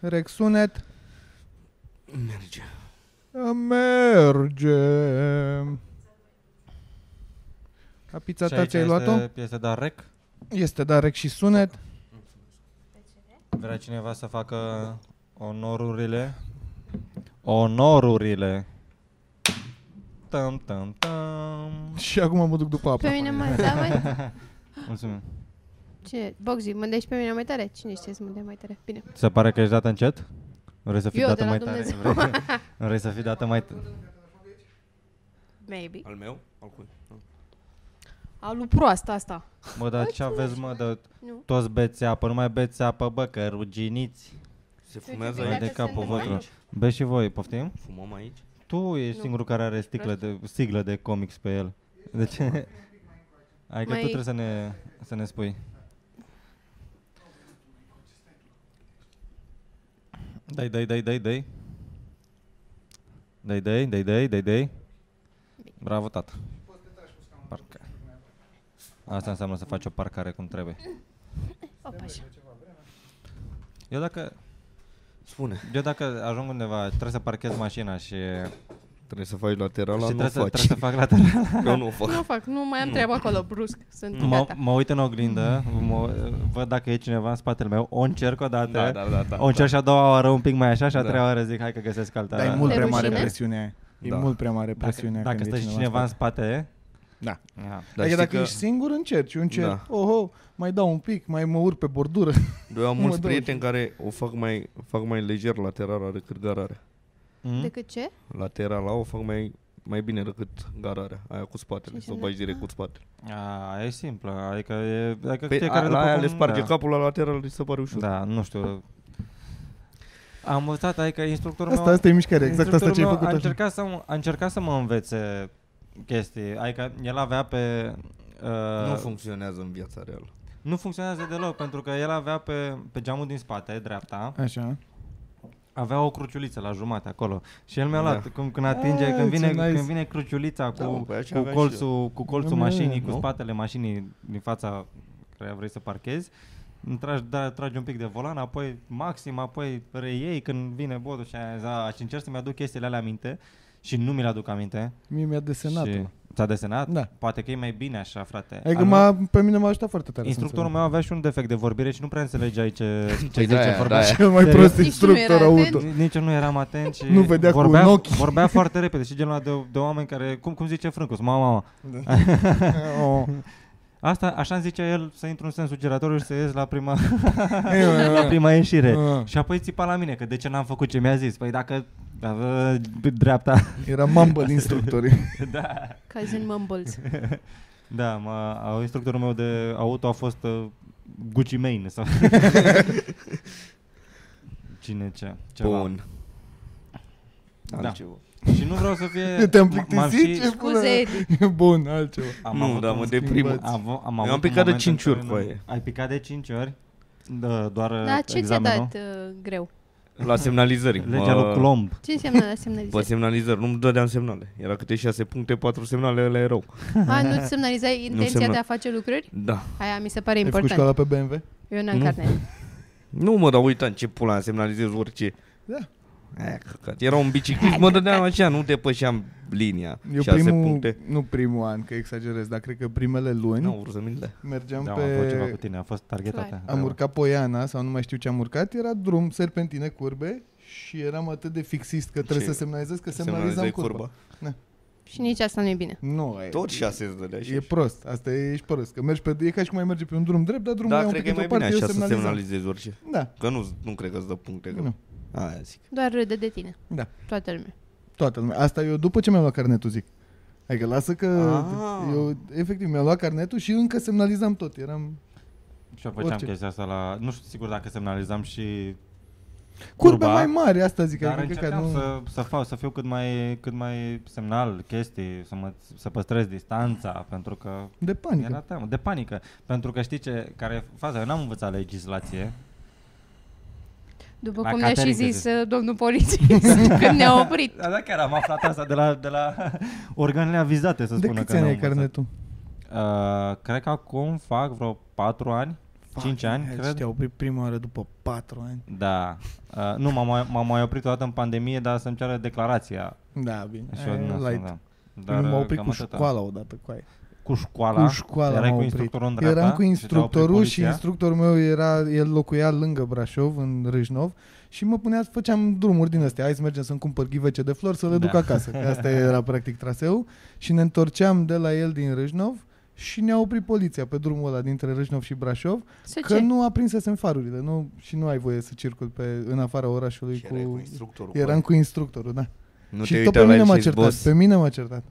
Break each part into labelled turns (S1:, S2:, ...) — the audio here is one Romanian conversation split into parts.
S1: Rexunet.
S2: Merge.
S1: Merge. La pizza
S3: Și
S1: ta
S3: aici
S1: ți-ai luat-o?
S3: Este, este dar rec.
S1: Este, da, rec și sunet.
S3: Vrea cineva să facă onorurile? Onorurile. Tam, tam, tam.
S1: Și acum mă duc după apă.
S4: Pe mine mă da mai...
S3: Mulțumim.
S4: Cine? Boxy, mândești pe mine mai tare? Cine știe să mânde mai tare? Bine.
S3: Ți se pare că ești dată încet? Vrei să fii
S4: Eu,
S3: dată
S4: de la
S3: mai
S4: Dumnezeu.
S3: tare? Vrei, vrei să fii dată mai... T-
S4: Maybe.
S2: Al meu? Al cui? Nu.
S4: Alu proastă asta.
S3: mă, dar ce aveți, mă, de
S4: Nu.
S3: toți beți apă, nu mai beți apă, bă, că ruginiți.
S4: Să
S2: Se fumează
S4: zic
S3: Hai
S2: aici?
S4: dacă
S3: de
S4: se
S3: capul
S4: întâmplă
S3: vostru.
S4: aici.
S3: Beți și voi, poftim?
S2: Fumăm aici?
S3: Tu ești
S4: Nu.
S3: singurul care are sticle de, siglă de comics pe el. Deci, hai că tu
S4: Mai-
S3: trebuie să ne, să ne spui. Dai, dai, dai, dai, dai. Dai, dai, dai, dai, dai, dai. Bravo, tată. Parcă. Asta înseamnă să faci o parcare cum trebuie.
S4: Opa, așa.
S3: Eu dacă,
S2: Spune.
S3: eu dacă ajung undeva, trebuie să parchez mașina și,
S2: Trebuie să faci laterala,
S3: și
S2: nu
S3: trebuie,
S2: o
S3: să,
S2: faci.
S3: trebuie să fac lateral.
S2: Eu nu o fac.
S4: Nu fac, nu mai am treabă acolo, brusc. Sunt
S3: Mă, Mm.
S4: gata.
S3: mă uit în oglindă, mă, văd dacă e cineva în spatele meu, o încerc o dată,
S2: Da, da, da, da.
S3: o încerc și a doua oară un pic mai așa și a
S2: Da.
S3: treia oară zic hai că găsesc alta.
S1: Dar e mult
S4: Te
S1: prea mare
S4: rușine?
S1: presiunea aia. E
S2: Da.
S1: mult prea mare presiunea
S3: Da. dacă
S1: când
S3: stă
S1: e
S3: și cineva în spate,
S1: Da.
S3: da.
S1: Dar
S2: știi
S1: adică dacă ești singur, încerci, eu încerc. Da. Oh, oh, mai dau un pic, mai mă urc pe bordură.
S2: Eu am
S1: Mă
S2: mulți
S1: dau
S2: prieteni care o fac mai, fac mai lejer laterala decât gararea.
S3: Mm?
S4: Decât ce?
S2: Laterala o fac mai, mai bine decât gararea, aia cu spatele,
S4: Ce
S2: să o
S4: înseamnă?
S2: bagi direct cu spatele.
S3: A, e simplă, adică e... Adică
S2: Pe
S3: fiecare
S2: Păi, a,
S3: după
S2: la aia
S3: cum-
S2: le sparge
S3: da.
S2: capul, la lateral îi se pare ușor.
S3: Da, nu știu. Am învățat, adică instructorul
S1: Asta,
S3: meu...
S1: asta e mișcarea, exact asta ce ai
S3: Instructorul
S1: făcut.
S3: meu A
S1: așa.
S3: încercat, să, mă- a încercat să mă învețe chestii, adică el avea pe... Uh,
S2: Nu funcționează în viața reală.
S3: Nu funcționează deloc, pentru că el avea pe, pe geamul din spate, dreapta,
S1: Așa.
S3: avea o cruciuliță la jumate acolo. Și el mi-a
S2: Da.
S3: luat, când, când atinge,
S1: Ah,
S3: când vine,
S1: ce nice.
S3: când vine cruciulița
S2: Da, mă,
S3: cu,
S2: păi așa
S3: cu,
S2: aveam și
S3: colțul, cu colțul
S1: Da,
S3: mașinii, cu
S2: nu?
S3: spatele mașinii din fața care vrei să parchezi, îmi tragi, da, tragi un pic de volan, apoi maxim, apoi reiei când vine botul și aia, da, și încerc să-mi aduc chestiile alea aminte și nu mi le aduc aminte.
S1: Mie mi-a desenat.
S3: Și ți-a desenat?
S1: Da.
S3: Poate că e mai bine așa, frate.
S1: Adică
S3: Al
S1: m-a, pe mine m-a ajutat foarte tare. să
S3: Instructorul
S1: înțeleg.
S3: meu avea și un defect de vorbire și nu prea înțelegeai ce, ce
S2: de-aia,
S3: zice
S2: da,
S3: vorbește.
S1: Cel mai
S3: Serios?
S1: prost
S4: Nici nu
S1: instructor
S4: era
S1: auto.
S4: atent.
S3: Nici eu nu eram atent și
S1: Nu vedea cu
S3: vorbea,
S1: un ochi.
S3: vorbea foarte repede și genul ăla de, de oameni care, cum, cum zice Frâncus, mama, mama.
S1: Oh.
S3: Asta, așa îmi zicea el să intru în sens sugeratoriu și să ies la prima, la
S1: Eh,
S3: prima ieșire.
S1: Ah.
S3: Și apoi țipa la mine că de ce n-am făcut ce mi-a zis. Păi dacă avea dreapta.
S1: Era mambă din instructorii.
S3: da.
S4: Cazi în mumbles.
S3: Da, mă, instructorul meu de auto a fost uh, Gucci Mane sau Cine ce? Ceva.
S2: Bun.
S3: Da.
S2: Altceva.
S3: Și nu vreau să fie...
S1: Te-am
S3: m- m-am și-
S1: plictisit? Ce pula-
S4: Scuze, Edi.
S1: Bun, altceva.
S3: Am
S2: Nu,
S3: avut
S2: dar
S3: un
S2: mă
S3: schimb-
S2: deprimă.
S3: Am, av- am
S2: Eu
S3: avut
S2: am
S3: un
S2: picat de
S3: moment
S2: cinci
S3: în
S2: ori,
S3: care nu-
S2: băie.
S3: Ai picat de 5 ori? Da, doar
S4: Dar ce ți-a
S3: examenul.
S4: dat uh, greu?
S2: La semnalizări.
S3: Legea lui Colomb.
S4: Ce înseamnă la
S2: Pe
S4: semnalizare?
S2: semnalizări, nu-mi dădeam semnale. Era câte șase puncte, patru semnale, ele erau.
S4: A, nu ți semnalizai intenția
S2: semna-
S4: de a face lucruri?
S2: Da.
S4: Aia mi se pare
S1: Ai făcut școala
S4: important.
S1: pe BMW?
S4: Eu n-am
S2: Nu.
S4: carnet.
S2: Nu mă dau uita în ce pula am semnalizez orice.
S1: Da.
S2: Aia, căcat. Era un biciclist, mă dădeam așa, nu depășeam linia.
S1: Eu
S2: șase
S1: primul, Păi
S2: puncte.
S1: nu primul an, că exagerez, dar cred că primele luni
S2: Nu au vrut să mi le dea.
S1: mergeam
S3: Da, am făcut ceva cu
S1: pe...
S3: tine, a fost targetată.
S2: Da,
S4: Clar.
S1: Am urcat Poiana sau nu mai știu ce am urcat, era drum, serpentine, curbe și eram atât de fixist că trebuie
S2: Ce?
S1: să semnalizez că semnalizam
S2: Semnalizai
S1: curba.
S2: curba.
S4: Și nici asta nu e bine.
S1: Nu, e,
S2: Tot șase îți dădea așa.
S1: e prost, asta e, ești prost, că mergi pe, e ca și cum ai merge pe un drum drept, dar drumul e
S2: Da,
S1: un
S2: cred
S1: pic
S2: că e
S1: într-o
S2: mai bine
S1: parte,
S2: așa
S1: eu
S2: să
S1: semnalizam.
S2: semnalizezi orice.
S1: Da,
S2: Că nu, nu cred că îți dă puncte. Că...
S1: nu,
S2: Aia zic.
S4: Doar râde de tine.
S1: Da.
S4: Toată lumea.
S1: toată lumea. Asta eu după ce mi-am luat carnetul zic. Adică lasă că
S2: Ah.
S1: eu efectiv mi-am luat carnetul și încă semnalizam tot. Eram
S3: Și eu făceam
S1: Orice.
S3: chestia asta la... Nu știu sigur dacă semnalizam și...
S1: curbe mai mari, asta zic.
S3: Dar
S1: adică că
S3: încercam
S1: nu...
S3: să, să, fac, să fiu cât mai, cât mai semnal chestii, să, mă, să păstrez distanța, pentru că
S1: De panică.
S3: Era teamă, de panică. Pentru că știi ce, care e faza, eu n-am învățat legislație.
S4: După
S3: La
S4: cum ne-a și
S3: Caterin,
S4: zis
S3: cred
S4: uh, domnul polițist când ne-a oprit.
S3: Da, da, chiar am aflat asta de la, de la organele avizate, să
S1: De
S3: spună
S1: câți
S3: că
S1: ani
S3: n-am
S1: ai
S3: învățat.
S1: carnetul?
S3: Uh, cred că acum fac vreo 4 ani. 5 ani, cred.
S1: Te-au oprit prima oară după 4 ani.
S3: Da. Uh, nu, m-am mai, m-am mai oprit o dată în pandemie, dar să-mi ceară declarația.
S1: Da, bine.
S3: Și eu nu
S1: light.
S3: sunt, da.
S1: Dar, nu m-au oprit
S3: cam
S1: cu
S3: atâta.
S1: școala odată cu aia.
S3: Cu școala.
S1: Cu școala
S3: Erai
S1: m-au oprit.
S3: cu instructorul în dreapta
S1: Eram cu
S3: și te-a oprit
S1: instructorul și,
S3: poliția?
S1: instructorul meu era, el locuia lângă Brașov, în Râșnov și mă punea, făceam drumuri din astea, hai să mergem să-mi cumpăr ghivece de flori să le
S3: Da.
S1: duc acasă, că asta era practic traseul și ne întorceam de la el din Râșnov și ne-a oprit poliția pe drumul ăla dintre Râșnov și Brașov
S4: Să
S1: că
S4: ce?
S1: nu aprinsesem farurile nu, și nu ai voie să circul pe, în afara orașului
S5: Și erai cu
S1: Păi cu...
S5: instructorul.
S1: Eram cu instructorul, da.
S2: Nu
S1: și
S2: te
S1: tot
S2: uita
S1: pe
S2: la
S1: mine m-a
S2: el și
S1: certat,
S2: boss.
S1: pe mine m-a certat.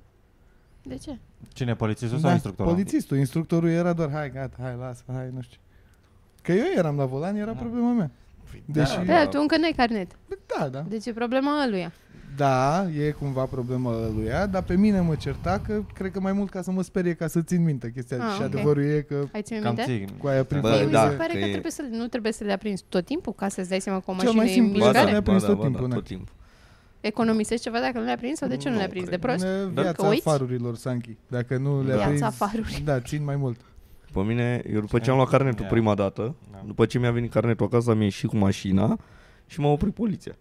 S4: De ce?
S3: Cine, polițistul sau instructorul?
S1: Da, Polițistul. Instructorul era doar, hai, gata, hai, lasă, hai, nu știu. Că eu eram la volan, era
S3: Da.
S1: problema mea.
S5: Păi
S1: Deși,
S2: Da.
S1: da,
S4: Da, tu încă n-ai carnet.
S1: da. da.
S4: Deci e problema ăluia.
S1: Da, e cumva problema lui ea, dar pe mine mă certa că cred că mai mult ca să mă sperie ca să țin minte chestia.
S4: Ah,
S1: și
S4: ok.
S1: adevărul e că
S4: Ai ținut
S3: Cam
S4: minte?
S3: ții.
S1: cu aia prin
S2: Bă,
S4: Mie
S1: farurile-
S4: mi
S2: da,
S4: se pare că,
S2: că e-
S4: trebuie să, nu trebuie să le aprinzi tot timpul ca să-ți dai seama că o
S1: Cel mai
S4: mașină e în
S1: simplu e să
S4: mișcare.
S1: le
S2: ba
S1: aprins
S2: da,
S1: tot
S2: ba da,
S1: timpul,
S2: tot
S1: ne.
S2: timpul.
S4: Economisești ceva dacă nu le-ai prins sau de ce nu,
S2: Nu
S4: le-ai prins? De
S2: cred.
S4: prost?
S1: Ne-
S4: Că
S1: Viața
S4: uiți?
S1: farurilor, Sanchi. Dacă nu le
S4: Viața
S1: aprinzi-
S4: farurilor.
S1: Da, țin mai mult.
S2: Pe mine, eu după ce am luat carnetul
S3: Da.
S2: prima dată,
S3: Da.
S2: după ce mi-a venit carnetul acasă, am ieșit cu mașina și m-a oprit poliția.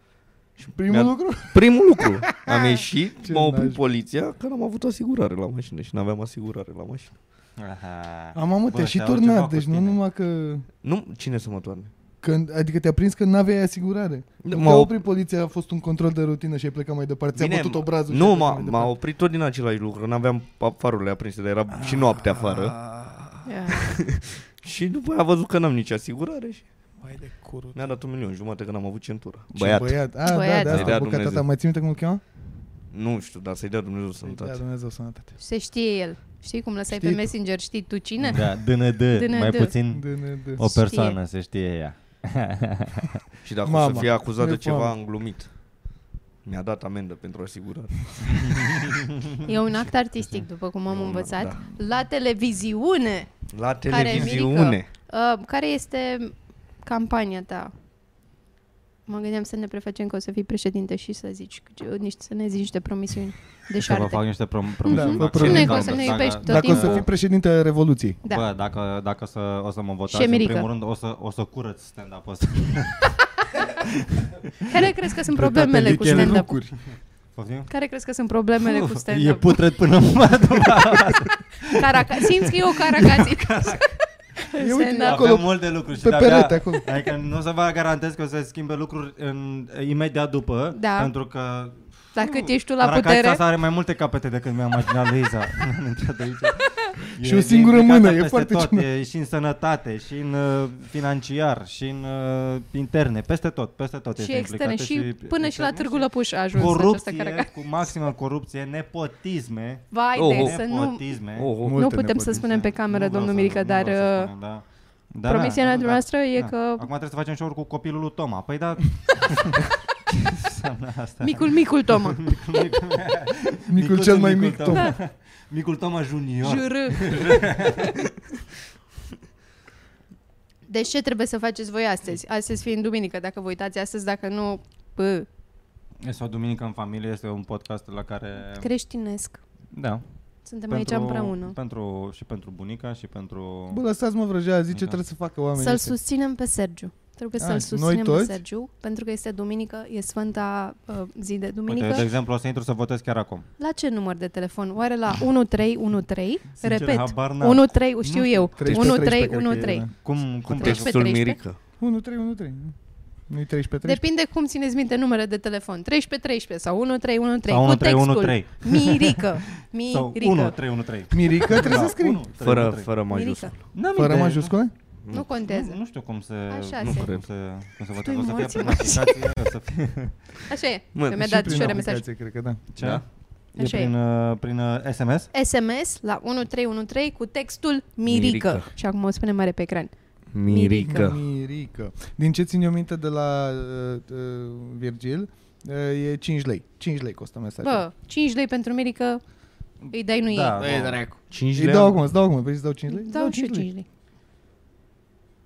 S1: Și primul
S2: Mi-a-
S1: lucru?
S2: Primul lucru, am ieșit,
S1: Ce
S2: m-a oprit
S1: nașpa.
S2: poliția că n-am avut asigurare la mașină și n-aveam asigurare la mașină.
S3: Da. Aha.
S1: Am amă,
S3: Bă,
S1: te și
S3: te-au ceva
S1: turnat,
S3: cu
S1: deci nu
S3: tine.
S1: numai că...
S2: Nu, cine să mă toarne?
S1: Când, adică te-a prins că n-aveai asigurare.
S2: Da,
S1: Nu
S2: m-a
S1: te-a
S2: op-
S1: oprit poliția, a fost un control de rutină și ai plecat mai departe. Ți-a bătut obrazul și
S2: nu,
S1: ai plecat
S2: m-a,
S1: mai
S2: m-a
S1: departe.
S2: oprit tot din același lucru, n-aveam pa- farurile aprinse, dar era și noapte afară.
S4: Ia.
S2: Și după aia a văzut că n-am nici asigurare și
S1: Mai de curul.
S2: mi-a dat un milion jumate că n-am avut centură.
S1: Ce
S2: Băiat.
S1: băiat. A, da,
S4: Băiat.
S1: da,
S2: Să-i
S1: asta bucata
S2: dea
S1: ta.
S2: Dumnezeu.
S1: Mai ții minte cum îl cheamă?
S2: Nu știu, dar să-i dea Dumnezeu
S1: Da,
S2: sănătate.
S1: Dumnezeu sănătate.
S4: Se știe el. Știi cum lăsai
S1: Știi
S4: pe
S1: tu.
S4: Messenger, știi tu cine?
S3: Da, DND,
S4: DND.
S3: mai
S1: Mm.
S2: Mm.
S3: puțin
S1: DND.
S3: o
S4: Știe.
S3: persoană, se știe ea.
S2: Și dacă o să
S1: Mama,
S2: fie acuzat de
S1: mi-e
S2: ceva,
S1: foame.
S2: am glumit. Mi-a dat amendă pentru asigurare.
S4: E un act artistic, după cum am
S2: E un-
S4: învățat.
S2: da.
S4: La televiziune!
S2: La
S4: Care,
S2: televiziune.
S4: Uh, care este campania ta? Mă gândeam să ne prefacem că o să fii președinte și să zici niște, să ne zici niște promisiuni de
S3: Să vă
S4: șarte.
S3: fac niște
S4: Da,
S3: prom- promisiuni.
S1: vă
S3: dacă-
S1: promit.
S3: dacă-
S1: Noi o să
S4: ne
S3: dacă-
S4: iubești tot
S1: Dacă o să
S4: timpul.
S1: fii președintele Revoluției.
S4: Da.
S3: Bă, dacă, dacă o să, o să mă votați, în
S4: Șemirică.
S3: primul rând o să, o să curăț stand-up-ul ăsta.
S4: Care crezi că sunt
S1: Păi,
S4: problemele cu
S1: Pretate
S4: stand-up?
S1: lucruri.
S3: Poftim?
S4: Care crezi că sunt problemele cu
S3: E
S4: stand-up?
S3: putred până mă
S4: Caraca- Simți că e o caracație.
S1: Eu uite
S4: Stand-up.
S1: acolo,
S3: Avem multe lucruri și
S1: pe
S3: de-abia-
S1: perete acolo.
S3: Adică nu o să vă garantez că o să schimbe lucruri în, imediat după,
S4: Da.
S3: pentru că
S4: La cât ești tu la
S3: Caracața
S4: putere,
S3: asta are mai multe capete decât mi-am imaginat Luiza. N-am intrat aici.
S1: Și
S3: E
S1: o singură
S3: implicată
S1: mână, e
S3: peste
S1: foarte
S3: tot,
S1: ciudat.
S3: E și în sănătate, și în uh, financiar, și în uh, interne, peste tot, peste tot
S4: și
S3: este
S4: externe,
S3: implicată
S4: și până și la
S3: externe.
S4: Târgu Lăpuș a ajuns această
S3: Corupție,
S4: caracație.
S3: cu maximă corupție, nepotisme,
S4: Vai
S2: Oh,
S4: de,
S2: oh.
S4: să nu...
S3: nepotisme.
S2: Oh,
S4: Nu
S2: oh.
S1: Multe
S4: putem să
S1: nepotisme.
S4: spunem pe cameră,
S3: Nu vreau
S4: domnul
S3: să-
S4: Mirica,
S3: nu
S4: dar...
S3: vreau să
S4: uh,
S3: spunem, da. Da,
S4: promisiunea
S3: da,
S4: dumneavoastră
S3: da,
S4: e
S3: da.
S4: că-
S3: Acum trebuie să facem show cu copilul lui Toma. Păi da... Ce înseamnă asta?
S4: Micul, micul Toma.
S1: micul cel mai mic,
S2: da.
S1: Tom.
S3: Micul Toma Junior.
S4: Jr. Deci ce trebuie să faceți voi astăzi? Astăzi fiind duminică, dacă vă uitați astăzi, dacă nu... Pă,
S3: Este o duminică în familie, este un podcast la care...
S4: creștinesc.
S3: Da.
S4: Suntem aici împreună.
S3: Pentru, și pentru bunica și pentru...
S1: Bă, lăsați-mă vrăjea, zice ce
S3: Da.
S1: trebuie să facă oamenii
S4: Să-l
S1: ăștia.
S4: susținem pe Sergiu. Trebuie
S1: Ah,
S4: să-l
S1: și noi
S4: susținem pe
S1: toți?
S4: Sergiu, pentru că este duminică, e sfânta uh, zi de duminică.
S3: Uite, de exemplu, o să intru să votez chiar acum.
S4: La ce număr de telefon? Oare la 1313?
S3: Sincer,
S4: Repet,
S3: habar n-am.
S4: 13, știu eu.
S1: 13, da.
S4: 1313.
S3: Cum, cum
S4: Deci pe 13?
S2: Mirica.
S1: 1, 3, 1, 3. Nu-i 13 pe 13?
S4: Depinde cum țineți minte numere de telefon. 1313 sau 1313
S3: Sau
S4: cu textul.
S3: 1313.
S4: Mirică.
S3: Sau
S4: Mirică.
S3: 1313.
S1: Mirica trebuie
S2: Da,
S3: Da,
S1: să scrii.
S2: Fără, fără majuscul.
S3: N-am
S1: Fără
S3: idee.
S1: majuscule?
S4: Nu
S3: Nu,
S4: contează.
S3: nu știu cum se...
S4: Așa
S3: nu
S4: se-
S3: Cum se, cum se
S4: Tu-i
S3: votează. O să fie
S4: morții,
S3: prin
S4: mă.
S3: aplicație. o să fie...
S4: Așa e.
S2: Mă,
S4: Mi-a
S1: Și
S4: dat
S1: prin
S4: și eu mesaj.
S1: aplicație, cred că da.
S3: Ce?
S2: Da.
S3: E
S4: Așa e.
S3: prin, uh, prin uh, SMS?
S4: SMS la 1313 cu textul Mirică.
S2: Mirică.
S4: Și acum o spunem mare pe ecran.
S2: Mirica.
S1: Mirica. Din ce țin eu minte de la uh, uh, Virgil, uh, e 5 lei. 5 lei costă mesajul.
S4: Bă, 5 lei pentru Mirică îi dai nu ei.
S3: Da,
S5: Băi,
S3: da.
S5: dracu.
S2: 5
S1: Îi
S2: lei.
S1: dau
S2: am-
S1: acum, îți dau acum, vrei să dau 5 lei?
S4: Dau și eu 5 lei.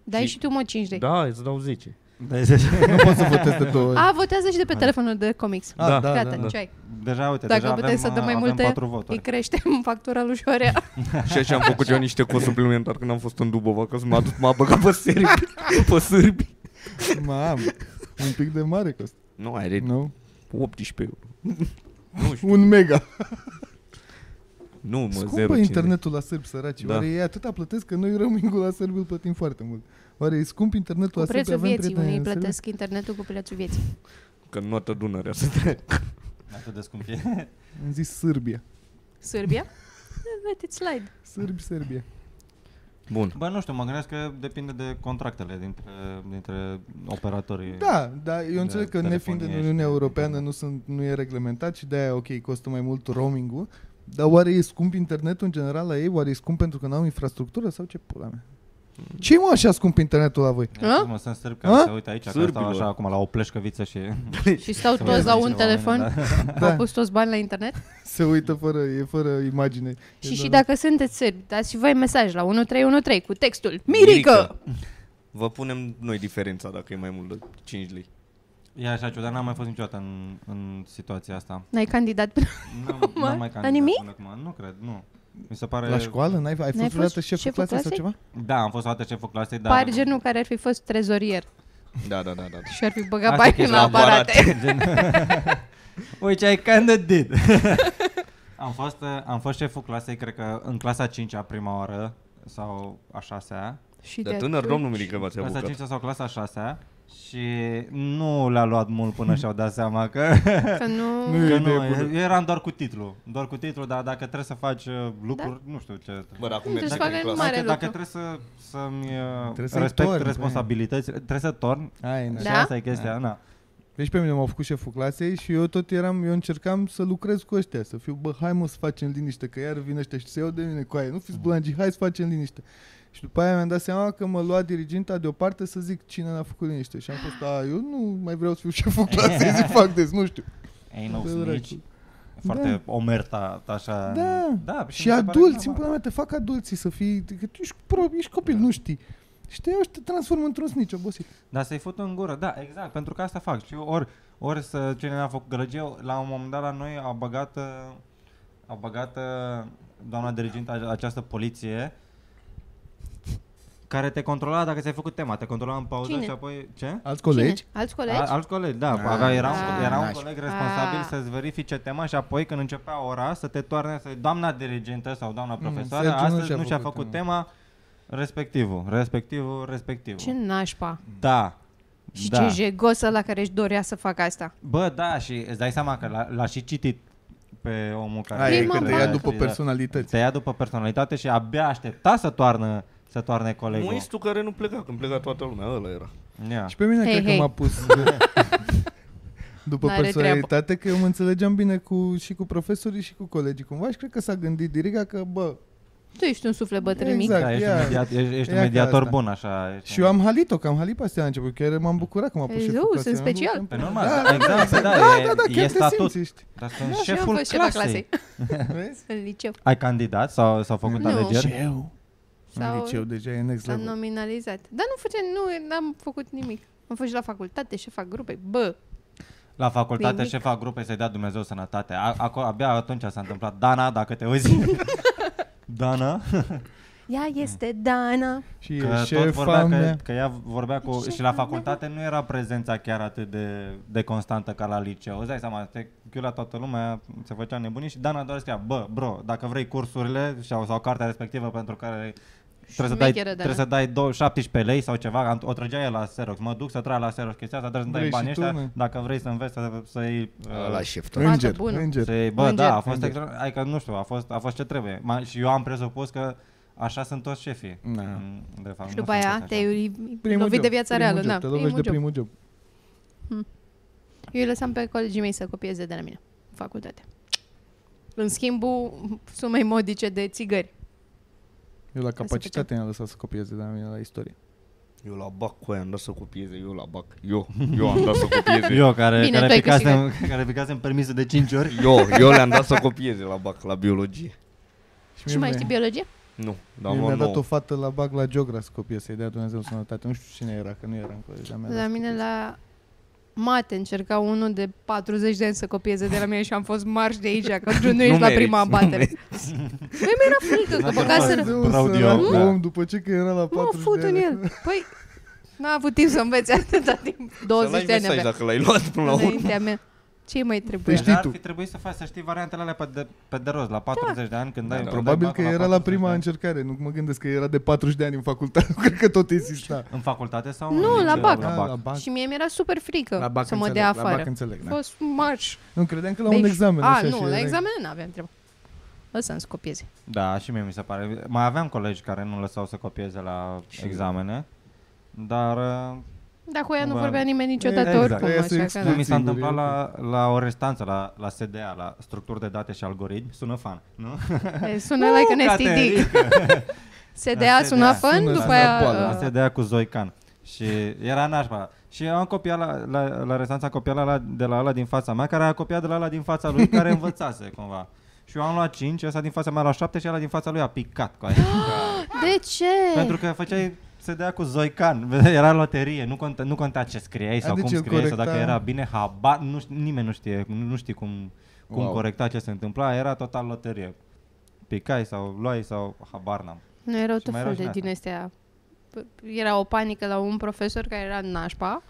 S4: Dai și tu mă 5 lei.
S2: Da, îți dau 10.
S1: Nu pot să votez de două ori.
S4: A, votează și de pe telefonul de comics.
S1: Ah,
S2: da,
S1: da,
S4: Gata,
S1: da, da.
S4: nici ai.
S3: Deja, uite,
S4: Dacă
S3: deja
S4: puteai
S3: Deci avem,
S4: să
S3: uh,
S4: dăm mai
S3: avem
S4: multe,
S3: patru
S4: Îi
S3: voturi.
S4: creștem factura lui Jorea.
S2: Și așa am făcut eu niște cost suplimentar când am fost în Dubova, că m-a dus, m-a băgat pe sârbi. pe sârbi.
S1: Mam, un pic de mare cost.
S2: Nu, are
S1: Nu?
S2: 18 euro.
S1: Un mega.
S2: Nu, mă,
S1: Scump
S2: 0,
S1: e internetul la sârbi, săraci.
S2: Da.
S1: Da. Oare ei atâta plătesc că noi romângul la sârbi îl plătim foarte mult. Oare e scump internetul
S4: Cu
S1: la sârbi?
S4: prețul
S1: Avem
S4: vieții,
S1: prieteni
S4: unii
S1: în Serbia?
S4: plătesc internetul cu prețul vieții.
S2: Că nu toată Dunărea să trec.
S3: Atât de scump e.
S1: Am zis Sârbia.
S4: Sârbia? Let it slide.
S1: Sârbi, Serbia.
S2: Bun.
S3: Bă, nu știu, mă gândesc că depinde de contractele dintre, dintre operatorii.
S1: Da, dar eu
S3: Da,
S1: înțeleg că
S3: telefonie
S1: nefiind în da.
S3: și
S1: Uniunea
S3: de-
S1: Europeană nu, sunt, nu e reglementat și de-aia ok, costă mai mult roamingul. Dar oare e scump internetul în general la ei? Oare e scump pentru că n-au infrastructură sau ce pula mea? ce e mă așa scump internetul la voi?
S3: Ia
S4: A?
S3: uite, Mă, sunt sârb care
S1: A?
S3: se uită aici, că stau
S2: Sârbilor.
S3: așa acum la o pleșcăviță și... se
S4: Și stau
S3: mai
S4: toți la
S3: uită
S4: un
S3: cineva
S4: telefon,
S3: la mine, da.
S1: Da.
S4: au pus toți bani la internet.
S1: Se uită fără, e fără imagine.
S4: Și
S1: E
S4: și
S1: doar-
S4: dacă sunteți sârbi, dați și voi mesaj la 1313 cu textul Mirică!
S2: Vă punem noi diferența dacă e mai mult de 5 lei.
S3: E așa ciudat, n-am mai fost niciodată în, în situația asta.
S4: N-ai candidat până...
S3: Da. N-am,
S4: Mă,
S3: n-am mai
S4: la
S3: candidat
S4: nimic?
S3: până acum. Nu cred, nu. Mi se pare...
S1: La școală? N-ai, ai fost
S4: fost
S1: vreodată șeful
S4: șeful
S1: clasei sau
S4: clasei?
S1: ceva?
S3: Da, am fost toată șeful clasei, dar...
S4: Par genul care ar fi fost trezorier
S2: Da, da, da, da.
S4: și ar fi băgat
S3: Asta e
S4: bani
S3: chestia
S4: la
S3: la aparate.
S4: aparate.
S3: Gen... Which I kinda did. am, fost, uh, am fost șeful clasei, cred că în clasa 5-a prima oară sau a 6-a.
S4: Și
S2: Dar
S4: de
S2: tânăr,
S4: atunci-
S2: domnul Mirică v-ați
S3: Clasa
S2: apucat.
S3: 5-a sau clasa 6-a. Și nu le-a luat mult până și-au dat seama că,
S4: Că nu...
S1: Nu e
S3: că
S1: idee
S3: nu,
S1: bună.
S3: eu eram doar cu titlu, doar cu titlu, dar dacă trebuie să faci uh, lucruri, nu știu ce trebuie.
S2: Bă, dar acum
S4: Deci
S2: mergeți
S4: facă
S2: în clasă.
S4: Da. mare
S3: dacă, dacă
S4: lucru.
S3: trebuie să, să-mi
S1: Trebuie
S3: trebuie
S1: să-i
S3: respect torni,
S1: torni, păi.
S3: responsabilitățile, trebuie să torn.
S1: Ai,
S3: Da?
S1: na.
S3: Și
S4: Da?
S3: asta e chestia, na.
S1: Deci pe mine m-au făcut șeful clasei și eu tot eram, eu încercam să lucrez cu ăștia, să fiu, bă, hai mă să facem liniște, că iar vin ăștia și se iau de mine cu aia, nu fiți bulangi, hai să facem liniște. Și după aia mi-am dat seama că mă lua diriginta deoparte să zic cine n-a făcut liniște. Și am fost, a, eu nu mai vreau să fiu șeful clasei, zic, fac des, nu știu.
S3: Ain't no
S1: Bă,
S3: snitch.
S1: dracul.
S3: Foarte omerta, așa.
S1: Da.
S3: da
S1: Și adulți, în pula mea, te fac adulții să fii, că tu ești, pro, ești copil, nu știi. Și te iau și te transform într-un snitch obosit.
S3: Dar să-i fut în gură, da, exact, pentru că asta fac. Și eu ori, ori să cine n-a făcut gălăgie, la un moment dat la noi a băgat, uh, a băgat uh, doamna dirigintă ace- această poliție care te controla dacă ți-ai făcut tema, te controla în pauză
S4: Cine?
S3: și apoi... Ce?
S1: Alți
S4: Cine?
S1: colegi?
S4: Alți colegi?
S3: A, alți colegi, da. Avea, era, un,
S4: Ah.
S3: era un coleg responsabil
S4: Ah.
S3: să-ți verifice tema și apoi când începea ora să te toarne să doamna dirigentă sau doamna profesoară,
S1: Mm. Sergiu nu
S3: astăzi
S1: și-a
S3: nu și-a
S1: făcut
S3: făcut tema, respectivul, respectivul, respectivul.
S4: Ce nașpa!
S3: Da.
S4: Și
S3: da.
S4: ce jegos ăla care își dorea să facă asta.
S3: Bă, da, și îți dai seama că l-a, l-a și citit pe omul care...
S1: Aia e
S4: Prima
S1: că te ia
S4: dată.
S1: după personalități.
S3: da. Te ia după personalitate și abia aștepta să toarnă să toarne colegul.
S2: Muistul care nu pleca, când pleca toată lumea, ăla era.
S3: Ia.
S1: Și pe mine
S4: Hei,
S1: hey, cred
S4: hei.
S1: că m-a pus după
S4: N-are
S1: personalitate că eu mă înțelegeam bine cu, și cu profesorii și cu colegii cumva și cred că s-a gândit diriga că bă,
S4: Tu ești un suflet bătrân mic.
S1: Exact.
S3: Da, ești, un
S1: ia.
S3: mediat, ești, ești un
S1: Ia ca
S3: mediator
S1: asta.
S3: bun, așa. ești
S1: și
S3: un-
S1: eu am halit-o, că am halit pe astea la început, chiar m-am bucurat că m-a pus
S4: Eu,
S1: și
S4: sunt special.
S3: Pe normal,
S1: Da,
S3: da,
S1: da,
S3: exact, da, da,
S1: Da,
S3: e,
S1: da, da,
S3: e
S1: chiar te
S3: statut.
S1: simți, știi?
S3: Dar sunt
S4: Da, Și eu am
S3: șeful
S4: fost șefa
S3: clasei.
S4: clasei.
S1: Vezi?
S4: În liceu.
S3: Ai candidat sau s-au făcut
S4: Nu.
S3: alegeri?
S1: Liceu. În
S4: Sau-
S1: liceu deja e next
S4: S-a
S1: level.
S4: nominalizat. Dar nu făceam, nu, n-am făcut nimic. Am fost și la facultate, șefa grupei. Bă,
S3: La facultate
S4: Nimic.
S3: șefa grupei să-i dea Dumnezeu sănătate. A, aco, abia atunci s-a întâmplat. Dana, dacă te auzi. Dana,
S4: ea este Dana.
S1: Și
S3: că
S1: e
S3: tot vorbea
S1: șefa
S3: că,
S1: mea.
S3: că ea vorbea cu... Și la facultate nu era prezența chiar atât de, de constantă ca la liceu. Îți dai seama, te chiula toată lumea, se făcea nebunii și Dana doar scria, bă, bro, dacă vrei cursurile sau, sau cartea respectivă pentru care trebuie să, dai,
S4: Șmecheră, Dana.
S3: trebuie să dai dou- 17 lei sau ceva, am- o trăgea el la Xerox, mă duc să trag la Xerox chestia asta, trebuie să dai
S1: Vrei și
S3: banii
S1: tu,
S3: ăștia,
S1: mă?
S3: dacă vrei să înveți să, să iei... uh,
S2: La șef.
S4: Fată
S1: Înger,
S4: bună.
S1: înger.
S3: se, bă,
S4: Înger.
S3: da, a fost
S1: Înger.
S3: extra, adică nu știu, a fost, a fost ce trebuie. Ma, și eu am presupus că așa sunt toți șefii.
S1: Na.
S3: Mm, De fapt,
S4: Și
S3: nu
S4: după
S3: sunt
S4: aia
S3: toți
S4: te-ai
S3: așa.
S4: uri-
S1: Primul
S4: lovit
S1: job,
S4: de viața
S1: primul
S4: reală.
S1: job,
S4: Da,
S1: Te lovești
S4: primul
S1: de
S4: job.
S1: primul job.
S4: Eu îi lăsam pe colegii mei să copieze de la mine, în facultate. În schimbul sumei modice de țigări.
S1: Eu la
S4: să
S1: capacitate mi-am lăsat să copieze de la mine la istorie.
S2: Eu la bac cu aia, am dat să copieze, eu la bac. Eu, eu am dat să copieze.
S3: Eu care,
S4: Bine, tu
S3: care,
S4: ai
S3: picasem, care picasem permisul de 5 ori.
S2: Eu, eu le-am dat să copieze la bac, la biologie.
S1: Păi
S4: Și mai știi biologie?
S2: Nu,
S1: Da,
S2: dar
S1: mi-a
S2: am
S1: dat o
S2: dat
S1: fată la bag la geograf cu o piesă, să-i dea Dumnezeu sănătate. Nu știu cine era, că nu era în colegia mea.
S4: La mine la mate încerca unul de 40 de ani să copieze de la mine și am fost marș de aici, că nu, nu ești la
S2: meriți,
S4: prima
S2: nu
S4: abatere. Păi mi-era frică, că
S3: Așa
S4: băgaseră...
S3: fac.
S1: Braud
S3: Braud
S1: eu.
S3: eu,
S1: Om,
S3: da.
S1: după ce că era la
S4: Mă
S1: 40
S4: fut
S1: de
S4: în
S1: ani.
S4: el. Păi, n-a avut timp să învețe atâta timp. 20 de ani
S2: mesaj
S4: avea.
S2: dacă l-ai luat până la urmă.
S4: Înaintea mea. Ce mai
S1: Păi
S4: trebuie?
S1: știi
S3: Dar ar
S1: tu.
S3: fi trebuit să faci, să știi variantele alea pe de, pe de rost, la 40 de ani, când
S2: Da,
S3: ai...
S2: da.
S3: când
S1: Probabil
S3: ai
S1: că
S3: bacul
S1: era la
S3: 40 de
S1: prima
S3: ani.
S1: încercare, nu mă gândesc că era de 40 de ani în facultate, nu cred că tot exista.
S3: În facultate sau
S4: Nu,
S3: în
S4: la
S3: liceu,
S4: bac.
S3: La bac.
S1: Da, bac.
S4: Și mie mi-era super
S1: La
S4: frică
S1: bac
S4: să mă
S1: înțeleg,
S4: dea
S1: La bac
S4: afară.
S1: înțeleg, da.
S4: Fost marș.
S1: Nu, credeam că la un
S4: Deci-
S1: examen.
S4: A,
S1: așa, și
S4: nu, la
S1: erai-
S4: examen nu aveam treabă. Ăsta îmi scopieze.
S3: Da, și mie mi se pare. Mai aveam colegi care nu lăsau să copieze la examene, dar uh,
S4: Dar cu ea nu
S3: Cumva-
S4: vorbea nimeni niciodată
S3: Exact.
S4: oricum,
S1: Aia se
S4: așa că...
S1: expune.
S4: da.
S3: mi s-a
S1: singur,
S3: întâmplat
S1: e
S3: la, la o restanță, la, la SDA, la structuri de date și algoritmi. Sună fan, nu?
S4: E, Sună like an STD.
S3: La
S4: SDA sună
S3: SDA.
S4: fân,
S1: Sună
S4: după
S1: la
S4: aia...
S1: boală.
S4: uh,
S3: La SDA cu Zoican. Și era nașpa. Și eu am copiat la, la, la restanța, am copiat la, la, de la ăla din fața mea, care a copiat de la ăla din fața lui, care învățase cumva. Și eu am luat 5, ăsta din fața mea la 7 și ăla din fața lui a picat cu aia.
S4: Da. De ce?
S3: Pentru că făceai se dea cu Zoican, era loterie, nu conta, nu conta ce scriei sau
S1: Adică
S3: cum
S1: el
S3: scriei
S1: corecta-
S3: sau dacă era bine, habar, nu, ș- nimeni nu știe, nu nu știi cum, cum
S1: Wow.
S3: wow. corecta ce se întâmpla, era total loterie. Picai sau luai sau habar n-am.
S4: Nu erau
S3: Și
S4: tot
S3: mai
S4: fel
S3: erau
S4: de
S3: și
S4: din astea. P- Era o panică la un profesor care era nașpa,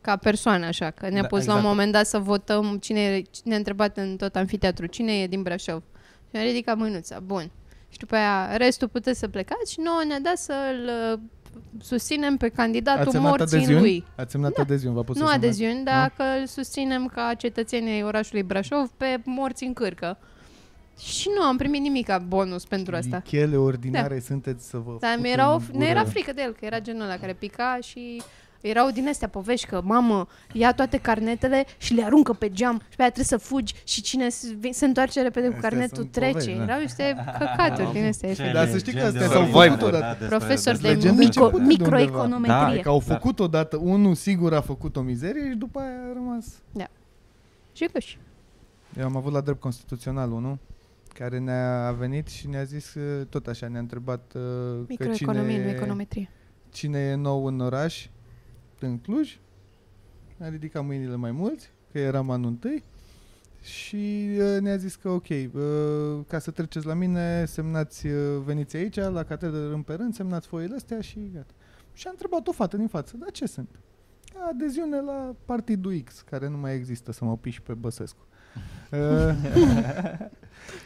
S4: ca persoană așa, că ne-a
S3: Da,
S4: pus la un
S3: exact.
S4: moment dat să votăm cine, e- ne-a întrebat în tot amfiteatru, cine e din Brașov. Și a ridicat mânuța, bun. Și după aia restul puteți să plecați și nouă ne-a dat să-l uh, susținem pe candidatul
S1: semnat
S4: morții
S1: adeziuni?
S4: lui.
S1: Ați semnat
S4: Da.
S1: adeziuni, v-a pus
S4: Nu
S1: să semnați?
S4: adeziuni, dar că îl susținem ca cetățenii orașului Brașov pe morți în cârcă. Și nu am primit nimica bonus pentru asta. Da.
S1: Lichele ordinare sunteți să vă
S4: Dar
S1: fut
S4: mi
S1: în
S4: era, o,
S1: gură.
S4: ne era frică de el, că era genul ăla care pica și erau din astea povești că, mamă, ia toate carnetele și le aruncă pe geam și pe aia trebuie să fugi și cine se, vi- se întoarce repede cu
S1: Astea
S4: carnetul
S1: sunt
S4: trece.
S1: povești, da.
S4: Erau niște căcaturi din astea. efectiv.
S1: Dar să știi că astea
S2: s-au făcut
S3: Da,
S2: odată.
S4: Profesor de
S1: legende
S4: mico,
S1: începute de undeva. Da,
S4: microeconometrie.
S1: Că au făcut odată, unul sigur a făcut o mizerie și după aia a rămas.
S4: Jigoș.
S1: Eu am avut la drept constituțional unul care ne-a venit și ne-a zis uh, tot așa, ne-a întrebat uh, că
S4: Microeconomie, nu
S1: cine,
S4: econometrie.
S1: cine e nou în oraș, în Cluj. A ridicat mâinile mai mulți, că eram anul întâi. Și uh, ne-a zis că ok, uh, ca să treceți la mine, semnați, uh, veniți aici, la catedră rând pe rând, semnați foile astea și gata. Și a întrebat o fată din față, dar ce sunt? Adeziune la partidul X, care nu mai există, să mă piși pe Băsescu. Uh,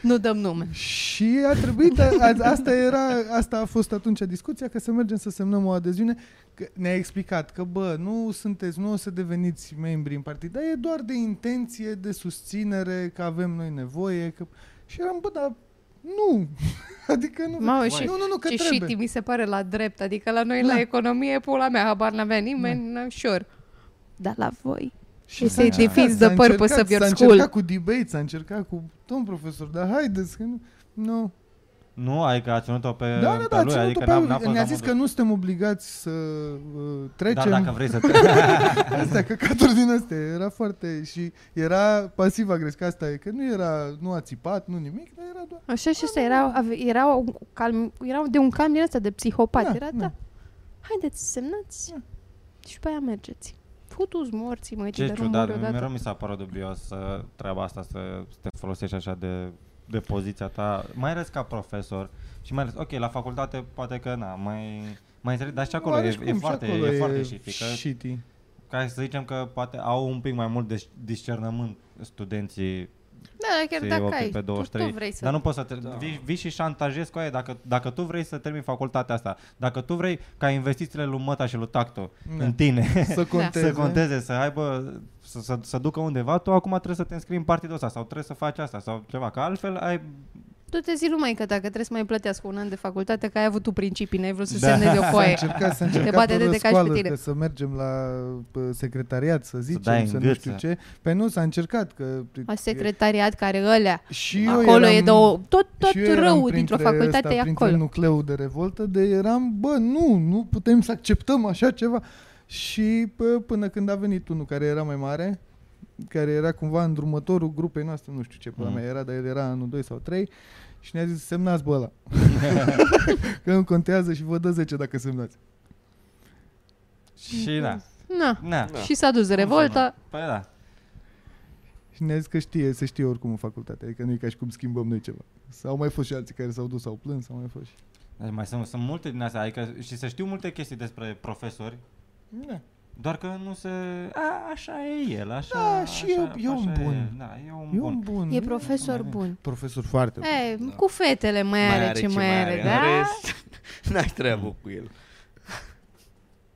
S4: Nu dăm nume.
S1: și a trebuit, a, a, asta, era, asta a fost atunci discuția, că să mergem să semnăm o adeziune. Că ne-a explicat că, bă, nu sunteți, nu o să deveniți membri în partid, dar e doar de intenție, de susținere, că avem noi nevoie. Că... Și eram, bă, dar nu. adică nu.
S4: Mamă,
S1: nu,
S4: și
S1: nu, nu, că
S4: ce
S1: trebuie.
S4: shitty mi se pare la drept, adică la noi la
S1: Da.
S4: economie, pula mea, habar n-avea nimeni, n sure. Da. Dar la voi,
S1: Și
S4: Să-i
S1: încercat,
S4: defense the
S1: s-a
S4: purpose
S1: încercat,
S4: of your
S1: S-a
S4: school.
S1: încercat cu debate, s-a încercat cu domn profesor, dar haideți că nu. Nu.
S3: Nu, adică a ținut-o pe,
S1: Da, da,
S3: pe
S1: da,
S3: lui,
S1: ținut-o
S3: adică
S1: pe
S3: n-am,
S1: el.
S3: n-a fost
S1: ne-a
S3: la
S1: zis că
S3: modul-
S1: nu suntem obligați să uh, trecem.
S3: Dar dacă vrei să
S1: Astea, căcaturi din astea, era foarte... Și era pasiv agresiv, că asta e, că nu era, nu a țipat, nu nimic, dar era doar...
S4: Așa și
S1: da,
S4: ăsta era, ave- era, un calm, era de un calm din ăsta de psihopat.
S1: Da,
S4: Da, era,
S1: da.
S4: da. Haideți, semnați
S1: Da.
S4: și pe aia mergeți. Futu-ți morții, măi,
S3: Ce
S4: de
S3: ciudat,
S4: ciudat,
S3: mereu mi s-a părut dubios să, treaba asta, să, să te folosești așa de, de poziția ta, mai ales ca profesor și mai ales, ok, la facultate poate că, na, mai, mai înțeleg, dar și acolo
S1: Oare
S3: e,
S1: și
S3: e,
S1: deci cum, și
S3: foarte,
S1: acolo
S3: e, foarte șifică,
S1: shitty.
S3: ca să zicem că poate au un pic mai mult de discernământ studenții
S4: Da, dar chiar
S3: se
S4: dacă
S3: opri
S4: ai,
S3: pe
S4: tu, tu
S3: 23.
S4: vrei să...
S3: Dar nu poți să te, da. vii, vii și șantajezi cu aia dacă, dacă tu vrei să termini facultatea asta, dacă tu vrei ca investițiile lui Măta și lui Tacto
S1: Da.
S3: da. în tine
S1: Să conteze.
S3: să conteze, să aibă, să, să, să ducă undeva, tu acum trebuie să te înscrii în partidul ăsta sau trebuie să faci asta sau ceva, că altfel ai...
S4: Tu te zi lumea că dacă trebuie să mai plătească un an de facultate, că ai avut tu principii, n-ai vrut să
S3: Da.
S4: semnezi o
S1: S-a
S4: foaie.
S1: încercat, s-a
S4: Te
S1: încercat
S4: bate
S1: o
S4: de te cași pe
S1: răscoală,
S4: tine.
S1: că să mergem la pă, secretariat, să zicem,
S3: dai
S1: să,
S3: în
S1: nu știu
S3: gâță.
S1: ce. Pe nu, s-a încercat, că...
S4: A secretariat care ălea.
S1: Și eu
S4: Acolo
S1: eram,
S4: e de o, tot, tot
S1: și eu eram
S4: rău
S1: printre
S4: dintr-o facultate
S1: ăsta,
S4: e
S1: printre
S4: acolo.
S1: nucleul de revoltă, de eram, bă, nu, nu putem să acceptăm așa ceva. Și bă, până când a venit unul care era mai mare, care era cumva îndrumătorul grupei noastre, nu știu ce pula
S3: Mhm.
S1: mea era, dar el era anul 2 sau 3, și ne-a zis semnați bă ăla. că nu contează și vă dă 10 dacă semnați.
S3: Și
S1: Mhm.
S3: da.
S4: Na.
S3: Na.
S2: Da.
S4: Și s-a dus revolta.
S3: Păi da.
S1: Și ne-a zis că știe, se știe oricum în facultate, adică nu e ca și cum schimbăm noi ceva. Sau mai fost și alții care s-au dus, s-au plâns, sau mai fost și...
S3: Deci mai sunt, sunt multe din astea, adică și să știu multe chestii despre profesori,
S1: Da.
S3: doar că nu se... A, așa e el, așa...
S1: Da, și
S3: așa,
S1: e- e un
S3: așa
S1: bun.
S3: E, da, e un
S1: E
S3: bun.
S1: un bun.
S4: E profesor bun.
S1: Profesor foarte bun.
S4: E, cu fetele mai, mai are ce mai are,
S2: În
S4: da?
S2: rest, N-ai treabă cu el.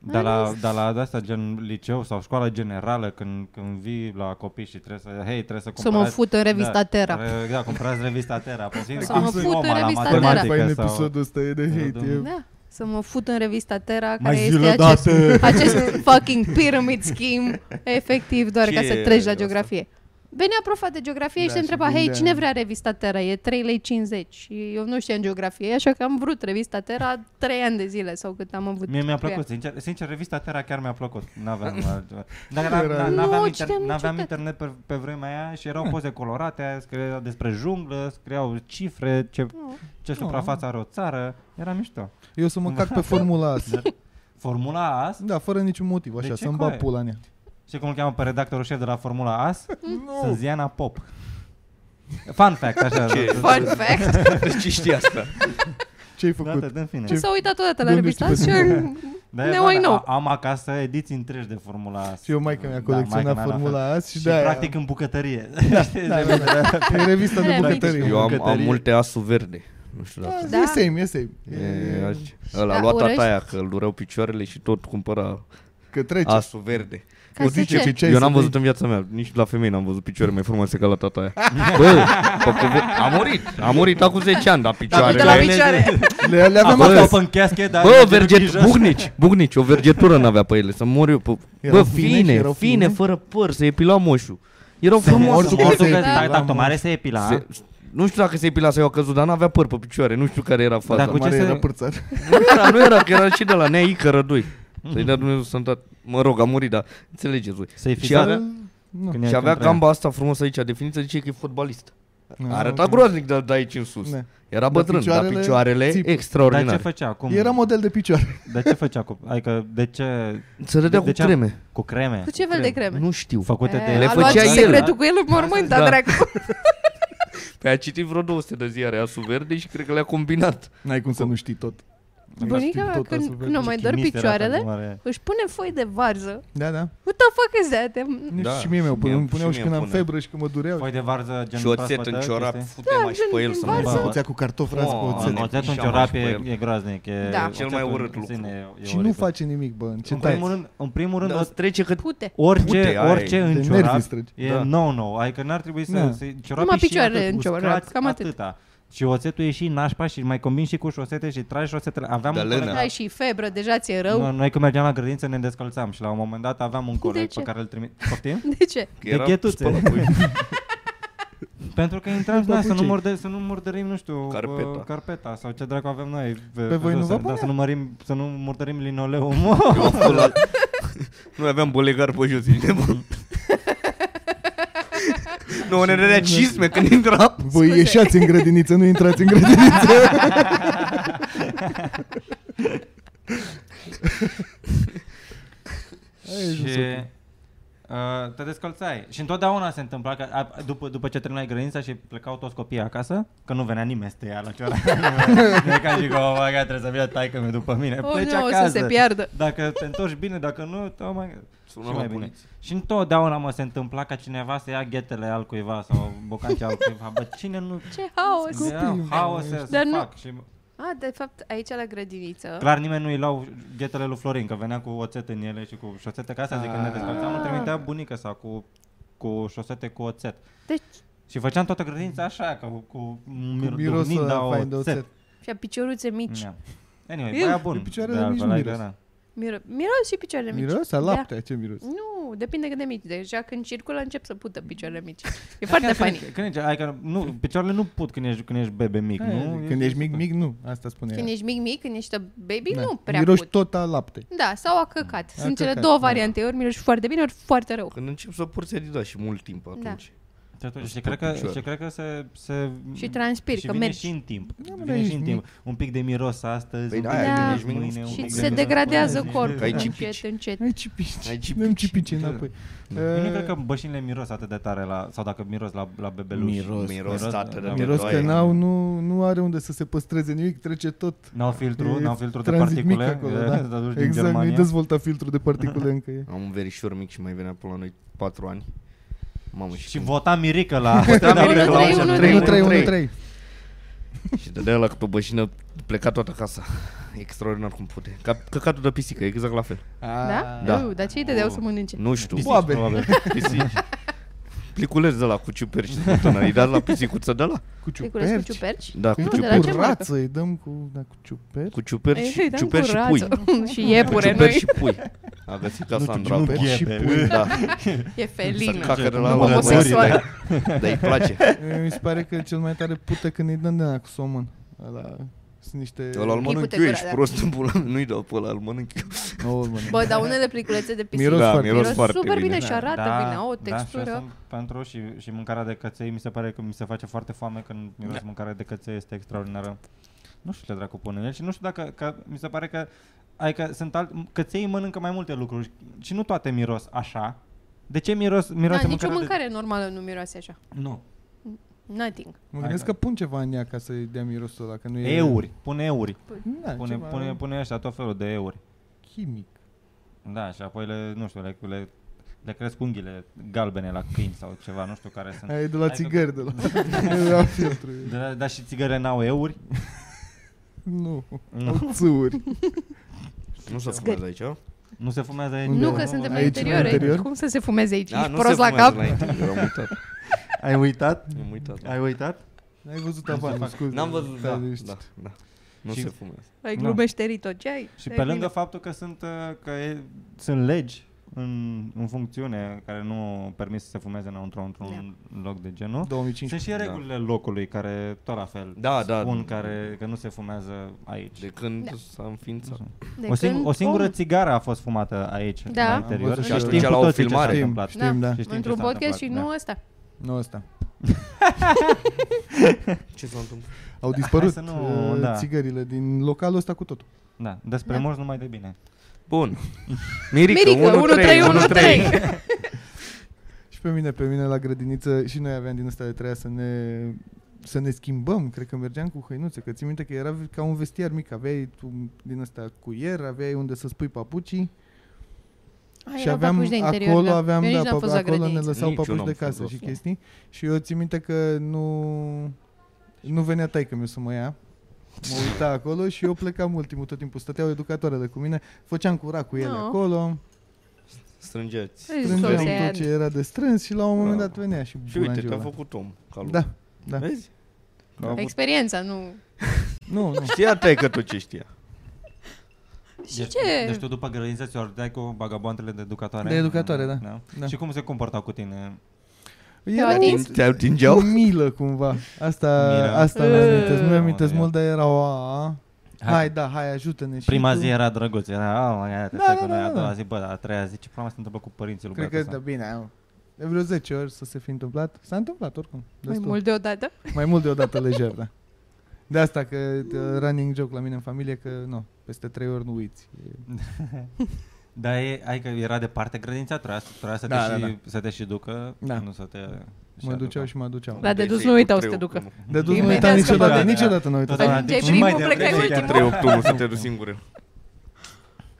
S3: Dar la, dar la de-asta gen liceu sau școală generală, când, când vii la copii și trebuie să... Hei, trebuie să
S4: Să mă
S3: cumpărați...
S4: fut în revista Terra.
S3: Re- Da, cumpărați revista Terra. Posibil.
S4: Să mă
S3: Cum
S4: fut
S3: sunt
S4: în
S3: Oma la
S4: revista
S1: Dar mai
S3: matematică
S1: fain
S3: sau-
S1: episodul ăsta e de hate.
S3: domnul.
S1: E...
S4: Da. Să mă fut în revista Terra, care
S3: Mai zi-l
S4: este acest, acest fucking pyramid scheme, efectiv, doar
S2: Ce
S4: ca să
S2: e
S4: treci la
S2: asta?
S4: geografie. Venea profa de geografie
S1: Da,
S4: da, și se
S1: și
S4: întreba, hei,
S1: gândea-
S4: cine vrea revista Terra? E 3 lei 50 și eu nu știam geografie, așa că am vrut revista Terra 3 ani de zile sau cât am avut.
S3: Mie mi-a
S4: cu
S3: plăcut,
S4: ea.
S3: sincer, sincer, revista Terra chiar mi-a plăcut. N-aveam altceva. Dar era,
S1: Era-
S3: n-
S4: Nu,
S3: n-aveam,
S4: citeam
S3: inter- n-aveam
S4: niciodată.
S3: internet pe, pe vremea aia și erau poze colorate, scrieau despre junglă, scriau cifre, ce,
S4: Nu.
S3: ce suprafață are o țară. Era mișto.
S1: Eu să mă cac pe formula asta.
S3: Formula AS,
S1: Da, fără niciun motiv, așa,
S3: Da. ce
S1: să-mi
S3: coaie?
S1: bag pula în ea.
S3: știi cum îl cheamă pe redactorul șef de la Formula AS?
S1: Nu.
S3: Sânziana Pop. Fun fact, așa. da,
S2: Ce?
S4: Fun fact.
S2: Deci Ce știi asta?
S1: Ce-ai
S3: Da,
S1: făcut?
S3: da, în fine.
S4: Nu s-a uitat odată la
S1: De unde
S4: revista
S1: știi
S4: și
S1: pe
S3: Da,
S4: ne
S3: da,
S4: mai
S3: da,
S4: nou.
S3: Am acasă ediții întregi de Formula AS.
S1: Și eu mai că mi-a
S3: Da,
S1: colecționat
S3: maică-mea la fel.
S1: formula azi
S3: Și,
S1: și de aia.
S3: practic în bucătărie.
S1: Da, da, da. E revista de
S4: Era
S1: bucătărie.
S2: Eu am, am
S3: Bucătărie.
S2: multe asuri verde. Nu știu dacă...
S1: Da,
S4: Da.
S1: e same, e same.
S2: E,
S1: E,
S2: altce- Ăla a
S4: Da,
S2: luat
S4: urăști?
S2: tata aia că îl dureau picioarele și tot cumpăra
S1: că trece.
S2: asul verde.
S4: Ca să ce?
S1: ziceai
S2: Eu
S1: "Păi, să
S2: n-am văzut
S1: vei-
S2: în viața mea, nici la femei n-am văzut picioare mai frumoase ca la tata aia. Bă, pe cuvânt, a murit, a murit acum 10 ani, dar
S4: Da,
S2: picioarele...
S4: de la picioare.
S1: Le, le aveam
S2: Bă,
S1: acasă.
S3: Stop în casche, dar
S2: Bă,
S3: mergem
S2: verget,
S3: grijă.
S2: buhnici, buhnici, o vergetură n-avea pe ele, să mor eu. Pe...
S1: Erau
S2: Bă,
S1: fine
S2: fine,
S1: și
S2: fine,
S1: erau fine?
S2: fără păr, se epila moșul. Erau
S1: Ori
S2: frumoase.
S1: tu că se-
S3: Stai,
S1: la
S3: da, mare se epila.
S2: Se, nu știu dacă se epila sau i-a căzut, dar n-avea păr pe picioare, nu știu care era faza.
S3: Dar cu ce
S1: Mare
S3: se-
S1: era părțar.
S2: Nu era, nu era, că era și de la Nea Icară 2. Să-i dea Dumnezeu sănătate. Mă rog, a murit, dar înțelegeți voi.
S3: Să-i
S2: Și
S3: fixat.
S2: avea,
S3: Da. Când
S2: și
S3: e
S2: avea
S3: contra ea.
S2: gamba asta frumos aici, definiția zice că e fotbalist.
S1: Nu,
S2: A arătat
S1: nu.
S2: groaznic de, de aici în sus.
S1: Ne.
S2: Era bătrân, dar
S1: picioarele
S2: picioarele
S1: țip.
S2: extraordinare.
S3: Dar ce făcea? Cum?
S1: Era model de picioare.
S3: Dar ce făcea cu... Adică de ce...
S2: Se rădea
S3: De-
S2: cu
S3: de ce am-
S2: creme.
S3: Cu creme?
S4: Cu ce fel de creme? Eh,
S2: Nu știu.
S3: Făcute de...
S2: Le
S4: a
S2: făcea
S4: luat
S2: el.
S4: secretul cu el în mormânt,
S2: Da.
S4: da. dracu.
S2: Pe a citit vreo 200 de ziare asul verde și cred că le-a combinat.
S1: N-ai cum să nu știi tot.
S4: Bunica mea,
S1: Tot
S4: când
S1: asupra
S4: nu mai dor
S3: Chimist era
S4: picioarele,
S3: atât de mare.
S4: își pune foi de varză.
S1: Da, da.
S4: What the fuck is that?
S1: Nici
S2: Da.
S1: și mie mi-au pune,
S2: Mie-
S1: îmi puneau
S2: și
S1: și
S2: mie
S1: când am
S2: îmi pune.
S1: febră și când mă dureau.
S3: Foi de varză, gen
S2: Și oțet în
S3: proaspătă,
S2: ciorap,
S3: chestii?
S2: fute mai și
S4: gen
S2: pe el
S4: din
S2: să
S4: varză.
S2: mă
S1: Bă, oțea cu cartof ras cu
S2: Oh,
S1: oțet.
S2: oțet.
S3: Oțetul în
S2: Și-am
S3: ciorap
S2: pe
S3: e,
S2: el.
S3: e groaznic. E,
S4: Da.
S2: Cel mai
S3: oțetul
S2: urât
S3: în
S2: lucru.
S3: sine e- e
S1: Și nu
S3: oribil.
S1: face nimic, bă,
S3: În primul
S1: încetați.
S3: rând, în primul rând
S2: Dar
S3: o-
S2: Da, trece cât
S4: Pute.
S3: orice,
S2: Pute, aia e.
S3: orice
S1: De
S3: în
S1: nervi
S3: ciorap
S1: strângi.
S3: e
S2: Da.
S3: no-no, adică n-ar trebui să...
S1: Da.
S3: să ciorapii
S4: Numai
S3: și
S4: picioarele
S3: atât,
S4: în ciorap,
S3: uscați,
S4: cam atât.
S3: atâta. Și oțetul e și nașpa și mai combin și cu șosete și tragi șosetele. Aveam
S2: De
S3: un
S2: lână.
S3: coleg-
S2: Da.
S4: Ai și febră, deja ți-e rău.
S3: Noi, noi când mergeam la grădință ne descălțam și la un moment dat aveam un coleg
S4: ce?
S3: pe care îl trimit... Poftim?
S4: De ce?
S2: Că
S3: De
S2: era
S3: ghetuțe.
S2: spălat pe el.
S3: Pentru că intram,
S1: După
S3: da, să nu,
S1: bucei.
S3: morde, să nu murdărim, nu știu,
S2: Carpeta.
S3: bă, carpeta sau ce dracu avem noi. Pe,
S1: voi nu
S3: jos,
S1: vă
S3: da,
S1: punea?
S3: să nu, mărim, să nu murdărim linoleum.
S2: Eu am fost la- Noi aveam bălegar pe jos, ești nebun. Nu, ne dădea cisme când intra.
S1: Voi
S4: Scuze.
S1: ieșați în grădiniță, nu intrați în grădiniță. Ai ajuns
S3: și uh, te descălțai. Și întotdeauna se întâmpla că a, după, după ce terminai grădința și plecau toți copiii acasă, că nu venea nimeni să te ia la ciora. Nu e ca și că, oh my God, trebuie să vină taică mi după mine.
S4: Oh,
S3: Pleci
S4: nu, o să
S3: acasă.
S4: se piardă.
S3: Dacă te întorci bine, dacă nu, oh my God.
S2: Sună
S3: Și
S2: la
S3: mai bine.
S2: poliție.
S3: Și întotdeauna mă se întâmpla ca cineva să ia ghetele al cuiva sau bocanci al cuiva. Bă, cine nu...
S4: Ce haos!
S1: Copii,
S3: Erau
S1: mă,
S3: haos
S1: ești-
S3: să
S4: Dar nu-
S3: fac. Și,
S4: Ah, de fapt, aici la grădiniță.
S3: clar nimeni nu-i luau ghetele lui Florin, că venea cu oțet în ele și cu șosete ca asta, zic
S1: Ah.
S3: când ne despărțeam, îmi trimitea bunica sa cu, cu șosete cu oțet.
S4: Deci,
S3: Și făceam toată grădința așa, ca cu, cu,
S1: Cu mirosul
S3: da,
S1: ăla fain de
S3: oțet.
S1: oțet.
S4: și picioruțe mici.
S3: Da. Anyway,
S1: Eu,
S3: băia
S1: de
S3: bun. da.
S1: picioarele mici nu
S3: ăla e
S1: miros.
S3: gata.
S4: Miro- miros și picioarele mici.
S1: Miros a lapte, ce miros.
S4: Da. Nu, depinde cât de mici. Deja când circulă încep să pută picioarele mici. E foarte
S3: Chiar când-
S4: funny.
S3: Când ești, adică, nu, picioarele nu put când ești, când ești bebe mic, nu?
S4: adică
S1: Hai, Când ești mic, mic, nu, asta spune
S4: Când
S1: ea.
S4: ești mic, mic, când ești baby,
S1: Da.
S4: nu prea
S1: Miroși
S4: put.
S1: tot a lapte.
S4: Da, sau a căcat. Sunt cele
S1: căcat,
S4: două
S1: da.
S4: variante. Ori miroși foarte bine, ori foarte rău.
S2: Când încep să porți Adidas și mult timp atunci.
S3: Și atunci, și cred că,
S2: picior.
S3: și cred că se, se
S4: Și transpiri,
S3: Mm. și
S4: că
S3: vine
S4: mergi.
S3: și în timp.
S1: Da, mă,
S3: vine
S1: dar
S3: și în
S1: ești
S3: timp. Un pic de miros astăzi,
S2: Păi
S3: un pic
S2: da,
S3: de
S4: da.
S3: miros
S2: ești
S3: mâine,
S2: minus
S3: un
S4: Și
S3: pic
S2: mic
S4: se
S2: de-
S3: miros
S4: degradează
S3: până-
S1: Păi
S4: corpul
S2: Că ai
S4: încet,
S2: cipici.
S4: încet.
S1: Ai cipici.
S2: Ai cipici.
S1: Dăm cipici
S2: Da.
S1: înapoi.
S3: Eu nu
S1: Uh,
S3: cred că bășinile miros atât de tare la, sau dacă miros la, la bebeluși.
S5: Miros.
S2: Miros,
S3: Miros,
S2: tată,
S3: da.
S2: de
S1: Miros că
S2: doaie.
S1: n-au, nu, nu are unde să se păstreze nimic, trece tot.
S3: N-au filtru,
S1: E
S3: n-au filtru de
S1: tranzit
S3: particule.
S1: mic acolo,
S3: de-
S1: da.
S3: de aduși din
S1: Exact, nu-i
S3: Germania.
S1: dezvoltat filtrul de particule încă
S4: Da,
S1: e.
S2: Am un verișor mic și mai venea până la noi 4 ani. Mamă, și,
S3: Și
S2: cum-
S3: vota Mirica la...
S2: Vota
S3: la
S2: Mirica la
S3: ușa
S4: unu,
S1: 1-3, 1-3,
S4: trei, unu,
S1: 1-3.
S2: Și dădea la câte o bășină, pleca toată casa. Extraordinar cum pute. Ca căcatul de pisică, exact la fel.
S4: Da?
S2: Da.
S4: Eu, dar ce îi dădeau să mănânce?
S2: Nu știu.
S3: Pisici,
S1: Boabe.
S3: probabil.
S2: Pisici. Pliculeț de la cu ciuperi și butonari. Îi dat la pisicuță de la.
S1: Cu
S4: Te cureți cu
S1: ciuperci.
S4: ciuperci?
S2: Da, cu
S4: Nu, de la
S2: ciuperci.
S1: Cu
S4: ce
S1: rață îi dăm cu, da, cu ciuperci.
S2: Cu ciuperci
S4: Ei,
S2: și,
S4: da,
S2: ciuperci și
S4: cu
S2: pui.
S4: rață. și
S2: Cu
S4: iepure,
S2: ciuperci
S4: nu
S2: și pui. A găsit casa Andrape.
S1: ciuperci și
S3: ghebe.
S1: pui.
S2: Da,
S4: e
S2: să
S4: felină.
S2: cacă de la
S3: Nu mă
S4: omosexual.
S2: Da, îi place.
S1: Mi se pare că cel mai tare pută când îi dăm de la cu somon. Ăla, sunt niște...
S2: Ăla îl
S4: Îi
S2: mănânc
S4: pute
S2: eu,
S4: gura,
S2: ești
S4: da.
S2: prost în pula. mea. Nu-i dau pe ăla, îl mănânc eu.
S1: Nu, îl mănânc.
S4: Bă, dar unele pliculețe de pisică
S1: Miros
S2: Da,
S1: foarte
S2: miros
S4: miros
S2: foarte
S4: super bine,
S2: bine.
S4: și arată bine, au o
S3: Da, și
S4: textură.
S3: asta pentru și, și mâncarea de căței, mi se pare că mi se face foarte foame când miros da. mâncarea de căței, este extraordinară. Nu știu ce dracu pun în el și nu știu dacă, că, mi se pare că, adică sunt alt, căței mănâncă mai multe lucruri și nu toate miros așa. De ce miros, miroase
S4: Da, nicio
S3: mâncarea
S4: mâncare normală nu miroase așa.
S3: De... Nu.
S4: Nothing.
S1: Mă gândesc că pun ceva în ea ca să-i dea mirosul ăla, că nu e...
S3: Euri, pune euri.
S1: Da,
S3: Pune,
S1: ceva
S3: pune, pune așa tot felul de euri.
S1: chimic.
S3: Da, și apoi le, nu știu, le, le, le cresc unghiile galbene la câini sau ceva, nu știu care sunt.
S1: Aia e de la
S3: Hai că-
S1: țigări, de la, de la filtru.
S3: Da, dar și țigările n-au euri.
S1: Nu,
S3: Nu.
S1: au țâuri.
S2: Nu s-a spus aici, a?
S3: Nu se fumează aici.
S1: Unde?
S4: Nu că suntem în
S1: Aici, în
S4: interior,
S1: interior?
S4: cum să se fumeze aici?
S2: Da,
S4: Ești
S2: nu
S4: prost
S2: se
S4: la
S2: fumează
S4: cap?
S2: înainte, eu Am uitat.
S3: Ai uitat?
S2: Am uitat.
S3: Ai uitat?
S1: N-ai văzut
S3: Nu se
S1: avanul,
S3: fac.
S1: scuze.
S2: N-am văzut, da,
S1: deci-
S2: da, da. Nu
S3: Și-
S2: se fumează.
S4: Ai
S3: Da.
S4: glumeșterii tot ce ai.
S3: Și
S4: ai
S3: pe
S4: bine.
S3: lângă faptul că sunt, uh, că e, sunt legi în, în funcțiune care nu permit să se fumeze înăuntru într-un
S4: Da.
S3: loc de genul.
S1: 2005.
S3: Sunt și regulile locului care tot la fel
S2: Da, da.
S3: spun care, că nu se fumează aici.
S2: De când
S4: Da.
S2: s-a înființat.
S4: De
S3: O, sing-
S4: când
S3: o singură
S4: om-
S3: țigară a fost fumată aici,
S4: Da.
S3: la interior.
S1: Am văzut
S3: și
S1: și
S3: știm
S2: atunci
S3: cu
S2: la o
S3: toții ce
S2: filmare.
S3: s-a întâmplat.
S1: Știm, da.
S3: Și știm
S4: Într-un
S3: ce s-a
S4: podcast și
S3: întâmplat,
S4: nu ăsta.
S1: Nu ăsta.
S2: Ce s-a întâmplat?
S1: Au
S3: Hai
S1: dispărut
S3: să nu-
S1: uh,
S3: da.
S1: țigările din localul ăsta cu totul.
S3: Da, despre
S4: Da.
S3: morți numai de bine.
S2: Bun. Mirică,
S4: Mirică,
S2: 1-3, 1-3.
S4: 1-3-1-3.
S1: Și pe mine, pe mine la grădiniță și noi aveam din ăsta de treia să ne să ne schimbăm, cred că mergeam cu hăinuțe, că țin minte că era ca un vestiar mic, aveai tu din ăsta cuier, aveai unde să spui papucii
S4: Ai,
S1: și
S4: erau
S1: aveam
S4: papuși de interior,
S1: acolo,
S4: da.
S1: aveam,
S4: Eu nici
S1: da,
S4: n-am fost la
S1: acolo ne
S4: grădiniță.
S1: lăsau
S2: Nici eu
S1: papuci
S2: n-am
S1: de
S2: fost
S1: casă
S2: la
S1: și
S2: fel.
S1: chestii și eu țin minte că nu nu venea taică mi să mă ia mă uita acolo și eu plecam ultimul tot timpul, stăteau educatoarele cu mine, făceam curat cu ele
S4: No.
S1: acolo,
S2: Strângeți.
S4: Îi
S1: strângeam
S4: soțean.
S1: tot ce era de strâns și la un moment
S2: Da.
S1: dat venea și
S2: Și uite,
S1: bulangiul
S2: te-a
S1: ăla.
S2: făcut om. Ca
S1: Da, da.
S2: Vezi?
S3: Au avut-
S4: Experiența, nu...
S1: Nu, nu.
S2: Știa te că tu ce știa.
S4: Și
S3: Deci-
S4: ce?
S3: Deci tu după grădiniță ți-o ardeai cu bagaboantele de educatoare?
S1: De educatoare, da. Da.
S3: Și cum se comportau cu tine?
S1: Era
S4: atins?
S2: Te
S1: o
S2: atingeau?
S1: milă cumva. Asta,
S3: Milă.
S1: asta
S4: Ă.
S1: mi amintesc. Nu mi amintesc
S3: Mamă,
S1: mult, dar era o a, a. Hai, da, hai, ajută-ne și
S3: Prima
S1: tu.
S3: zi era drăguț, era, a, mai
S1: Da,
S3: da,
S1: da, da,
S3: cu noi, a
S1: da,
S3: doua
S1: da.
S3: zi, bă, a treia zi, ce problemă se întâmplă cu părinții lui
S1: Cred că,
S3: băiatul
S1: da,
S3: ăsta?
S1: bine, nu. De vreo 10 ori să se fi întâmplat. S-a întâmplat oricum.
S4: Mai
S1: destul.
S4: mult deodată?
S1: Mai mult deodată lejer, da. De asta că uh, running joke la mine în familie că nu, peste 3 ori nu uiți.
S3: Da, e, ai că era departe grădința, trebuia, să- trebuia să, te
S1: Da,
S3: și,
S1: da, da.
S3: să te și ducă,
S1: Da.
S3: nu da. să te... și
S1: Mă
S3: aducă.
S1: duceau și mă duceau.
S4: La Da, de
S2: Deci
S4: dus
S2: ei
S4: nu
S2: cu
S4: uitau să te
S2: trei
S4: ducă.
S2: ochi,
S1: De dus nu
S4: Imediat
S1: uita
S4: să
S1: niciodată,
S3: mă-
S1: niciodată nu uita.
S3: Totdeauna,
S4: Ajungeai
S3: deci, nu mai
S4: primul,
S3: de-
S4: plecai
S3: de- de-
S4: ultimul.
S3: trei
S2: 3
S3: ochi.
S2: octombrie, să te duci singur.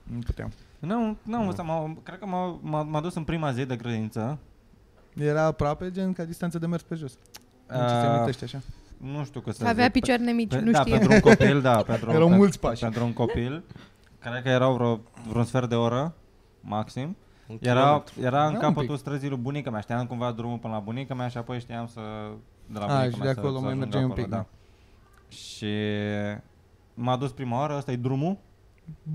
S1: Nu puteam.
S3: Nu, nu, ăsta m-a, cred că m-a, m-a, m-a dus în prima zi de grădință.
S1: Era aproape gen ca distanță de mers pe jos. Nu știu,
S3: Ah,
S1: se amintește așa.
S3: Nu știu că să
S4: Avea
S3: zic.
S4: picioarele mici,
S3: Pe,
S4: nu
S3: da,
S4: știe.
S3: pentru un copil, da, pentru,
S1: Erau
S3: pe-
S1: mulți pași.
S3: Pentru un copil, cred că erau vreo, vreun sfert de oră, maxim.
S2: Un
S3: Era,
S2: kilometru.
S3: era în
S1: un
S3: capătul
S1: pic.
S3: străzii lui bunica mea, știam cumva drumul până la bunica mea și apoi știam să... De la
S1: A,
S3: bunica
S1: Ah, și
S3: mea
S1: de
S3: să-
S1: acolo
S3: să
S1: mai
S3: ajung
S1: mergeai un
S3: acolo,
S1: pic,
S3: da. Și m-a dus prima oară, ăsta e drumul.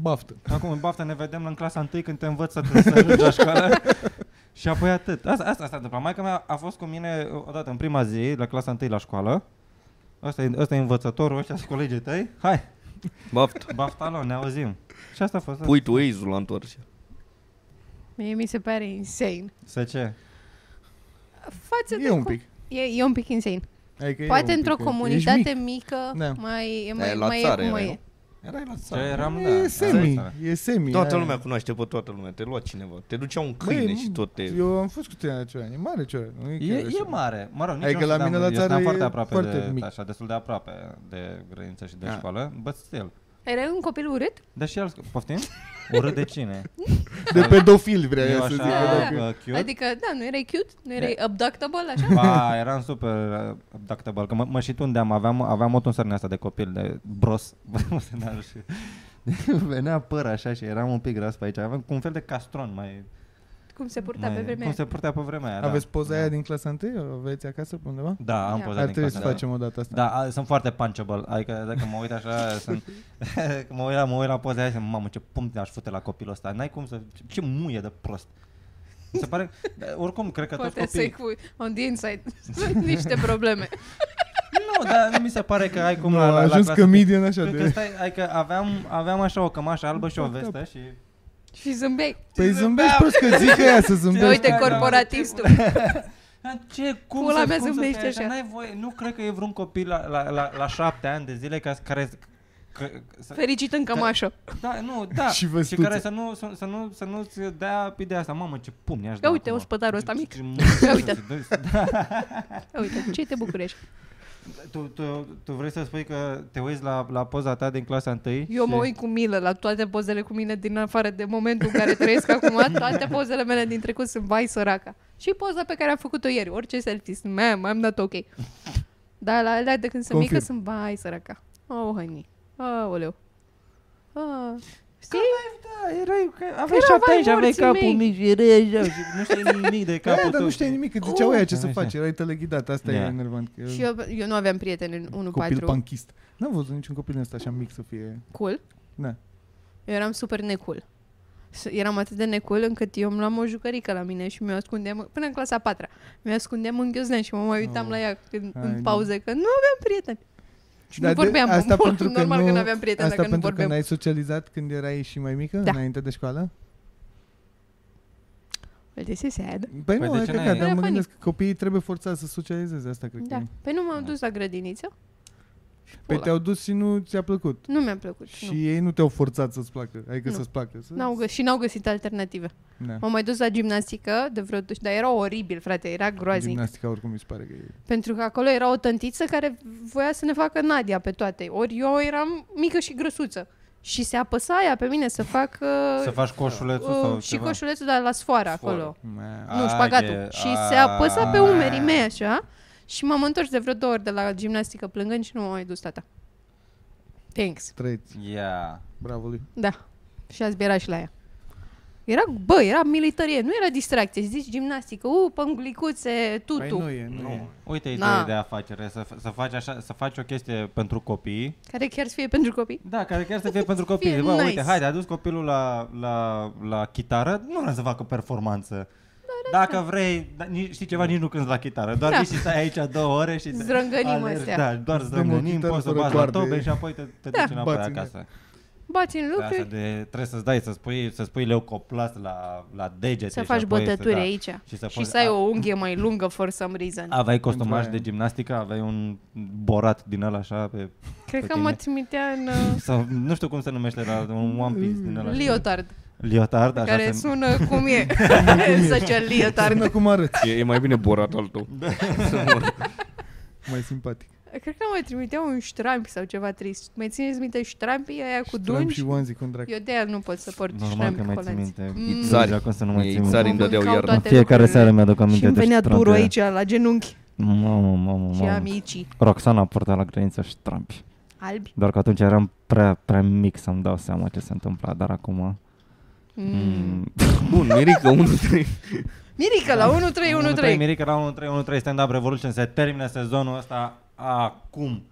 S1: Baftă.
S3: Acum în baftă ne vedem în clasa 1 când te învăț să te să ajungi la școală. și apoi atât. Asta, asta s-a întâmplat. Maica mea a fost cu mine odată în prima zi, la clasa 1 la școală. Ăsta e, ăsta e învățătorul, ăștia sunt colegii tăi. Hai,
S2: Baftă.
S3: baftalon, ne auzim. Și asta a fost.
S2: Pui tu eizul la întors.
S4: Mie mi se pare insane.
S3: Să ce?
S4: Față de
S1: E un
S4: cum-
S1: pic.
S4: e, e un pic insane.
S1: Adică e un
S4: Poate
S1: pic
S4: într-o
S1: că-
S4: comunitate
S1: Ești
S4: mică
S1: Da.
S4: mai, e
S2: Da, e
S4: mai,
S2: la
S4: mai
S2: țară
S4: e cum
S2: erai,
S4: e.
S2: nu? Erai la
S3: Ce
S2: țară.
S3: eram,
S1: mic.
S3: da.
S1: E semi,
S3: da.
S1: e semi.
S2: Toată
S1: aia.
S2: lumea cunoaște pe toată lumea. Te lua cineva. Te ducea un
S1: Băi,
S2: câine și tot te...
S1: Eu am fost cu tine la Cioran, e mare Cioran. nu
S3: E,
S1: chiar
S3: e
S1: așa.
S3: mare. Mă rog, nici
S1: Adică
S3: eu nu
S1: la
S3: știam
S1: mine la
S3: unde e.
S1: țară
S3: Stăteam
S1: e
S3: foarte aproape
S1: foarte
S3: de,
S1: mic.
S3: Așa, destul de aproape de graniță și de
S2: Da.
S3: școală. But still.
S4: Erai un copil urât?
S3: Dar și alți... Poftim? Urât de cine?
S1: De pedofil vrea
S3: Eu
S1: ea să zic.
S3: așa,
S1: pedofil.
S4: pedofil.
S3: uh, cute.
S4: Adică, da, nu erai cute? Nu erai abductable, așa?
S3: Ba, eram super uh, abductable, că mă, mă și tundeam, aveam, aveam o tunsărne asta de copil, de bros. Da, nu știu. Venea păr așa și eram un pic gras pe aici, aveam cu un fel de castron mai...
S4: Cum se purta
S3: mai
S4: pe vremea
S3: Cum
S4: aia.
S3: se purta pe vremea aia,
S1: Aveți
S3: da.
S1: poza aia din clasa 1? O aveți acasă pe undeva?
S3: Da, am
S4: Ia.
S3: poza
S1: Ar
S3: din
S1: trebui să
S3: clasa,
S1: facem o dată asta.
S3: Da, a, sunt foarte punchable, adică dacă mă uit așa, sunt, că mă, uit la, mă uit la poza aia și zic, mamă, ce pumn aș fute la copilul ăsta, n-ai cum să, ce, ce muie de prost. Mi se pare, dar oricum, cred că
S4: Poate
S3: toți
S4: să-i
S3: copiii,
S4: cui on the inside. Sunt niște probleme.
S3: nu, dar nu mi se pare că ai cum
S1: Nu,
S3: la,
S1: a
S3: la, la
S1: ajuns
S3: clasă-
S1: comedian așa
S3: Cred că
S1: de...
S3: stai, adică aveam, aveam așa o cămașă albă și o vestă și...
S4: Și zâmbeai.
S1: Păi zâmbești prost că zic ea să
S4: Ia
S1: zâmbești.
S4: uite,
S3: da, da.
S4: corporatistul.
S3: "A, Ce? Cum
S4: Pula
S3: să,
S4: mea
S3: cum să
S4: zâmbește
S3: stai așa?
S4: așa.
S3: N-ai voie, nu cred că e vreun copil la, la, la, la șapte ani de zile ca, care... Că, să,
S4: Fericit în cămașă.
S3: da, nu, da.
S1: Și
S3: și
S1: văstuță.
S3: care să nu, să, să nu, să nu ți dea ideea asta. Mamă, ce pumn i-aș da
S4: Ia uite,
S3: acum.
S4: ospătarul ăsta
S3: Ce-
S4: mic.
S3: ce mult-
S4: Ia uite.
S3: Da.
S4: Ia uite, ce te bucurești?
S3: Tu, tu, tu vrei să spui că te uiți la, la poza ta din clasa întâi?
S4: Eu mă
S3: și-
S4: uit cu milă la toate pozele cu mine din afară de momentul în care trăiesc acum. Toate pozele mele din trecut sunt vai săraca. Și poza pe care am făcut-o ieri. Orice selfie. Sunt, Ma'am, I'm not ok. Dar la alea de când sunt
S1: Confirm.
S4: mică sunt vai săraca. Oh, honey. Aoleu. Ah. Știi?
S3: Da, erai, că aveai
S4: Că erau
S3: șapte ani și
S4: vai
S3: aveai
S4: morții
S3: capul
S4: mei.
S3: mic și erai așa și nu știai nimic de capul
S1: Da,
S3: tău.
S1: dar nu știai nimic, că ziceau ea ce să
S3: Așa.
S1: faci, erai teleghidat, asta
S3: Da.
S1: e enervant. că-
S4: Și eu, eu nu aveam prieteni în 1-4.
S1: Copil panchist. N-am văzut niciun copil din ăsta așa mic să fie...
S4: Cool?
S1: Da.
S4: Eu eram super necool. S- Eram atât de necool încât eu îmi luam o jucărică la mine și mi-o ascundeam, până în clasa 4 mi-o ascundeam în ghiozdan și mă mai uitam
S1: Oh.
S4: la ea când,
S1: Ai, nu.
S4: în pauze, că nu aveam prieteni. Și
S1: Dar
S4: nu
S1: de-
S4: vorbeam,
S1: asta
S4: mult,
S1: pentru că
S4: normal
S1: nu,
S4: că nu aveam prieteni
S1: Asta
S4: dacă nu
S1: pentru că
S4: vorbeam.
S1: n-ai socializat când erai și mai mică,
S4: Da.
S1: înainte de școală?
S4: Well, this is sad.
S1: Păi
S3: Păi
S1: nu,
S3: de
S1: e
S3: ce
S1: căcat,
S3: n-ai-
S1: dar mă
S4: Era funny.
S1: gândesc că copiii trebuie forțați să socializeze, asta cred
S4: Da.
S1: că e.
S4: Păi nu m-am dus la grădiniță. Și
S1: Păi
S4: pula.
S1: te-au dus și nu ți-a plăcut.
S4: Nu mi-a plăcut.
S1: Și
S4: Păi nu.
S1: ei nu te-au forțat să-ți placă, adică
S4: Nu.
S1: să-ți placă. Să...
S4: N-au gă- și n-au găsit alternative.
S1: Da.
S4: M-am mai dus la gimnastică de vreo... Dar era oribil, frate, era groaznic.
S1: Gimnastica oricum mi se pare că e...
S4: Pentru că acolo era o tântiță care voia să ne facă Nadia pe toate. Ori eu eram mică și grăsuță. Și se apăsa aia pe mine să fac uh,
S3: Să faci coșulețul
S4: uh,
S3: sau
S4: și
S3: ceva.
S4: coșulețul, dar la sfoară
S2: Sfoară.
S4: acolo.
S1: Mea.
S4: nu,
S3: Ah,
S4: șpagatul.
S3: e-
S4: și se
S3: ah.
S4: apăsa pe umerii mei așa și m-am întors de vreo două ori de la gimnastică plângând și nu m-am mai dus tata. Thanks.
S1: Trăiți,
S3: Yeah.
S1: bravo lui.
S4: Da. Și ați bierat și la ea. Era, bă, era militarie, nu era distracție. Zici gimnastică, u, pămglicuțe, tutu.
S1: Păi nu e, nu, e.
S2: Nu.
S3: Uite
S4: Na.
S3: ideea de afacere, să, f- să, faci așa, să faci o chestie pentru copii.
S4: Care chiar să fie pentru copii.
S3: Da, care chiar să fie pentru
S4: fie
S3: copii. Bă,
S4: nice.
S3: uite, haide, a dus copilul la, la, la chitară, nu vrea să facă performanță. Dacă vrei, da, nici, știi ceva, nici nu cânti la chitară, doar
S4: Da.
S3: vii și stai aici două ore și... te-
S4: Zdrângănim
S3: alergi,
S4: astea.
S3: Da, doar
S1: Dăm o
S3: zdrângănim,
S1: chitară
S3: poți să
S1: fără
S3: bați la
S1: coarde.
S3: tobe și apoi te, te
S4: Da.
S3: duci înapoi
S1: Bați în ea.
S3: acasă.
S4: Bați în
S3: De Da, asta
S4: lucruri,
S3: de, trebuie să-ți dai, să spui, să spui leucoplas la, la degete.
S4: Să
S3: și
S4: faci
S3: apoi
S4: bătături
S3: da.
S4: aici
S3: Și să,
S4: și
S3: poți-
S4: să ai
S3: a-
S4: o unghie mai lungă for some reason.
S3: Aveai costumaj
S1: Pentru
S3: de
S1: aia.
S3: gimnastică, aveai un borat din ăla așa pe...
S4: Cred
S3: pe
S4: că
S3: tine?
S4: mă trimitea în uh,
S3: Sau nu știu cum se numește, dar un One Piece din ăla.
S4: leotard,
S3: Liotard, așa
S4: care
S3: se...
S4: sună cum e. Such a leotard.
S1: Până cum arăți,
S2: E, e mai bine borat al tău.
S1: Da.
S2: Să mor.
S1: mai simpatic.
S4: Cred că mă trimitea un ștrampi sau ceva trist. Mai țineți minte ștrampii aia cu
S1: Trump
S4: dungi?
S1: și onesie cu un drac.
S4: Eu de aia nu pot să port
S3: Normal că
S4: ștrampi
S3: mai țin
S4: colanți.
S3: minte.
S4: Mm.
S2: Țari.
S3: Acum să nu mai
S2: Ei,
S3: țin
S2: țari
S3: minte.
S2: îmi dădeau
S4: Mâncau
S2: iarna.
S3: În
S4: toate
S3: fiecare
S4: lucrurile.
S3: seară mi-aduc aminte
S4: Și îmi
S3: de
S4: venea
S3: ștrampi
S4: turul
S3: aia.
S4: aici, la genunchi
S3: Mamă, mamă,
S4: și
S3: mamă.
S4: amicii
S3: Roxana purta la graniță ștrampi.
S4: albi.
S3: Doar că atunci eram prea, prea mic să-mi dau seama ce se întâmpla, dar acum...
S4: Mm.
S3: Mm.
S2: Bun, Mirica, 1 3.
S4: Mirica,
S3: Da.
S4: la
S3: 1-3,
S4: 1-3-1-3.
S3: Mirica la 1-3-1-3 Stand Up Revolution se termină sezonul ăsta acum.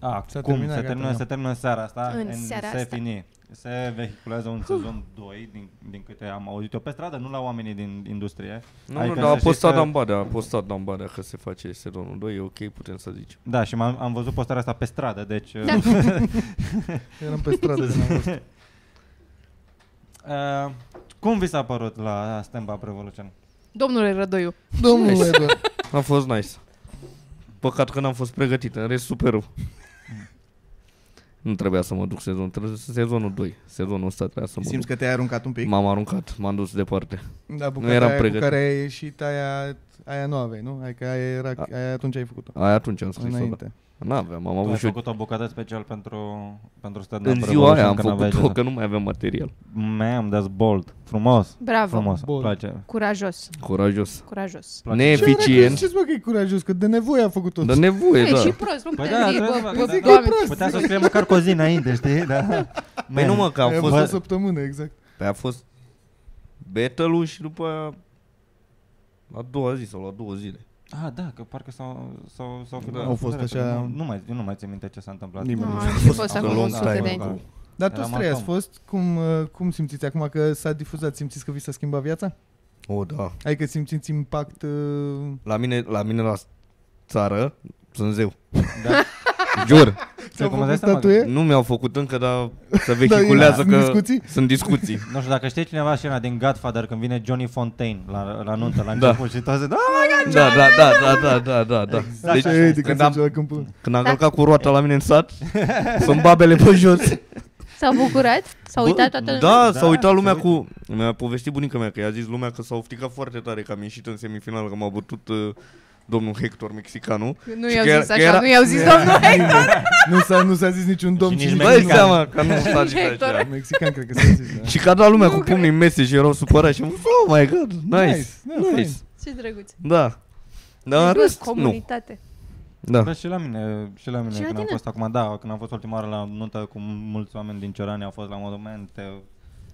S3: Acum se termină,
S1: terminat,
S3: se
S1: gata,
S3: termină,
S1: da.
S3: se termină seara asta.
S4: În
S3: and
S4: seara
S3: se
S4: asta.
S3: Fini. Se vehiculează un sezon 2 din, din câte am auzit eu pe stradă, nu la oamenii din industrie.
S2: Nu, nu,
S3: Adică
S2: dar
S3: să
S2: a
S3: știi
S2: postat
S3: că-
S2: Dambada, a postat Dambada că se face sezonul 2, e ok, putem să zicem.
S3: Da, și m-am, am văzut postarea asta pe stradă, deci...
S4: Da.
S3: uh,
S1: Eram pe stradă când am văzut.
S3: uh, cum vi s-a părut la Stand Up Revolution?
S4: Domnule Rădoiu,
S1: Domnule, bă.
S2: A fost nice. Păcat că n-am fost pregătit, în rest superb. nu trebuia să mă duc sezonul, trebuie să sezonul 2. Sezonul ăsta trebuia să mă
S1: Simți că
S2: duc.
S1: te-ai aruncat un pic?
S2: M-am aruncat, m-am dus departe.
S1: Da,
S2: Nu eram
S1: bucata aia cu
S2: pregătit.
S1: care ai ieșit, aia, aia nu aveai, nu? Adică aia, era, aia atunci ai făcut-o.
S2: Aia atunci am scris-o. Da.
S1: Înainte.
S2: N-aveam, am
S3: Am
S2: avut
S3: ai
S2: și eu.
S3: făcut o bucată special pentru, pentru stand-up
S2: În ziua
S3: Revolution,
S2: aia am
S3: că n-aveai
S2: făcut-o,
S3: ce
S2: că nu mai aveam material.
S3: să- Ma'am, that's bold. Frumos.
S4: Bravo.
S3: Frumos.
S1: Bold.
S3: Bold. Place.
S4: Curajos.
S2: Curajos.
S4: Curajos.
S2: Neeficient.
S1: Ce mă că e curajos, că de nevoie a făcut-o.
S2: Dar nevoie,
S4: Păi,
S2: da.
S4: și prost, nu
S3: Păi
S4: putem
S3: da,
S4: zi,
S3: trebuie
S4: bă,
S3: să facă,
S4: bă,
S3: da, da.
S4: doamne,
S1: prost.
S3: Putea să scrie măcar cu o zi înainte, știi? Da.
S2: Păi
S3: Man.
S2: nu mă, că
S1: Aia
S2: am
S1: a
S2: fost...
S1: fost o săptămână, exact.
S2: Păi a fost battle-ul și după aia la două zi sau la două zile.
S3: Ah, da, că parcă s-au s-au s-au filmat.
S1: Da. Au fost așa-
S3: Nu, nu mai nu mai țin minte ce s-a întâmplat.
S1: Nimeni
S4: Nu,
S1: nu
S4: am
S1: știe.
S4: fi fost
S2: Long
S4: acum 100 de
S2: time
S4: ani.
S2: ago.
S1: Dar
S3: Eram
S1: toți trei ați
S3: acum.
S1: fost, cum, uh, cum simțiți acum că s-a difuzat, simțiți că vi s-a schimbat viața?
S2: O, da.
S1: Adică simțiți impact... Uh,
S2: La mine, la mine la țară sunt zeu.
S3: Da.
S2: Jur.
S1: ți-au
S3: cum îți dai
S1: făcut
S3: seama că-
S1: statuie?
S2: Nu mi-au făcut încă, dar se
S1: Da,
S2: vehiculează
S1: sunt
S2: că
S1: discuții?
S2: sunt discuții.
S3: Nu știu dacă știe cineva scena din Godfather când vine Johnny Fontaine la, la nuntă, la
S2: Da.
S3: început și toți da,
S2: Da, da, da, da, da, da, da, da.
S3: Exact
S2: Deci,
S1: Așa e, eh, de când
S2: când
S1: se
S2: am,
S1: duce la câmpul.
S2: când am călcat cu roata la mine în sat, sunt babele pe jos.
S4: S-au bucurat? S-au uitat
S2: Bă,
S4: toată lumea?
S2: Da,
S3: Da,
S2: s-a uitat
S3: s-a
S2: lumea cu... Mi-a povestit bunica mea că i-a zis lumea că s-a ofticat foarte tare că am ieșit în semifinal, că m-a bătut uh, domnul Hector Mexicanu.
S4: Nu
S2: Și
S4: i-au
S2: că era-
S4: zis
S2: că era-
S4: așa, nu i-au zis domnul Hector.
S1: Nu s-a, nu s-a zis niciun domn
S3: nici
S1: și
S3: mei-
S2: Bă,
S1: niciun
S3: Mexican.
S2: seama că nu s-a zis
S4: Hector.
S2: așa.
S1: mexican, cred că s-a zis. da.
S2: Și că a dat lumea cu pumnii în mese și erau supărați și am zis, oh my god, nice,
S1: da,
S2: nice.
S1: fain.
S4: Ce drăguț.
S2: Da. Dar în
S4: Bă,
S2: rest, nu.
S4: Comunitate.
S2: Da.
S3: Da, și la mine, și la mine
S4: Și la
S3: când am
S4: tine.
S3: fost acum, da, când am fost ultima oară la nuntă cu mulți oameni din Ciorani, au fost la modul, man, te,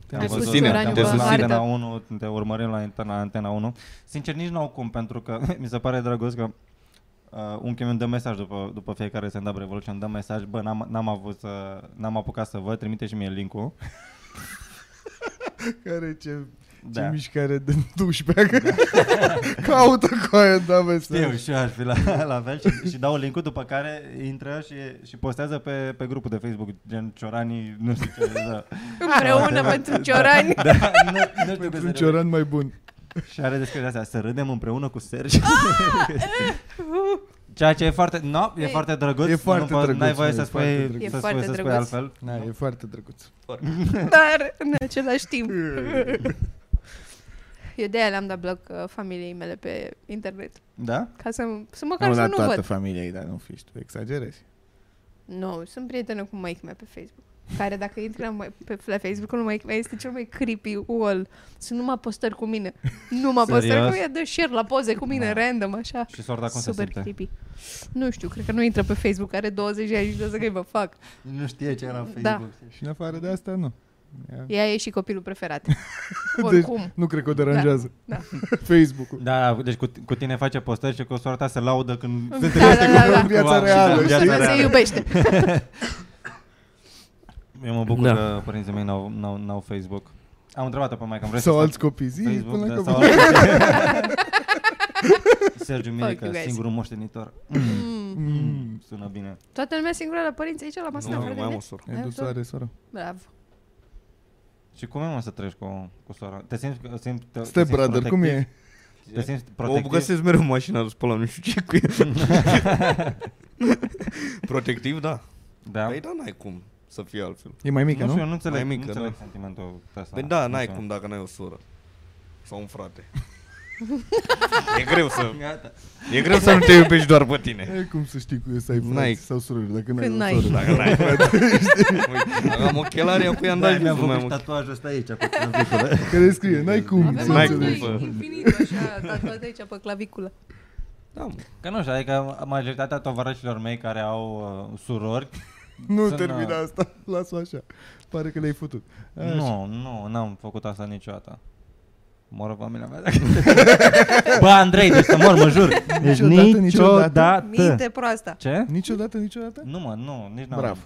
S3: te-am
S4: Te
S3: văzut,
S4: susține,
S3: te-am
S4: te
S3: văzut la
S4: susține.
S3: Antena 1, te urmărim la, inter- la Antena 1. Sincer, nici n-au cum, pentru că mi se pare drăguț că uh, unchiul meu îmi dă mesaj după, după fiecare stand-up Revolution, îmi dă mesaj, bă, n-am, n-am avut să, n-am apucat să văd, trimite și mie link-ul.
S1: Care ce, ce
S3: Da.
S1: mișcare de dușbeagă. Caută cu aia, da, bă, să-
S3: Știu, și eu aș fi la, la fel și, și dau link-ul după care intră și, și postează pe, pe grupul de Facebook, gen Cioranii, nu știu ce, da.
S4: Împreună pentru Ciorani.
S3: Da, nu, nu știu cum
S1: Pentru un
S3: se
S1: cioran mai bun.
S3: Și are despre asta, păi, să râdem împreună cu Serge.
S4: Ah!
S3: Ceea ce e foarte, no, e
S4: E-
S3: foarte drăguț.
S1: E foarte
S3: nu, po-
S1: drăguț,
S3: N-ai voie
S1: nu,
S3: să
S1: e foarte
S3: spui,
S1: drăguț.
S4: E
S3: să spui,
S4: foarte
S3: să spui
S4: drăguț.
S3: altfel.
S1: Da, e foarte drăguț.
S4: Dar în același timp. Eu de aia le-am dat bloc uh, familiei mele pe internet.
S3: Da?
S4: Ca să, să măcar să nu văd.
S1: familia, dar nu fiști, tu exagerezi.
S4: Nu, sunt prietenă cu maică mea pe Facebook. Care dacă intri la, mai- pe, la Facebook-ul lui mea este cel mai creepy wall. Sunt numai postări cu mine. Numai postări
S3: Serios?
S4: cu mine, dă share la poze cu mine,
S3: Da.
S4: random, așa.
S3: Și sorda cum se
S4: Super
S3: simte.
S4: creepy. Nu știu, cred că nu intră pe Facebook, are 20 de ani și nu o să că vă fac.
S3: Nu știe ce era pe
S4: Da.
S3: Facebook.
S1: Și în afară de asta, nu. Ia.
S4: Ea e și copilul preferat.
S1: Deci,
S4: Oricum.
S1: nu cred că o deranjează.
S4: Da,
S1: Facebook-ul.
S3: Da, deci cu, cu tine face postări și cu sora ta se laudă când se
S4: Da,
S3: întâlnește
S4: da, da,
S3: cu
S4: da.
S3: cu
S1: Viața
S3: oameni.
S1: reală,
S3: Da,
S1: știi?
S3: viața
S4: Lumea se
S3: reală.
S4: iubește.
S3: Eu mă bucur
S2: Da.
S3: că părinții mei n-au, n-au, n-au Facebook. Am întrebat-o pe maică, vrei să
S1: Sau
S3: fac
S1: alți copii Mm. zi, până la
S3: Facebook,
S1: capăt.
S3: da, sau alții. Sergiu
S4: Fuck you
S3: Mirica,
S4: guys.
S3: singurul moștenitor.
S4: Mm.
S1: Mm.
S3: Sună bine.
S4: Toată lumea singură la părinți aici la masă.
S2: Nu,
S4: în
S2: mai
S4: afară de
S2: am
S4: mine?
S2: o soră.
S1: Ai dus soare, soră.
S4: Bravo.
S3: Și cum e mă să treci cu, cu sora? Te simți, te simți, te, te
S1: Step
S3: simți
S1: brother, cum
S3: protectiv?
S1: e?
S3: Te simți
S2: O
S3: protectiv?
S2: găsesc mereu în mașina de spălat, nu știu ce cu e. Protectiv, da.
S3: Da.
S2: Păi da, n-ai cum să fie altfel.
S1: E mai mică,
S3: nu știu, eu
S1: nu?
S3: nu înțeleg,
S2: Mai
S3: mică,
S2: mică,
S3: nu înțeleg
S2: da.
S3: sentimentul ăsta.
S2: Păi da,
S3: Nu
S2: n-ai
S3: știu.
S2: cum dacă n-ai o soră. Sau un frate. e greu să...
S3: Gata.
S2: E greu să nu te iubești doar pe tine.
S1: E cum să știi cu eu să ai
S2: N-ai.
S1: frați sau surori, dacă n-ai
S4: Când
S1: o
S4: n-ai.
S1: soră.
S2: Dacă n-ai frate, știi? Uite, Păi Am ochelari, eu cu i-am
S3: Da,
S2: dat
S3: mi-am
S2: josul, mai
S3: făcut și
S2: mult.
S3: tatuajul ăsta aici, pe claviculă.
S1: Care scrie, n-ai cum.
S4: Avem
S1: să
S2: N-ai
S1: înțelegi.
S2: cum,
S4: amândoi infinit așa, tatuat aici pe claviculă.
S2: Da, mă.
S3: Că nu știu, adică majoritatea tovarășilor mei care au uh, surori,
S1: Nu
S3: Să
S1: termina
S3: n-a-
S1: asta, las-o așa. Pare că le-ai futut. Așa.
S3: nu, nu, n-am făcut asta niciodată. Moră familia mea dacă... Bă, Andrei, deci să mor, mă jur. Deci
S1: Niciodată, niciodată.
S3: niciodată.
S4: Minte proasta.
S3: Ce?
S1: Niciodată, niciodată?
S3: Nu mă, nu, nici n-am.
S1: Bravo.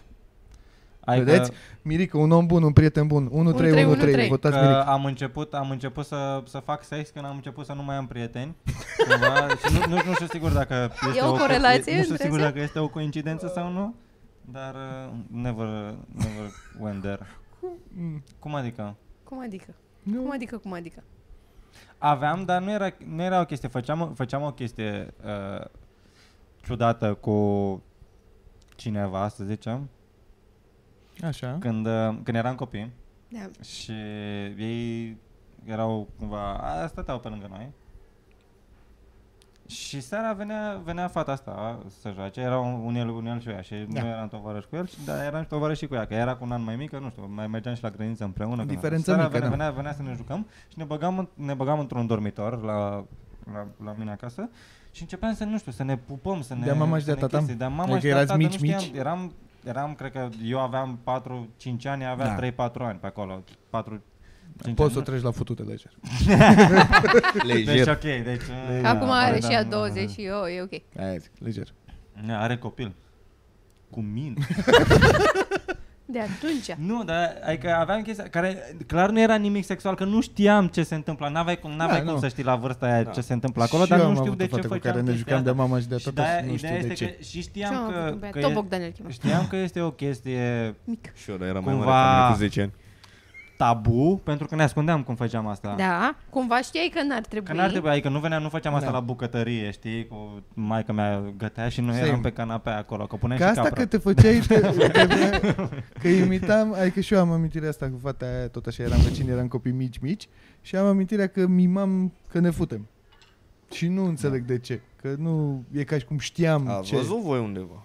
S3: Adică-
S1: Vedeți? Mirica, un om bun, un prieten bun. 1 3 1 3.
S4: 1-3-1-3.
S1: Votați
S3: că
S1: Mirica.
S3: am început, am început să, să fac sex când am început să nu mai am prieteni. Cumva, și nu, nu, nu știu sigur dacă este
S4: o corelație
S3: Nu știu
S4: între
S3: sigur
S4: astea?
S3: dacă este o coincidență sau nu, dar uh, never, never went there.
S1: Mm.
S3: Cum adică?
S4: Cum adică?
S1: Nu.
S4: Cum adică, cum adică?
S3: Aveam, dar nu era, nu era o chestie. Făceam, făceam o chestie uh, ciudată cu cineva, să zicem,
S1: Așa.
S3: când, uh, când eram copii
S4: Da.
S3: și ei erau cumva, a, stăteau pe lângă noi. Și seara venea, venea fata asta să joace, era un, un el, un el și eu ea și
S1: Da.
S3: da. nu eram tovarăș cu el, și- dar eram tovarăș și cu ea, că era cu un an mai mică, nu știu, mai mergeam și la grădiniță împreună. când-
S1: Diferență
S3: seara
S1: mică,
S3: venea,
S1: da.
S3: venea, venea, să ne jucăm și ne băgam, în- ne băgam într-un dormitor la, la, la mine acasă și începeam să, nu știu, să ne pupăm, să ne...
S1: De-a mama și
S3: să
S1: de-a
S3: ne
S1: tata?
S3: chestii, de-a mama
S1: Adică
S3: și de-a
S1: erați
S3: tata, nu
S1: mici,
S3: știam,
S1: mici?
S3: Eram, eram, cred că eu aveam 4-5 ani, ea
S1: Da.
S3: avea da. 3-4 ani pe acolo, 4 5
S1: Poți să o
S3: ani.
S1: treci la futute lejer.
S3: Deci
S2: Lejer.
S3: ok, deci...
S1: Lejer.
S4: Acum
S3: da,
S4: are
S3: da,
S4: și a
S3: da,
S4: 20 și eu, e ok.
S1: Aia zic, lejer.
S3: da. Are copil. Cu mine.
S4: De atunci.
S3: nu, dar adică aveam chestia care clar nu era nimic sexual, că nu știam ce se întâmplă. N-aveai cum, n-aveai
S1: Da,
S3: cum
S1: nu.
S3: să știi la vârsta aia
S2: Da.
S3: ce se întâmplă acolo,
S1: Și
S3: dar
S1: eu
S3: nu
S1: am
S3: știu
S1: avut
S3: de
S1: o
S3: ce
S1: fată cu
S3: făceam
S1: care ne
S3: chestia
S1: jucam de
S3: asta.
S1: mama și de
S3: Și
S1: tata
S3: de-aia-
S1: și nu
S3: ideea
S1: știu de
S3: este
S1: ce.
S3: că, și
S4: Ce am
S3: știam
S4: făcut
S3: că,
S4: pe
S3: că
S4: ea? Tot
S3: e-
S4: Bogdan el chema.
S3: știam că este o chestie
S4: Mic.
S2: Și eu, dar era mai
S3: Cumva-
S2: mare ca mine cu 10 ani.
S3: tabu, pentru că ne ascundeam cum făceam asta.
S4: Da. Cumva știai că n-ar trebui.
S3: Că n-ar trebui, adică nu veneam, nu făceam asta
S1: Da.
S3: la bucătărie, știi, cu maica mea gătea și noi
S1: Same.
S3: eram pe canapea acolo, că punem
S1: Că
S3: și
S1: asta
S3: capra.
S1: că te făceai, te, te, că imitam, adică și eu am amintirea asta cu fata aia, tot așa eram vecini, eram copii mici, mici și am amintirea că mimam că ne futem. Și nu
S3: Da.
S1: înțeleg de ce, că nu e ca și cum
S3: Mm,
S1: știam
S2: A
S1: ce.
S2: văzut voi undeva.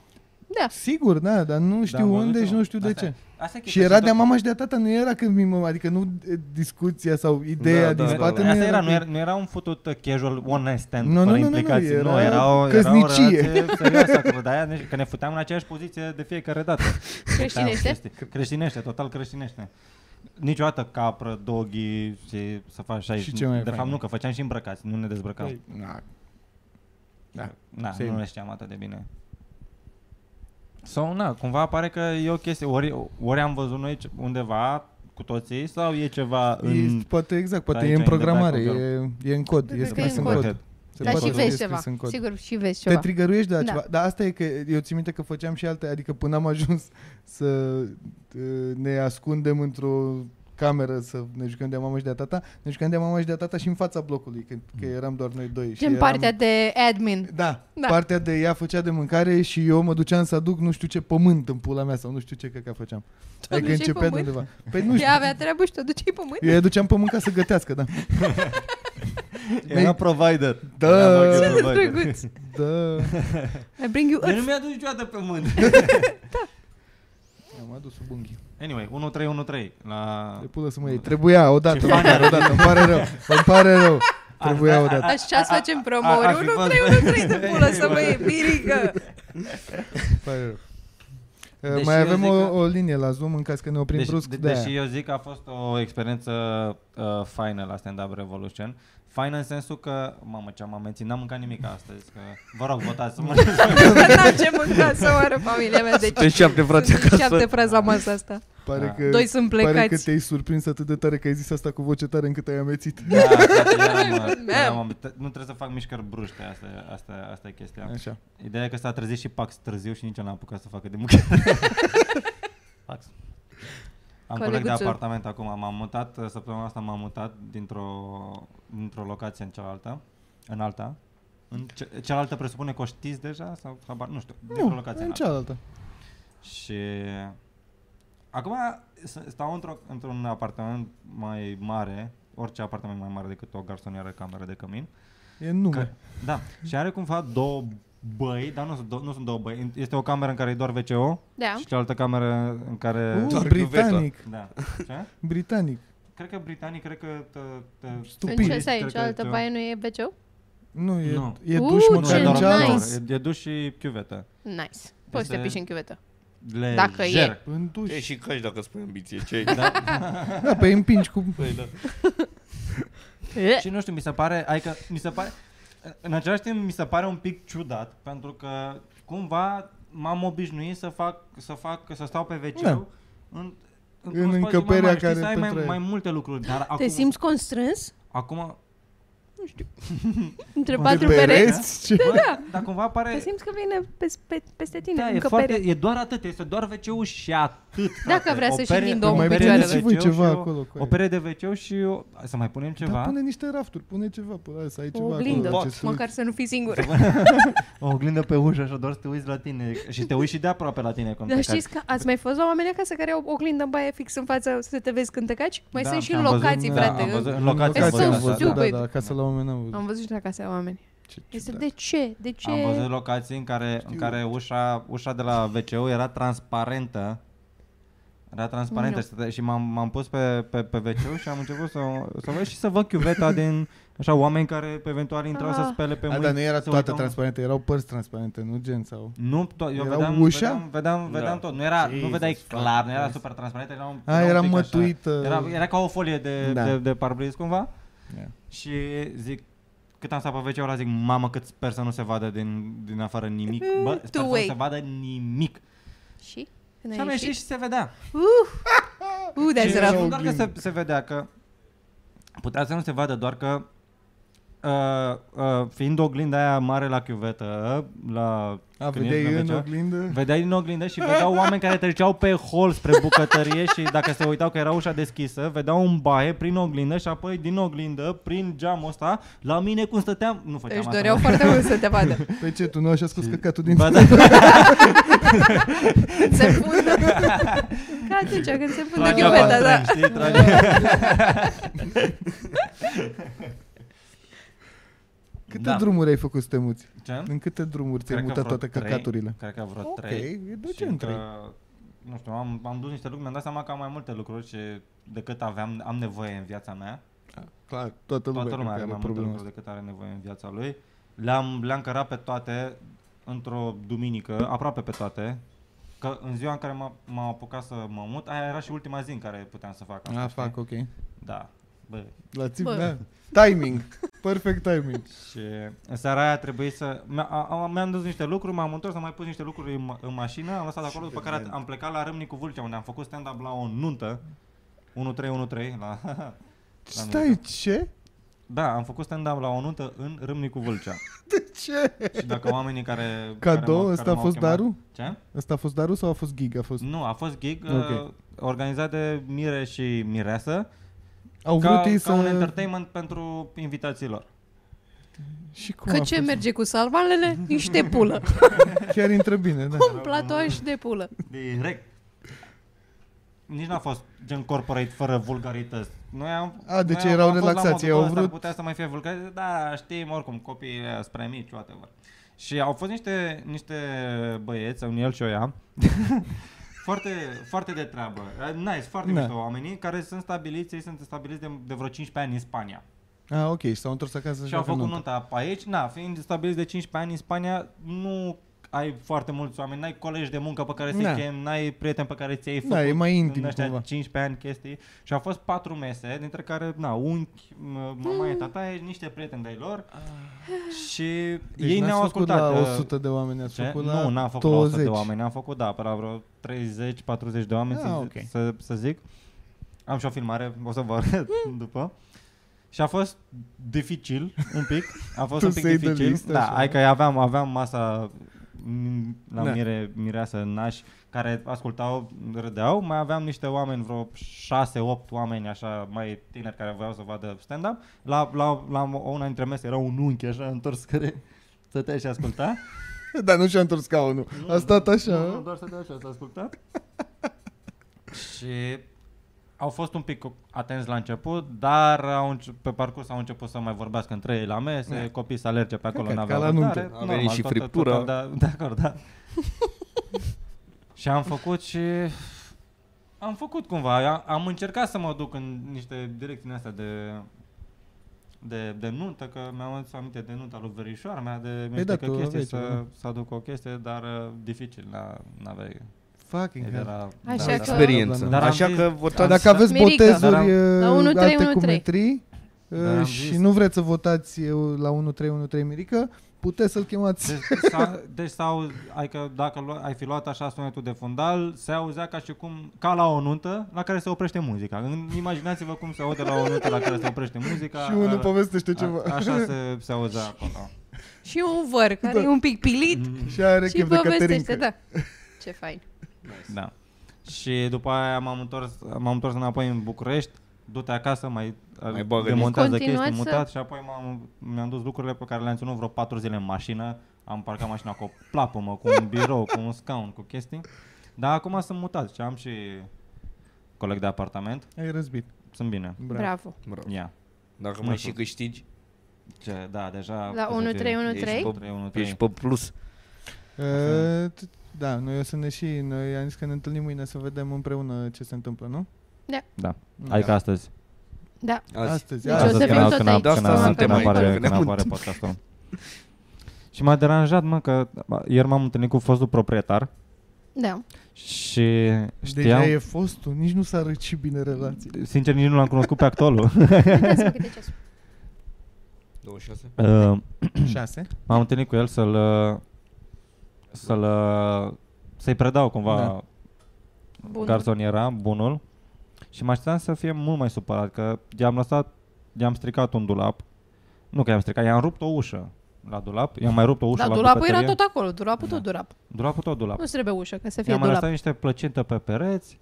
S4: Da.
S1: Sigur, da, dar nu
S3: Da,
S1: știu
S3: am văzut
S1: unde și
S3: eu.
S1: nu știu de
S3: Asta e.
S1: ce.
S3: Asta e
S1: Și
S3: chestia,
S1: era
S3: tot-
S1: de mama și de tata, nu era că mimăm, adică nu e, discuția sau ideea
S2: Da,
S1: din
S2: da, da,
S1: spate
S2: da.
S1: nu
S3: Asta era, nu
S1: că-
S3: era, nu era un futut uh, casual, one night stand,
S1: Nu,
S3: nu,
S1: nu,
S3: fără
S1: nu, nu, nu,
S3: implicații, nu,
S1: era
S3: nu, era o, era o
S1: căsnicie.
S3: relație serioasă acolo, de aia ne- că ne futeam în aceeași poziție de fiecare dată.
S4: Creștinește?
S3: Puteam chestii. Creștinește, total creștinește. Niciodată capră, doghi și să faci așa.
S1: Și ce mai e
S3: de fapt
S1: fain.
S3: nu, că făceam și îmbrăcați, nu ne dezbrăcam.
S1: Păi, na, da,
S3: Na,
S1: same.
S3: nu le știam atât de bine. Sau, na, cumva pare că e o chestie, ori, ori am văzut noi ce- undeva cu toții sau e ceva în...
S1: E, poate exact, poate
S3: aici
S1: e în
S3: ai intrat
S1: programare,
S3: acolo.
S1: e, e în cod,
S4: Cred
S1: e
S4: că e
S1: scris
S4: în
S1: în
S4: cod.
S1: cod. Se
S4: Dar
S1: poate
S4: și
S1: să
S4: vezi
S1: fie
S4: ceva.
S1: scris în cod.
S4: Sigur, și vezi
S1: Te
S4: ceva.
S1: trigăruiești de la
S4: Da.
S1: ceva. Dar asta e că eu țin minte că făceam și alte, adică până am ajuns să uh, ne ascundem într-o cameră să ne jucăm de mama și de tata, ne jucăm de mama și de tata și în fața blocului, că,
S3: Mm.
S1: că eram doar noi doi. și
S4: Gen
S1: eram...
S4: partea de admin.
S1: Da,
S4: Da.
S1: da, partea de ea făcea de mâncare și eu mă duceam să aduc nu știu ce pământ în pula mea sau nu știu ce căca făceam. Adică
S4: aduceai
S1: începea de
S4: pământ?
S1: undeva. Păi nu știu,
S4: Ea avea treabă și te duceai pe mâini.
S1: eu îi duceam pământ ca să gătească, da. Era
S3: provider.
S1: Da. Era doggy
S4: Ce drăguț.
S1: Da,
S4: I bring you
S3: Dar nu
S4: earth.
S3: mi-a dus niciodată pe mână.
S1: am adus sub unghii.
S3: Anyway, 1-3-1-3 la...
S1: De pulă să mă iei. Trebuia odată,
S3: Da. Ce fain ar
S1: măcar odată, îmi pare rău, îmi pare rău. Trebuia odată.
S4: Așa să facem
S3: a- a-
S4: promo-uri.
S3: fi
S4: 1,
S3: fost-
S4: 3, 1, 3 de pulă să mă iei, pirică.
S1: Pare rău.
S3: Deși
S1: mai
S3: Deci eu
S1: avem o,
S3: zic că-
S1: o linie la Zoom în caz că ne oprim
S3: Deci,
S1: brusc Da.
S3: de,
S1: de
S3: deși
S1: aia.
S3: eu zic că a fost o experiență uh, faină la Stand Up Revolution. Faină în sensul că, mamă ce am amențit, n-am mâncat nimic astăzi. Că, vă rog, votați să mă
S4: N-am ce mânca să moară familia mea. Deci
S2: Deci șapte frați
S4: sunt șapte
S2: acasă.
S4: frați la masa asta.
S1: Pare
S3: Da.
S1: că,
S4: Doi sunt
S1: Păi pare că
S4: plecați.
S1: te-ai surprins atât de tare că ai zis asta cu voce tare încât ai amețit.
S3: Da, deci eram, uh,
S4: Mem.
S3: eram am- t- nu trebuie să fac mișcări bruște, asta, e- asta, e- asta e chestia.
S1: Așa.
S3: Ideea e că s-a trezit și Pax târziu și nici eu n-am apucat să facă de mâncare. Pax. Am coleg de
S4: Coleguțul.
S3: apartament acum, m-am mutat, săptămâna asta m-am mutat dintr-o, dintr-o locație în cealaltă, în alta. În ce, cealaltă presupune că o știți deja sau habar, nu știu, dintr-o
S1: Nu, în
S3: locație în alta.
S1: cealaltă.
S3: Și acum s- stau într-o, într-un apartament mai mare, orice apartament mai mare decât o garsonieră, cameră de cămin.
S1: E nume.
S3: Că, da, și are cumva două băi, dar nu, sunt dou- nu sunt două băi. Este o cameră în care e doar WCO
S4: Da.
S3: și cealaltă cameră în care...
S1: Uh,
S2: Doar
S1: britanic.
S3: Da. Ce?
S1: Britanic.
S3: Cred că britanii, cred că... Tă, tă,
S4: În ce
S1: Stupid.
S4: să ai? În
S3: Cred că
S4: cealaltă
S3: ce-
S4: baie nu e BCU?
S1: Nu, e,
S3: Nu.
S1: e
S4: Uh,
S1: duș măcar
S4: ce
S1: în
S3: doar o cameră.
S1: cealaltă.
S4: nice.
S3: E, e duș și chiuvetă.
S4: Nice. Poți să te
S3: Este-
S4: piși în chiuvetă.
S3: Lejer.
S4: Dacă e.
S1: În duș.
S2: E și căci dacă spui ambiție, ce ai?
S3: Da?
S1: Da, pe împingi cu...
S2: Păi, da.
S3: și nu știu, mi se pare... Adică, mi se pare... În același timp, mi se pare un pic ciudat, pentru că cumva m-am obișnuit să fac, să fac, să stau pe wc
S1: Da.
S3: în,
S1: În
S3: în
S1: încăperea
S3: încăperea mai mare,
S1: care
S3: care știi, să ai
S1: pentru
S3: mai,
S1: el.
S3: mai multe lucruri, dar
S4: Te
S3: acum
S4: simți constrâns?
S3: Acum,
S4: Nu știu. Între
S3: De
S4: patru
S1: pe
S4: pereți.
S1: rest, ce?
S3: Bă,
S4: da.
S3: Dar cumva
S4: Că
S3: pare...
S4: simți că vine pes- pe, peste tine,
S3: Da, e,
S4: încă
S3: foarte,
S4: pere.
S3: e doar atât, este doar wc și atât.
S4: Dacă
S3: frate.
S4: vrea
S3: O
S4: să-și
S3: pere-
S4: întindă
S3: o
S4: omul
S3: pere de
S4: picioarele.
S1: Mai puneți și voi
S3: WC-ul
S1: ceva
S3: și o-
S1: acolo, cu
S3: O
S1: aia.
S3: pere de wc și o... Să mai punem
S1: Dar
S3: ceva?
S1: pune niște rafturi, pune ceva pe ăla, să ai
S4: O
S1: ceva
S4: oglindă,
S1: acolo.
S3: pot.
S1: ce să-
S4: măcar să nu fii singur.
S3: O oglindă pe ușă, așa, doar să te uiți la tine. Și te uiți și de aproape la tine. Cum te
S4: Dar
S3: caci.
S4: știți că ați mai fost la oameni acasă care au oglindă în baie fix în față să te vezi când te caci? Mai
S3: Da,
S4: sunt și
S3: am
S4: în
S3: văzut,
S4: locații,
S3: da,
S4: frate.
S3: Am văzut, în
S1: În
S3: locații
S4: locații
S3: am
S4: am
S1: am
S3: văzut,
S4: văzut,
S3: da.
S1: văzut, da,
S4: stupid.
S1: da, acasă la oameni am văzut.
S4: Am văzut și la casa la oameni.
S1: Ce
S4: Este
S1: ciudat.
S4: de ce? De ce?
S3: Am văzut locații în care, în care ușa, ușa de la wc era transparentă. Era transparentă
S4: Nu.
S3: și stătea- și m-am, m-am pus pe, pe, pe wc și am început să, să văd și să văd chiuveta din așa oameni care eventual intrau să
S4: Ah.
S3: spele pe
S1: A,
S3: mâini.
S1: dar nu era
S3: să
S1: toată
S3: uitau-
S1: transparentă, erau părți transparente, nu gen sau...
S3: Nu, to- eu
S1: Era
S3: vedeam,
S1: ușa?
S3: vedeam, vedeam, vedeam tot. Nu, era, nu
S1: Jesus
S3: vedeai
S1: fucking
S3: clar, nu era
S1: Christ.
S3: super transparent, era un,
S1: A,
S3: un
S1: era
S3: pic așa.
S1: mătuită.
S3: Era, era ca o folie de, da.
S1: Da.
S3: de, de parbriz cumva.
S1: Yeah.
S3: Și zic, cât am stat pe wc ăla, zic, mamă, cât sper să nu se vadă din, din afară nimic.
S1: Mm,
S3: Bă, sper să nu
S4: way.
S3: se vadă nimic.
S4: Și? Când
S3: Și
S4: ai
S3: am
S4: ieșit?
S3: ieșit și se vedea.
S4: Uh, dar
S3: și
S4: era
S3: nu doar că se, se vedea că putea să nu se vadă, doar că uh, uh, fiind oglinda aia mare la chiuvetă, la
S1: A,
S3: când Da.
S1: vedeai
S3: ești la
S1: în
S3: WC,
S1: oglindă?
S3: Vedeai din oglindă și vedeau oameni care treceau pe hol spre bucătărie și dacă se uitau că era ușa deschisă, vedeau un baie prin oglindă și apoi din oglindă, prin geamul ăsta, la mine cum stăteam, nu făceam
S4: Își
S3: asta.
S4: Deci doreau foarte mult să te vadă.
S1: Pe Păi ce, tu nu așa scos căcatul din...
S3: Ba da,
S4: Se fundă. Ca atunci când se fundă
S3: tragea
S4: ghiuveta, da.
S3: patren, știi, tragea.
S1: Câte
S3: Da.
S1: drumuri ai făcut să te muți?
S3: Ce?
S1: În câte drumuri ți-ai
S3: Cred că
S1: mutat
S3: vreo
S1: toate
S3: trei.
S1: căcaturile?
S3: Cred că vreo
S1: Ok,
S3: trei.
S1: e
S3: Și
S1: decent
S3: că,
S1: trei.
S3: Nu știu, am, am dus niște lucruri, mi-am dat seama că am mai multe lucruri și decât aveam, am nevoie în viața mea.
S1: Clar, toată lumea, cred
S3: Toată lumea are
S1: că
S3: mai
S1: are
S3: multe
S1: problema
S3: lucruri
S1: asta.
S3: decât are nevoie în viața lui. Le-am, le-am cărat pe toate într-o duminică, aproape pe toate. Că în ziua în care m-a- m-am apucat să mă mut, aia era și ultima zi în care puteam să fac asta.
S1: A,
S3: știi?
S1: Ah, fac, ok.
S3: Da. Bă.
S1: La țip,
S4: Bă.
S1: da. Timing. Perfect timing.
S3: Și în seara aia trebuie să... mi-a- a- a- Mi-am dus niște lucruri, m-am întors, am mai pus niște lucruri în, ma- în mașină, am lăsat acolo, după care am plecat la Râmnicu Vâlcea, unde am făcut stand-up la o nuntă. 1313 la...
S1: Stai, ce?
S3: Da, am făcut stand-up la o nuntă în Râmnicu Vâlcea.
S1: De ce?
S3: Și dacă oamenii care... care
S1: Cadou?
S3: m-au- care
S1: Ăsta a
S3: m-au
S1: fost
S3: chemat-
S1: darul?
S3: Ce?
S1: Ăsta a fost darul sau a fost gig? A fost...
S3: Nu, a fost gig
S1: Ok.
S3: okay. uh, organizat de Mire și Mireasă
S1: Au
S3: ca,
S1: vrut
S3: ca
S1: ei
S3: să... un
S1: să...
S3: entertainment pentru invitații lor.
S1: Și cum
S4: Că
S1: a
S4: ce
S1: fost?
S4: merge cu salvanele? Niște pulă.
S1: Chiar intră bine, da.
S4: Un platoaș de pulă.
S3: Direct. Nici n-a fost gen corporate fără vulgarități. Noi am,
S1: A, deci
S3: noi
S1: erau
S3: am fost la
S1: relaxați,
S3: modul
S1: ei au
S3: ăsta,
S1: vrut-
S3: Putea să mai fie vulgarități, da, știm oricum, copiii eh, spre mici, whatever. Și au fost niște, niște băieți, un el și o ea, foarte, foarte de treabă. Eh, Nice, foarte
S1: Da.
S3: mișto oamenii care sunt stabiliți, ei sunt stabiliți de, de vreo 15 ani în Spania.
S1: Ah, ok, și s-au întors acasă
S3: Și au
S1: facă
S3: făcut
S1: nuntă.
S3: nunta pe aici, na, fiind stabiliți de 15 ani în Spania, nu ai foarte mulți oameni, n-ai colegi de muncă pe care să-i
S1: Da.
S3: chem, n-ai prieteni pe care ți-ai făcut
S1: Da, e mai intim
S3: în ăștia
S1: cumva.
S3: 15 ani chestii. Și au fost patru mese, dintre care, na, unchi, m- mama e tata, e niște prieteni de-ai lor. Și
S1: Ah. Deci n-ați
S3: ei ne-au
S1: făcut
S3: ascultat.
S1: la
S3: uh,
S1: 100 de oameni, ați
S3: ce?
S1: făcut la
S3: nu, n-am făcut
S1: 20.
S3: la 100 de oameni, am făcut, da, pe la vreo 30-40 de oameni,
S1: Ah,
S3: să,
S1: ok.
S3: să, să zic. Am și o filmare, o să vă arăt
S1: Mm.
S3: după. Și a fost dificil, un pic, a fost
S1: Tu
S3: un pic
S1: să iei de
S3: dificil.
S1: listă,
S3: da,
S1: așa.
S3: hai că aveam, aveam masa m, la da.
S1: Da.
S3: mire, mireasă naș care ascultau, râdeau. Mai aveam niște oameni, vreo 6-8 oameni așa mai tineri care voiau să vadă stand-up. La, la, la una dintre mese era un unchi așa întors care stătea și asculta.
S1: Dar nu și-a întors scaunul. A stat
S3: Nu, nu,
S1: așa.
S3: doar să dea așa, s-a ascultat. și au fost un pic atenți la început, dar au înce- pe parcurs au început să mai vorbească între ei la mese,
S1: Da.
S3: copiii să alerge pe acolo,
S1: Ca-
S3: n-aveau
S1: ca la nuntă.
S3: răbdare,
S2: A venit
S3: normal,
S2: și
S3: toată-
S2: friptura.
S3: toată- Da, de acord, da. și am făcut și... Am făcut cumva, am- am încercat să mă duc în niște direcții din astea de, de, de nuntă, că mi-am adus aminte de nunta lui verișoara mea, de mi-am
S1: da,
S3: da,
S1: tu
S3: chestii
S1: aveai
S3: să,
S1: ceva.
S3: să aduc o chestie, dar uh, dificil, n-a- n-aveai
S1: Fucking hell.
S3: era,
S4: Așa
S3: da,
S4: că-
S3: da.
S2: Experiență.
S3: Dar am
S2: Așa
S3: zis-
S2: că
S1: Da,
S2: votați...
S1: Păi dacă aveți
S4: Mirica.
S1: botezuri
S3: Dar am-
S4: La
S1: am,
S4: 1-3,
S1: alte
S4: 1-3.
S1: cumetrii
S3: Dar am
S1: uh, și
S3: zis.
S1: nu vreți să votați uh, la 1313 Mirica, puteți să-l chemați.
S3: Deci, s-a, deci s-au, adică dacă lua, ai fi luat așa sunetul de fundal, se auzea ca și cum, ca la o nuntă la care se oprește muzica. În- Imaginați-vă cum se aude la o nuntă la care se oprește muzica.
S1: și unul
S3: a-
S1: povestește ceva.
S3: A, așa se, se auzea acolo.
S4: Și un văr care
S1: Da.
S4: e un pic
S3: Mm.
S4: pilit
S1: și are
S4: și
S1: chef de Caterinca.
S4: povestește, da. Ce fain.
S3: Da. Și după aia m-am întors, m-am întors înapoi în București, du-te acasă, mai, adică
S2: Mai bagă
S3: demontează
S4: niște.
S3: chestii,
S4: Continuați să-
S3: mutat și apoi m-am, mi-am dus lucrurile pe care le-am ținut vreo patru zile în mașină. Am parcat mașina cu o plapumă, cu un birou, cu un scaun, cu chestii. Dar acum sunt mutat și am și coleg de apartament.
S1: Ai răzbit.
S3: Sunt bine.
S1: Bravo.
S4: Bravo.
S2: Bravo.
S3: Ia.
S2: Dacă
S3: Mai
S2: mai și
S3: tot.
S2: câștigi,
S3: Ce, da, deja...
S4: La 1-3-1-3?
S2: Ești
S3: 1-3-1-3.
S2: ești pe plus.
S1: Uh, t- Da, noi o să ne și, noi am zis că ne întâlnim mâine să vedem împreună ce se întâmplă, nu?
S3: Da.
S1: Da.
S3: Adică astăzi.
S4: Da.
S2: Azi.
S1: Astăzi,
S4: Deci
S1: azi.
S4: o să
S3: Astăzi,
S4: fim
S3: când-
S4: tot
S3: când-
S4: aici.
S2: Da,
S3: când-
S2: asta
S3: când
S2: suntem aici,
S3: apare-
S2: că
S3: când
S2: ne-am
S3: apare podcastul. Și m-a deranjat, mă, că ieri m-am întâlnit cu fostul proprietar
S4: Da.
S3: și știam...
S1: Deja e fostul, nici nu s-a răcit bine relații.
S3: Sincer, nici nu l-am cunoscut pe actualul.
S4: Uitați-vă câte ceasul.
S2: 26?
S3: Uh,
S1: 6?
S3: m-am întâlnit cu el să-l... uh, să-l... uh, să-i predau cumva
S1: Da.
S4: Bunul.
S3: garsoniera, bunul. Și mă așteptam să fie mult mai supărat, că i-am lăsat, i-am stricat un dulap. Nu că i-am stricat, i-am rupt o ușă la dulap, i-am mai rupt o ușă
S4: Da,
S3: la
S4: dulapul
S3: bucătărie.
S4: era tot acolo, dulapul
S3: Da.
S4: tot dulap.
S3: Dulapul tot dulap.
S4: Nu-ți trebuie ușă ca să fie
S3: I-am mai
S4: dulap.
S3: lăsat niște plăcintă pe pereți.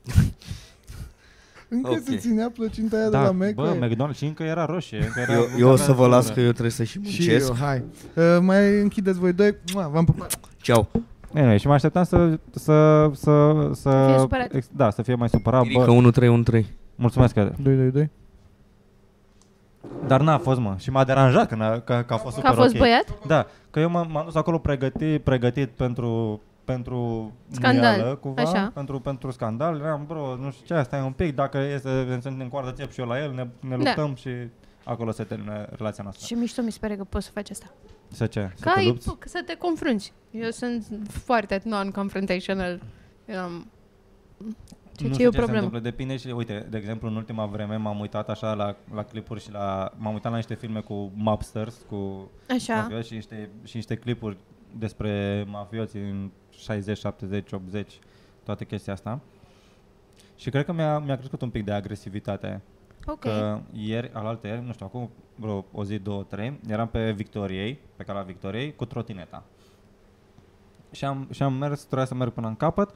S1: Încă
S2: Ok.
S1: se ținea
S2: Da,
S1: plăcinta aia de la Mac.
S3: Da, bă, McDonald's și încă era roșie. Încă era,
S2: Eu,
S3: încă
S2: eu o
S3: avea
S2: să vă las că
S3: singură.
S2: eu trebuie să și
S1: și eu,
S2: muncesc.
S1: hai. Uh, mai închideți voi doi. Mua, V-am pupat.
S2: Ceau.
S3: Anyway, și mă așteptam să... să, să, să
S4: fie supărat.
S3: ex- da, să fie mai supărat.
S2: Irica
S3: Bă,
S2: 1313.
S3: mulțumesc că...
S1: 2, 2, 2.
S3: Dar n-a fost, mă. Și m-a deranjat că, n-a, că, că a fost
S4: Că a
S3: super
S4: fost
S3: ok.
S4: băiat?
S3: Da, că eu m-am, m-am dus acolo pregătit, pregătit pentru pentru
S4: Scandal,
S3: muială, cumva,
S4: așa.
S3: pentru, pentru scandal. Eram, bro, nu știu ce, stai un pic, dacă e să ne încoardă țep și eu la el, ne, ne
S4: Da.
S3: luptăm și acolo se termină relația noastră.
S4: Ce mișto mi se pare că poți să faci asta.
S3: Să ce? Să
S4: Ca
S3: te
S4: ai,
S3: lupți?
S4: pă, să te confrunți. Eu sunt foarte non-confrontational. Um, ceea ce e
S3: știu
S4: o
S3: se
S4: problemă.
S3: întâmplă, depinde și, uite, de exemplu, în ultima vreme m-am uitat așa la, la clipuri și la, m-am uitat la niște filme cu mobsters, cu
S4: Așa.
S3: mafioți și niște, și niște clipuri despre mafioți în 60, 70, 80, toată chestia asta. Și cred că mi-a, mi-a crescut un pic de agresivitate.
S4: Ok.
S3: Că ieri, alaltă ieri, nu știu, acum vreo o zi, două, trei, eram pe Victoriei, pe calea Victoriei, cu trotineta. Și am, și am mers, trebuia să merg până în capăt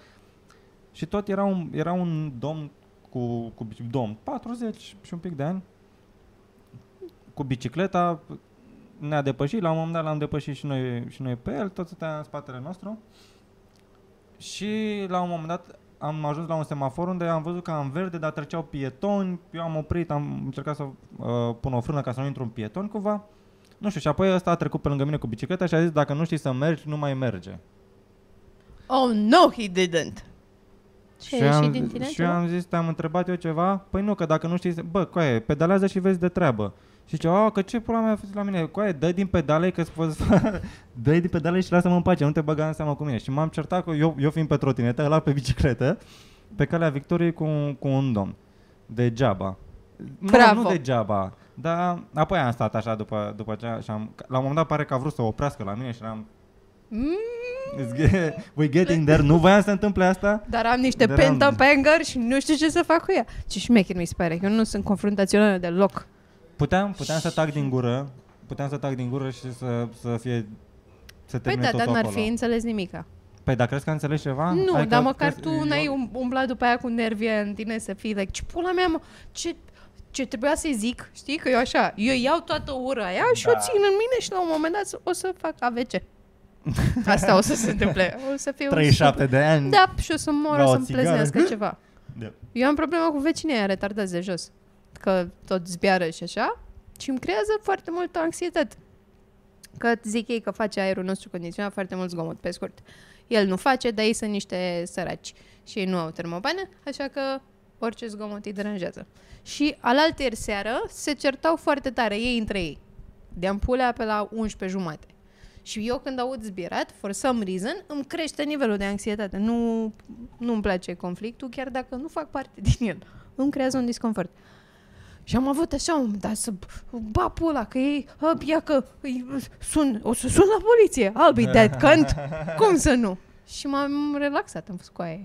S3: și tot era un, era un domn cu, cu bici- domn, 40 și un pic de ani, cu bicicleta, ne-a depășit, la un moment dat l-am depășit și noi, și noi pe el, tot stătea în spatele nostru. Și la un moment dat am ajuns la un semafor unde am văzut că am verde, dar treceau pietoni, eu am oprit, am încercat să uh, pun o frână ca să nu intru în pieton cumva. Nu știu, și apoi ăsta a trecut pe lângă mine cu bicicleta și a zis, dacă nu știi să mergi, nu mai merge.
S4: Oh, no, he didn't. Ce,
S3: și,
S4: a
S3: am,
S4: ieșit din tine
S3: și
S4: ceva?
S3: am zis, te-am întrebat eu ceva? Păi nu, că dacă nu știi, să- bă, coaie, pedalează și vezi de treabă. Și zice, a, că ce pula mea a fost la mine? Coaie, dă din pedale că fost... dă din pedale și lasă-mă în pace, nu te băga în seama cu mine. Și m-am certat că eu, eu fiind pe trotinetă, ăla pe bicicletă, pe calea Victoriei cu, un- cu un domn. Degeaba.
S4: Bravo.
S3: Nu, nu degeaba. Dar apoi am stat așa după, după aceea și am, la un moment dat pare că a vrut să oprească la mine și eram,
S4: Mm,
S3: we getting there, nu voiam să se întâmple asta?
S4: dar am niște
S3: Dar am-
S4: pent up anger și nu știu ce să fac cu ea. Ce șmecher mi se pare, că eu nu sunt confruntațională deloc.
S3: Puteam, puteam să tac din gură, puteam să tac din gură și să, să fie să
S4: Păi
S3: termine
S4: da,
S3: tot
S4: dar n-ar
S3: acolo.
S4: fi înțeles nimica.
S3: Păi dar crezi că înțelegi ceva?
S4: Nu,
S3: Adică
S4: dar măcar
S3: crezi-
S4: tu n-ai um- umblat după aia cu nervie în tine să fii like, ce pula mea, mă, ce, ce trebuia să-i zic, știi, că eu așa, eu iau toată ura aia și da. o
S3: Da.
S4: țin în mine și la un moment dat o să fac AVC. Asta o să se întâmple. O să fiu... un
S3: 37 de ani.
S4: Da, și o să mor,
S3: La
S4: o
S3: o
S4: să-mi
S3: țigară.
S4: pleznească ceva.
S3: Da.
S4: Eu am problemă cu vecinii aia retardați de jos. Că tot zbiară și așa. Și îmi creează foarte multă anxietate. Că zic ei că face aerul nostru condiționat foarte mult zgomot, pe scurt. El nu face, dar ei sunt niște săraci și ei nu au termobane, așa că orice zgomot îi deranjează. Și alaltăieri seară se certau foarte tare, ei între ei. De-am pulea pe la 11 jumate. Și eu când aud zbierat, for some reason, îmi crește nivelul de anxietate. Nu, nu-mi place conflictul, chiar dacă nu fac parte din el. Îmi creează un disconfort. Și am avut așa un, dar să ba pula, că ei, hă, ia că îi sun, o să sun la poliție, I'll be dead cunt, cum să nu? Și m-am relaxat, am fost cu aia.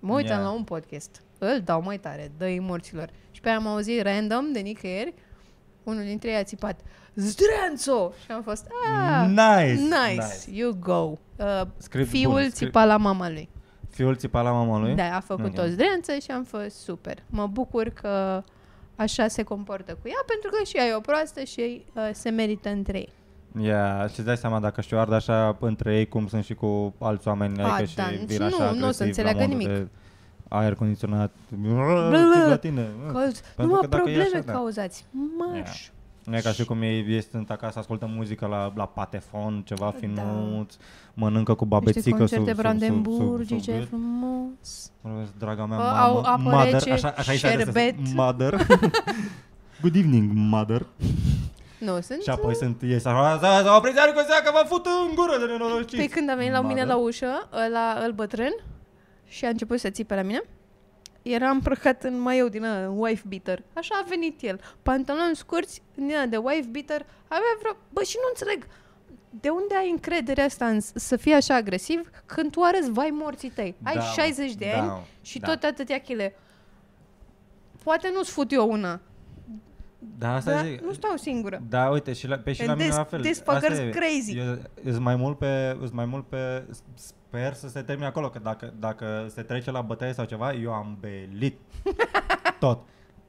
S4: Mă uitam
S3: Yeah.
S4: la un podcast, îl dau mai tare, dă-i morților. Și pe aia am auzit random, de nicăieri, unul dintre ei a țipat, Zdrențo! Și am fost, ah,
S3: Nice,
S4: nice,
S3: nice.
S4: you go. Uh,
S3: Script
S4: fiul
S3: bun, script-
S4: țipa la mama lui.
S3: Fiul țipa la mama lui?
S4: Da, a făcut
S3: Ok.
S4: o zdrență și am fost super. Mă bucur că așa se comportă cu ea, pentru că și ea e o proastă și uh, se merită între ei.
S3: Ia, și îți dai seama dacă știu ard așa între ei cum sunt și cu alți oameni,
S4: A,
S3: adică
S4: da,
S3: și
S4: deci
S3: vin
S4: nu-
S3: așa
S4: nu o să
S3: agresiv la
S4: înțeleagă
S3: modul
S4: nimic.
S3: de Aer condiționat,
S4: bla,
S3: ce la tine.
S4: Că
S3: pentru
S4: numai
S3: că dacă e
S4: probleme
S3: așa, da.
S4: cauzați. Maș.
S3: Ia. Nu e ca și cum ei, ei sunt acasă, ascultă muzică la, la patefon, ceva finuț, mănâncă cu
S4: Da. Niște
S3: babețică sub,
S4: concerte
S3: sub, sub, sub, sub,
S4: brandenburgice,
S3: gât.
S4: frumos.
S3: Vorbesc, draga mea,
S4: Bă,
S3: mamă,
S4: au apă
S3: mother,
S4: rece,
S3: așa, așa îi se adresează,
S4: șerbet.
S3: Mother. Good evening, mother.
S4: Nu, sunt...
S3: Și apoi sunt, ies așa, "Să- să opriți iar cu seara că vă fut în gură de nenorocit.
S4: Pe Păi când a venit la mine la ușă, la îl bătrân, și a început să țipe la mine, era îmbrăcat în maieu din ăla, în wife beater. Așa a venit el. Pantaloni scurți, din ăla de wife beater. Avea vreo... Bă, și nu înțeleg. De unde ai încrederea asta în s- să fii așa agresiv când tu arăți vai morții tăi? Ai
S3: Da,
S4: 60 de
S3: da,
S4: ani și
S3: da.
S4: tot atâtea chile. Poate nu-ți fut eu una,
S3: Da, asta
S4: dar
S3: zic.
S4: nu stau singură.
S3: Da, uite, și la, pe și
S4: And
S3: la mine
S4: this-
S3: la fel.
S4: this
S3: Asta
S4: fucker's
S3: e.
S4: crazy.
S3: Eu, îs mai mult pe, îs mai mult pe, sper să se termine acolo, că dacă, dacă se trece la bătaie sau ceva, eu am belit. tot.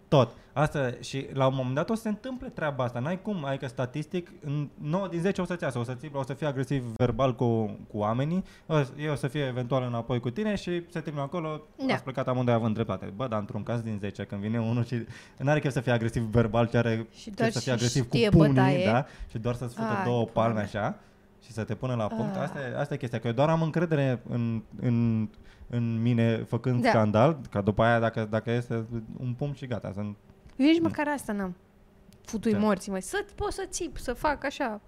S3: Tot. Asta și la un moment dat o să se întâmple treaba asta. N-ai cum, adică statistic, în 9 din 10 o să-ți iasă, o să, ți, o să fie agresiv verbal cu, cu oamenii, o, s- eu o să fie eventual înapoi cu tine și se termină acolo,
S4: Da.
S3: da. ați plecat amândoi având dreptate. Bă, dar într-un caz din 10, când vine unul și n-are chef să fie agresiv verbal, ci are
S4: Și
S3: chef
S4: doar
S3: să fie
S4: și
S3: agresiv cu
S4: știe
S3: pumnii,
S4: bătaie.
S3: da? Și doar să-ți fută
S4: Ai,
S3: două palme
S4: doamne.
S3: așa și să te pună la punct.
S4: Ah.
S3: Asta e, asta e chestia, că eu doar am încredere în, în, în mine făcând
S4: Da.
S3: da. scandal, ca după aia dacă, dacă este un pumn și gata, să
S4: Eu nici măcar asta n-am. Futui
S3: Da.
S4: morții, mai să pot să țip, să fac așa.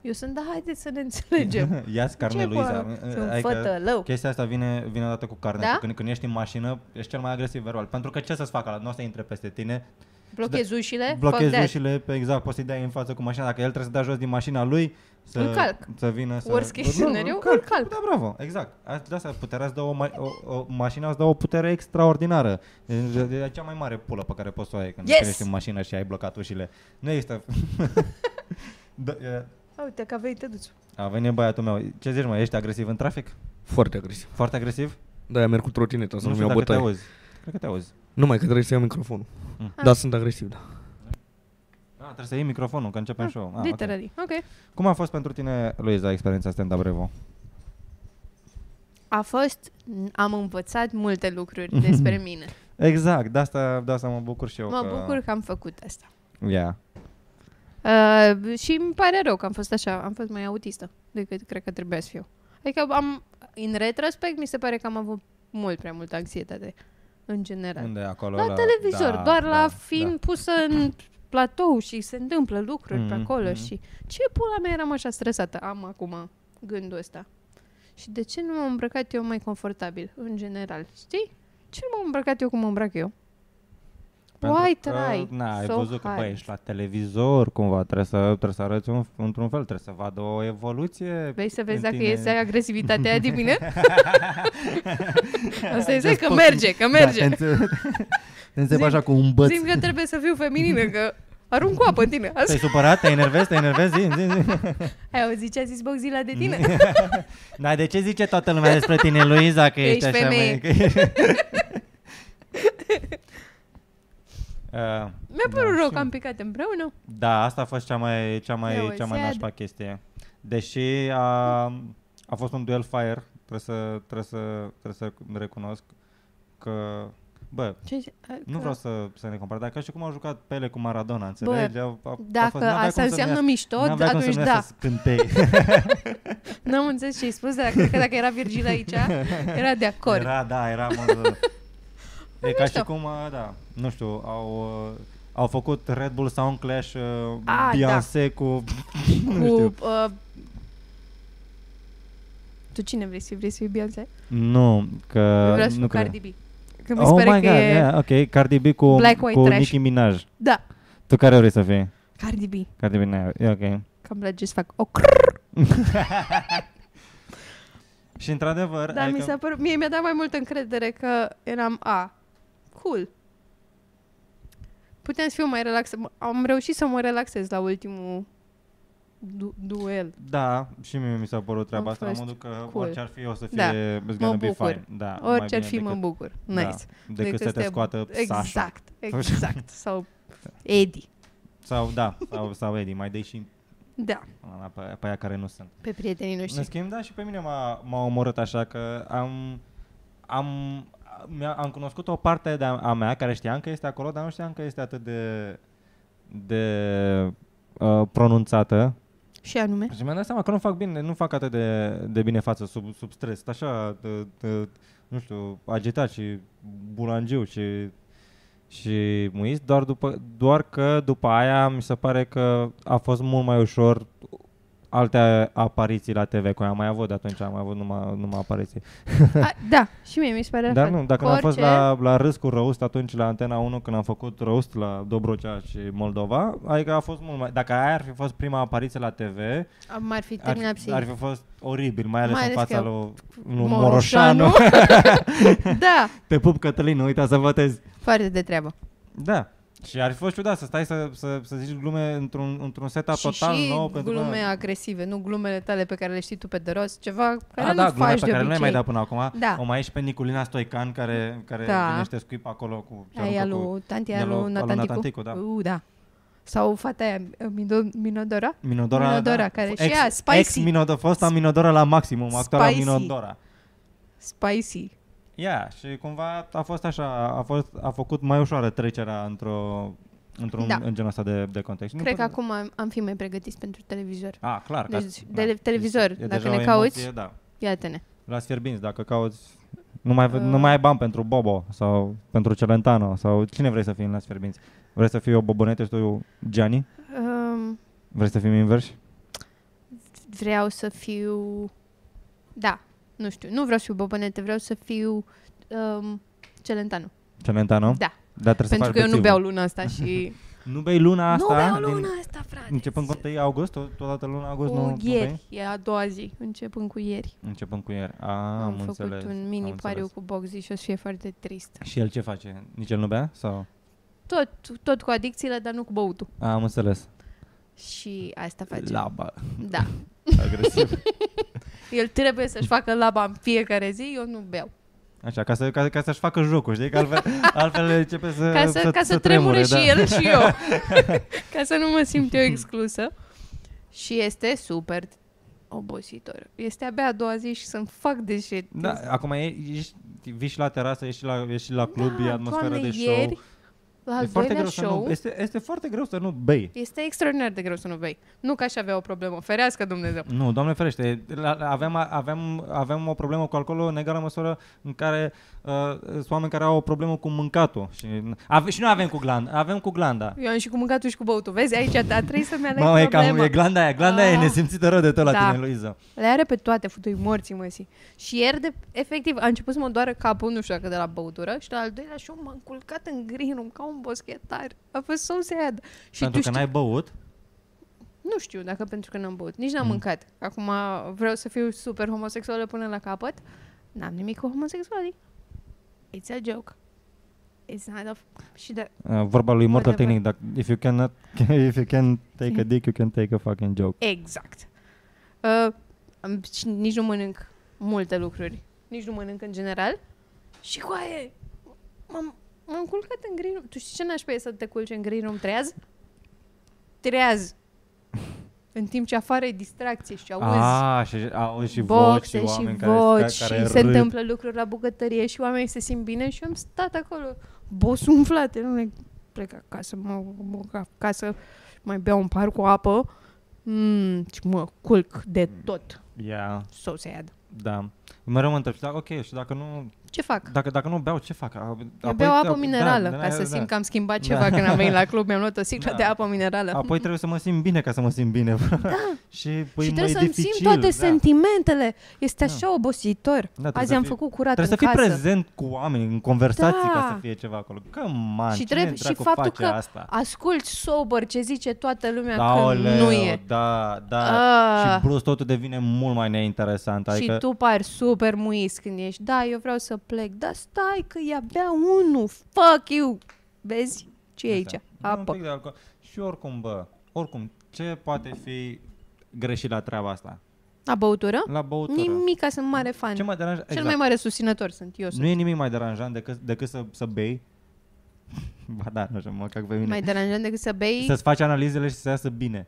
S4: Eu sunt, da, haideți să ne înțelegem.
S3: Ia carne
S4: Ce, bă?
S3: Luiza.
S4: Sunt
S3: Adică
S4: fătălău.
S3: Chestia asta vine, vine odată cu carne.
S4: Da?
S3: Când, când ești în mașină, ești cel mai agresiv verbal. Pentru că ce să-ți facă? ăla? Nu o să intre peste tine.
S4: Blochezi ușile, fac
S3: Blochezi
S4: de
S3: ușile, pe exact, poți să-i dai în față cu mașina. Dacă el trebuie să dea jos din mașina lui, să,
S4: Îl calc.
S3: să vină să...
S4: Worst case scenario,
S3: Îl
S4: îl calc.
S3: Da, bravo, exact. Asta, de asta puterea îți dă o, ma- o, o, mașina îți dă o putere extraordinară. E, e- e cea mai mare pulă pe care poți să o ai când,
S4: Yes!
S3: când ești în mașină și ai blocat ușile. Nu există... da, e,
S4: A, uite că vei te duci.
S3: a venit băiatul meu. Ce zici, mă, ești agresiv în trafic?
S2: Foarte agresiv.
S3: Foarte agresiv?
S2: Da, aia merg cu trotineta să nu,
S3: nu
S2: nu
S3: știu
S2: mi-o
S3: dacă te
S2: bătaie.
S3: auzi. Cred că te auzi.
S2: Numai că trebuie să iau microfonul.
S3: Mm.
S2: Da, sunt agresiv, da.
S3: Ah, trebuie să iei microfonul, că începem show. Ah, okay.
S4: Literally. Ok.
S3: Cum a fost pentru tine, Luiza, experiența stand-up Revo?
S4: A fost, am învățat multe lucruri despre mine.
S3: Exact, de asta, de asta mă bucur și eu.
S4: Mă
S3: că...
S4: bucur că am făcut asta.
S3: Yeah.
S4: Uh, și îmi pare rău că am fost așa, am fost mai autistă decât cred că trebuia să fiu. Adică am, în retrospect, mi se pare că am avut mult prea multă anxietate, în general.
S3: Unde e acolo?
S4: Da. La televizor,
S3: da,
S4: doar
S3: da,
S4: la fiind pusă în platou și se întâmplă lucruri pe
S3: Mhm,
S4: acolo
S3: mhm.
S4: și ce pula mea eram așa stresată? Am acum gândul ăsta. Și de ce nu m-am îmbrăcat eu mai confortabil, în general, știi? Ce nu m-am îmbrăcat eu cum mă îmbrac eu?
S3: Da.
S4: Why
S3: Pentru
S4: try
S3: Că, na, ai
S4: so
S3: văzut că,
S4: hard?
S3: bă, ești la televizor cumva, trebuie să, trebuie să arăți un, într-un fel, trebuie să vadă o evoluție.
S4: Vrei să
S3: în
S4: vezi dacă
S3: tine.
S4: este agresivitatea aia din mine? Asta e
S3: Just
S4: că
S3: poți-
S4: merge, că merge.
S3: Da, te înțe- te înțeleg
S4: Zic-
S3: așa cu un băț.
S4: Simt că trebuie să fiu feminină, că arunc cu apă în tine. Asta...
S3: Te-ai supărat? Te enervezi? Te enervezi? Zi, zi, zi.
S4: Ai auzit ce a zis Boxila de tine?
S3: Dar de ce zice toată lumea despre tine, Luiza, că ești,
S4: Ești
S3: așa
S4: femeie.
S3: mai... Că ești... Uh,
S4: Mi-a părut
S3: Da,
S4: rău
S3: și-
S4: că am picat împreună.
S3: da, asta a fost cea mai, cea mai,
S4: That
S3: cea
S4: was
S3: mai
S4: sad.
S3: nașpa chestie. Deși a, a fost un duel fire, trebuie să, trebuie să, trebuie să recunosc că... Bă,
S4: Ce zici?
S3: nu vreau să, să ne compar, dar ca și cum au jucat Pele cu Maradona,
S4: Bă,
S3: înțelegi? Bă, a, a, a fost,
S4: Dacă
S3: n-avea
S4: asta
S3: cum să nu
S4: înseamnă
S3: iasă-
S4: mișto,
S3: n-avea cum să
S4: atunci
S3: nu
S4: da.
S3: iasă scântei.
S4: N-am înțeles ce ai spus, dar cred că dacă era Virgil aici, era de acord.
S3: Era, da, era mă, E ca și
S4: mișto.
S3: cum, uh, da, nu știu, au, uh, au făcut Red Bull Sound Clash uh,
S4: da.
S3: Beyoncé cu... nu
S4: Cu,
S3: știu.
S4: uh, tu cine vrei să fii? Vrei să fii Beyoncé?
S3: Nu, că...
S4: Eu vreau să
S3: Uh,
S4: fiu
S3: nu cred. Oh
S4: Cardi B. Că mi se pare că e...
S3: yeah, ok, Cardi B cu,
S4: Black White
S3: cu
S4: Trash.
S3: Nicki Minaj.
S4: Da,
S3: Tu care vrei să fii?
S4: Cardi B.
S3: Cardi B, n-ai- e ok.
S4: Că îmi place să fac o crrr.
S3: Și într-adevăr, adică
S4: Dar Da, mi s-a părut, mie mi-a dat mai multă încredere că eram A. Cool. Putem să fiu mai relaxat. Am reușit să mă relaxez la ultimul du- duel.
S3: Da, și mie mi s-a părut treaba
S4: Am
S3: asta, la
S4: fost
S3: modul că
S4: cool.
S3: orice ar fi o să fie,
S4: Da,
S3: it's gonna
S4: mă
S3: be
S4: bucur.
S3: fine. Da, mai
S4: Orice ar
S3: bine
S4: fi, mă
S3: decât-
S4: bucur. Nice.
S3: Da, decât să te
S4: te-
S3: scoată Sasha.
S4: Exact, exact. Sau Eddie.
S3: Sau, da, sau, sau Eddie, mai dai și
S4: Da,
S3: la, pe, pe aia care nu sunt.
S4: pe prietenii
S3: În
S4: noștri.
S3: schimb, da, și pe mine m-a, m-a omorât așa că am, am, mi-a, am cunoscut o parte de a, a mea care știam că este acolo, dar nu știam că este atât de, de uh, pronunțată.
S4: Și anume?
S3: Și mi-am dat seama că nu fac bine, nu fac atât de, de bine față sub, sub stres, sunt așa, de, de, nu știu, agitat și bulangiu și și muis, doar, după, doar că după aia mi se pare că a fost mult mai ușor alte apariții la TV, că am mai avut de atunci, am mai avut numai, numai apariții.
S4: A, da, și mie mi se pare la
S3: Dar
S4: fel.
S3: nu, dacă
S4: Cu
S3: n-am fost
S4: orice-
S3: la, la Râs cu Răust atunci la Antena 1 când am făcut Răust la Dobrogea și Moldova, adică a fost mult mai... Dacă aia ar fi fost prima apariție la TV,
S4: Am- M-ar fi
S3: ar,
S4: terminat psihic.
S3: ar fi fost oribil, mai ales,
S4: Mai
S3: în
S4: ales
S3: fața
S4: că
S3: lui, lui Moroșanu.
S4: da,
S3: Te pup, Cătălin, nu uita să votezi.
S4: foarte de treabă.
S3: Da. Și ar fi fost ciudat să stai să, să, să zici glume într-un, într-un setup
S4: și
S3: Da, total
S4: și
S3: nou.
S4: glume
S3: pentru
S4: agresive, nu glumele tale pe care le știi tu pe de rost, ceva care
S3: Ah,
S4: nu
S3: da, glume
S4: faci
S3: pe
S4: de
S3: care nu
S4: obicei.
S3: ai mai dat până acum.
S4: Da.
S3: O mai ești pe Niculina Stoican care, care
S4: Da.
S3: vine și te acolo cu... și
S4: Aia
S3: aruncă cu-
S4: lui Tanti,
S3: de
S4: aia
S3: la-
S4: lui
S3: al lui
S4: Natanticu.
S3: Natanticu, da.
S4: Uh, da. Sau fata aia, Mido- Minodora?
S3: Minodora,
S4: Minodora,
S3: da.
S4: care și
S3: ex,
S4: ea, spicy.
S3: Ex Minodora, fosta Minodora la maximum, actoarea
S4: Spicy.
S3: Minodora.
S4: Spicy.
S3: Ia, yeah, și cumva a fost așa, a, fost, a făcut mai ușoară trecerea într-o, într-un,
S4: Da.
S3: în genul ăsta de, de context. Nu
S4: Cred că
S3: pot-
S4: acum am, am fi mai pregătiți pentru televizor.
S3: A, clar. că- da.
S4: Deci, de- televizor,
S3: E
S4: dacă
S3: deja
S4: ne
S3: o
S4: cauți.
S3: Emoție, da.
S4: Iată-ne.
S3: La sfierbinți, dacă cauți... Nu mai, uh. nu
S4: Uh.
S3: mai ai bani pentru Bobo sau pentru Celentano sau cine vrei să fii în la sfierbinți? Vrei să fii o bobonetă și tu Gianni?
S4: Um,
S3: Vrei să fim invers?
S4: vreau să fiu... Da, nu știu, nu vreau să fiu bobonete, vreau să fiu um, Celentanu.
S3: Celentano?
S4: Da.
S3: Dar trebuie să
S4: Pentru
S3: faci
S4: că eu nu
S3: bețivul.
S4: beau luna asta și...
S3: Nu bei luna
S4: nu
S3: asta?
S4: beau luna asta, frate!
S3: Începând cu 1 august, tot- totodată luna august nu,
S4: cu
S3: nu bei?
S4: ieri, e a doua zi, începând cu ieri.
S3: Începând cu ieri. A,
S4: am
S3: am înțeles.
S4: făcut un
S3: am
S4: mini
S3: înțeles.
S4: pariu cu boxy și o să fie foarte trist.
S3: Și el ce face? Nici el nu bea? Sau?
S4: Tot, tot cu adicțiile, dar nu cu băutul.
S3: A, am înțeles.
S4: Și asta face.
S3: Laba.
S4: Da.
S3: Agresiv.
S4: El trebuie să-și facă laba în fiecare zi, eu nu beau.
S3: Așa, ca, să, ca, ca să-și facă jocul, știi? Că altfel, altfel începe să
S4: Ca să,
S3: să,
S4: ca să,
S3: să
S4: tremure,
S3: da.
S4: și el și eu. ca să nu mă simt eu exclusă. Și este super obositor. Este abia a doua zi și să-mi fac de shit.
S3: Da, acum e, ești, vii și la terasă, ești și la, ești și la club, e atmosferă
S4: Da, doamne,
S3: de show.
S4: Ieri, la al
S3: e foarte
S4: doilea
S3: greu să
S4: show,
S3: nu, este, este foarte greu să nu bei.
S4: este extraordinar de greu să nu bei. Nu că aș avea o problemă, ferească Dumnezeu.
S3: Nu, doamne ferește, la- la- aveam, aveam, aveam o problemă cu alcoolul în egală măsură în care uh, sunt oameni care au o problemă cu mâncatul. Și, ave, și nu avem cu glanda, avem cu glanda.
S4: Eu am și cu mâncatul și cu băutul. Vezi, aici a trebuit să-mi aleg
S3: Mamă, e, cam,
S4: problema.
S3: e glanda aia, glanda aia e
S4: Ah.
S3: nesimțită rău de tot la
S4: Da.
S3: tine, Luiza.
S4: Le are pe toate futui morții, măsii. Și ieri, de, efectiv, a început să mă doară capul, nu știu dacă de la băutură, și la al doilea show m-am culcat în green room ca un boschetar. A fost so sad. Și
S3: Pentru
S4: tu
S3: că
S4: știi,
S3: n-ai băut,
S4: nu știu dacă pentru că n-am băut, nici
S3: Mm.
S4: n-am mâncat. Acum vreau să fiu super homosexuală până la capăt. N-am nimic cu homosexualii. It's a joke. It's not of... Și de...
S3: uh, vorba lui Mortal
S4: Adevăr.
S3: Technic, dacă, if, you cannot, if you can take a dick, you can take a fucking joke.
S4: Exact. Uh, am- și nici nu mănânc multe lucruri. Nici nu mănânc în general. Și cu aia m-am, m-am culcat în green room. Tu știi ce nașpa e să te culci în green room treaz? Treaz. În timp ce afară e distracție și auzi
S3: Ah, și auzi și voci
S4: boxe
S3: și oameni
S4: și
S3: care,
S4: voci
S3: care, care
S4: și se
S3: râd.
S4: întâmplă lucruri la bucătărie și oamenii se simt bine și eu am stat acolo bosul umflat, nu ne plec acasă, mă mă acasă, mai beau un par cu apă mm, și mă culc de tot,
S3: Yeah.
S4: so sad.
S3: Da. Mereu mă întreb, și dacă, da, ok, și dacă nu,
S4: Ce fac?
S3: Dacă, dacă nu beau, ce fac? A-
S4: Eu
S3: apoi-
S4: beau apă
S3: ap-
S4: minerală,
S3: da,
S4: ca să
S3: da,
S4: simt
S3: da.
S4: că am schimbat
S3: Da.
S4: ceva când am venit la club, mi-am luat o sticlă
S3: Da.
S4: de apă minerală.
S3: Apoi trebuie să mă simt bine ca să mă simt bine.
S4: Da.
S3: și, păi,
S5: și
S3: mă,
S5: trebuie
S3: e
S5: să-mi
S3: dificil,
S5: simt toate
S3: da.
S5: sentimentele. Este
S3: Da.
S5: așa obositor.
S3: Da, trebuie
S5: Azi
S3: să
S5: am
S3: fii-
S5: făcut curat în
S3: Trebuie să fii
S5: casă.
S3: prezent cu oamenii în conversații
S5: Da.
S3: ca să fie ceva acolo. Come on,
S5: Și
S3: cine
S5: trebuie- și
S3: dracu
S5: faptul
S3: face
S5: că
S3: asta?
S5: Asculți sober ce zice toată lumea
S3: Da,
S5: că
S3: oleo,
S5: nu e.
S3: da, da.
S5: Ah.
S3: Și plus totul devine mult mai neinteresant. Adică,
S5: Și tu pari super muis când ești, da, eu vreau să plec, dar stai că e abia unul, fuck you. Vezi? Ce e aici?
S3: Așa. Da, Un
S5: Apă.
S3: pic de alcool. Și oricum, bă, oricum, ce poate fi greșit la treaba asta?
S4: La băutură?
S3: La băutură.
S4: Nimica, sunt mare fan.
S3: Ce Exact. mă deranjează?
S4: Cel mai mare susținător sunt eu.
S3: Nu e nimic mai deranjant decât, decât să, să bei. ba da, nu știu, mă cac pe mine.
S4: Mai deranjant decât să bei?
S3: Să-ți faci analizele și să iasă bine.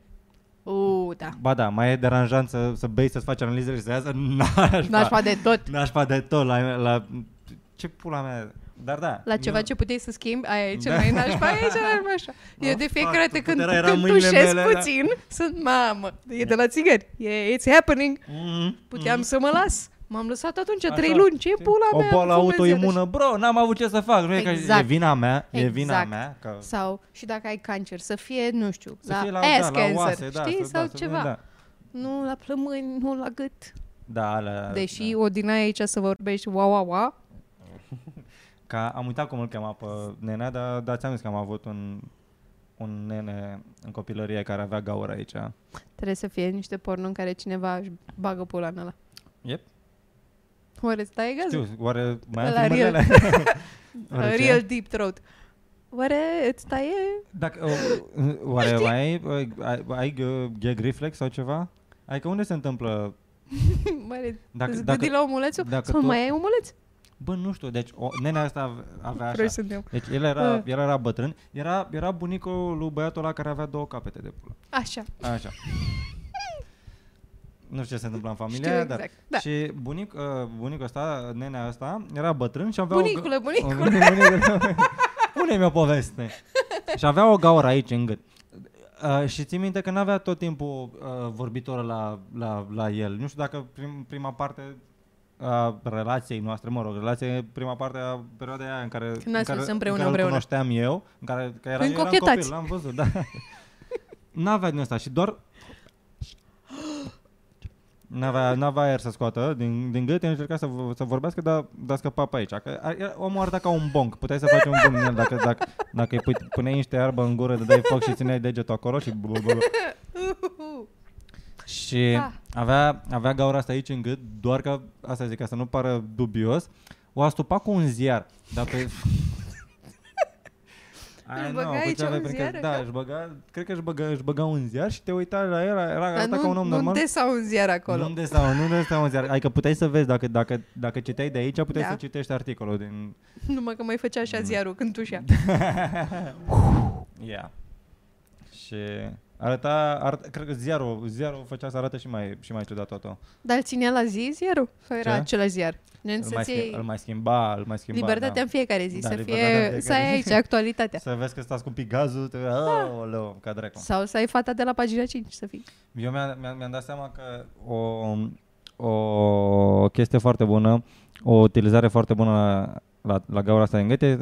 S4: Uuu, da.
S3: Ba da, mai e deranjant să, să bei, să-ți faci analizele și să iasă nașpa.
S4: Nașpa de tot.
S3: Nașpa de tot la, la... Ce pula mea... Dar da.
S4: La ceva
S3: eu-
S4: ce puteai să schimbi, aia e cel
S3: Da.
S4: mai nașpa, aia e cel mai nașpa, așa. Eu de
S3: fac,
S4: fiecare dată
S3: tot
S4: când,
S3: puterea era în
S4: când
S3: mâinile
S4: tușesc
S3: mele, da.
S4: puțin, sunt mamă, e de la țigări, e, it's happening,
S3: Mm.
S4: puteam să mă las. M-am lăsat atunci,
S3: Așa.
S4: trei luni, ce pula
S3: o
S4: mea?
S3: boală
S4: Dumnezeu,
S3: autoimună, bro, n-am avut ce să fac. Nu e, că
S4: Exact.
S3: e vina mea, e
S4: Exact.
S3: vina mea. Că...
S4: deci- Sau, și dacă ai cancer, să fie, nu știu,
S3: Să
S4: la
S3: fie la,
S4: ass
S3: da,
S4: cancer,
S3: la oase, da,
S4: știi,
S3: să,
S4: sau
S3: da,
S4: ceva.
S3: Să, da.
S4: Nu la plămâni, nu la gât.
S3: Da, la,
S4: Deși
S3: da.
S4: o din aia aici să vorbești, wow, wow, wow,
S3: Ca, am uitat cum îl chema pe nenea, dar, dar ți-am zis că am avut un, un nene în copilărie care avea gaură aici.
S4: trebuie să fie niște porno în care cineva își bagă pula în ăla.
S3: Yep.
S4: Oare stai gazul?
S3: Știu, oare mai am
S4: Ăla
S3: filmările
S4: real.
S3: alea? Oare ce?
S4: Real deep throat. Oare îți taie?
S3: Dacă, uh, oare mai ai, uh, ai, ai uh, gag reflex sau ceva? Adică unde se întâmplă?
S4: Oare
S3: Dacă,
S4: îți
S3: dacă,
S4: gândi la omulețul?
S3: dacă
S4: Sau
S3: tu-
S4: mai ai omuleț?
S3: bă, nu știu, deci o, nenea asta ave- avea așa.
S4: Proști sunt eu.
S3: Deci el era,
S4: Ah.
S3: el era bătrân, era, era bunicul lui băiatul ăla care avea două capete de pulă.
S4: Așa,
S3: Așa. nu știu ce se întâmplă în familia
S4: știu
S3: aia, dar...
S4: exact. Da.
S3: Și bunic, uh, bunicul ăsta, nenea asta, era bătrân și avea o...
S4: Bunicule, bunicule.
S3: bunicule! Pune-mi o poveste! și avea o gaură aici în gât. Uh, și ții minte că n-avea tot timpul uh, vorbitor la, la, la el. Nu știu dacă prim, prima parte a relației noastre, mă rog, relație prima parte a perioadei aia în care, în
S4: ați
S3: care,
S4: fost împreună,
S3: în care
S4: împreună.
S3: îl cunoșteam eu, în care că
S4: În
S3: era, eu eram
S4: cochetați.
S3: copil, l-am văzut, da. n-avea din asta și doar N-avea, n-avea aer să scoată din, din gât, el încerca să, v- să vorbească, dar, dar scăpa pe aici. Că, ar- era- omul arăta ca un bong, puteai să faci un bong din el dacă, dacă, dacă îi pui, puneai niște iarbă în gură, dai foc și țineai degetul acolo și... bu- bu- bu- și
S4: Da.
S3: avea, avea gaura asta aici în gât, doar că, asta zic, ca să nu pară dubios, o astupa cu un ziar. Dar pe...
S4: Îl
S3: I
S4: băga
S3: know, cu ce
S4: aici
S3: avea
S4: un
S3: prin
S4: ziar,
S3: cap. Da,
S4: așa?
S3: își băga, cred că își băga, își băga un ziar și te uita la el, era,
S4: Dar
S3: arăta
S4: nu,
S3: ca un om
S4: nu
S3: normal.
S4: te sau un ziar acolo.
S3: Nu de sau, nu de sau în ziar. Adică puteai să vezi dacă, dacă, dacă citeai de aici, puteai
S4: Da.
S3: să citești articolul din...
S4: Numai că mai făcea
S3: Mm.
S4: așa ziarul când tușea.
S3: Da. Yeah. Și arăta, arăta cred că ziarul, ziarul făcea să arate și mai, și mai ciudat totul.
S4: Dar îl ținea la zi ziarul? Sau era
S3: Ce?
S4: același ziar? Gen
S3: Îl mai,
S4: să-ți
S3: schimba, îl
S4: iei
S3: mai schimba, îl mai schimba.
S4: libertatea
S3: da.
S4: în fiecare zi,
S3: Da,
S4: să,
S3: libertatea în
S4: fie,
S3: fiecare
S4: să ai
S3: zi.
S4: aici actualitatea.
S3: Să vezi că stați cu pigazul, te...
S4: Da.
S3: Aoleu, ca dracu.
S4: Sau să ai fata de la pagina 5 să fii.
S3: Eu mi-am, mi-am, mi-am dat seama că o, o chestie foarte bună, o utilizare foarte bună la, la, la gaura asta în gât e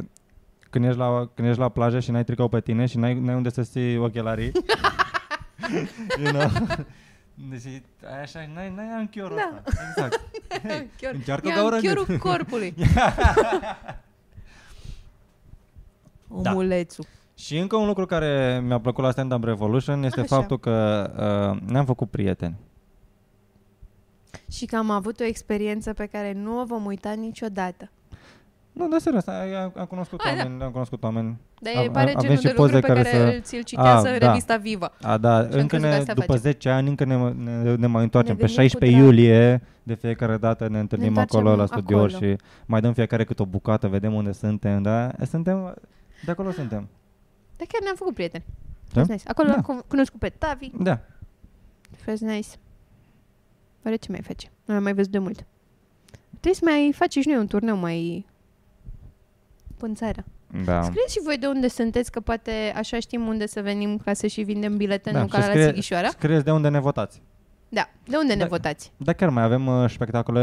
S3: când ești, la, când ești la plajă și n-ai tricou pe tine și n-ai, n-ai unde să ții ochelarii. you know? Deci, ai așa, n-ai, n-ai anchiorul
S4: Da.
S3: ăsta. Exact. Hei,
S4: Chiar-
S3: încearcă Da.
S4: e
S3: gaura în gât.
S4: anchiorul corpului. Omulețul.
S3: Și încă un lucru care mi-a plăcut la Stand Up Revolution este
S4: Așa.
S3: faptul că uh, ne-am făcut prieteni.
S4: Și că am avut o experiență pe care nu o vom uita niciodată.
S3: Nu, dar serios, am, am cunoscut
S4: Hai, da.
S3: oameni, am cunoscut oameni
S4: Dar
S3: A-
S4: e pare
S3: a- avem
S4: genul
S3: și
S4: de lucru
S3: poze
S4: pe
S3: care
S4: care,
S3: să-
S4: îl ți-l citează
S3: A,
S4: în
S3: da.
S4: revista Viva.
S3: A, da,
S4: am
S3: încă
S4: crezut că
S3: ne,
S4: asta
S3: după
S4: facem.
S3: 10 ani, încă ne, ne, ne mai întoarcem.
S4: Ne
S3: pe
S4: gândim cu
S3: 16
S4: drag.
S3: iulie, de fiecare dată ne întâlnim
S4: întoarcem
S3: acolo la studio
S4: acolo.
S3: și mai dăm fiecare câte o bucată, vedem unde suntem, da? Suntem, de acolo suntem.
S4: Dar chiar ne-am făcut prieteni.
S3: Da?
S4: Fost Nice. Acolo
S3: Da.
S4: l-am cu- cunoscut pe Tavi.
S3: Da.
S4: Fost nice. Oare ce mai face? Nu l-am mai văzut de mult. Trebuie să mai faci și noi un turneu mai... Până țară.
S3: Da.
S4: Scrieți și voi de unde sunteți, că poate așa știm unde să venim ca să și vindem bilete
S3: Da,
S4: da, în
S3: și
S4: la
S3: scrie-
S4: Sighișoara.
S3: Scrieți de unde ne votați.
S4: Da, de unde ne
S3: Da.
S4: votați?
S3: Dar chiar mai avem uh, spectacole